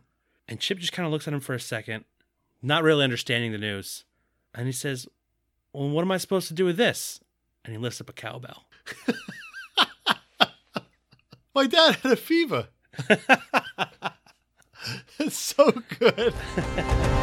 Speaker 2: And Chip just kind of looks at him for a second, not really understanding the news, and he says, "Well, what am I supposed to do with this?" and he lifts up a cowbell.
Speaker 1: My dad had a fever. it's so good.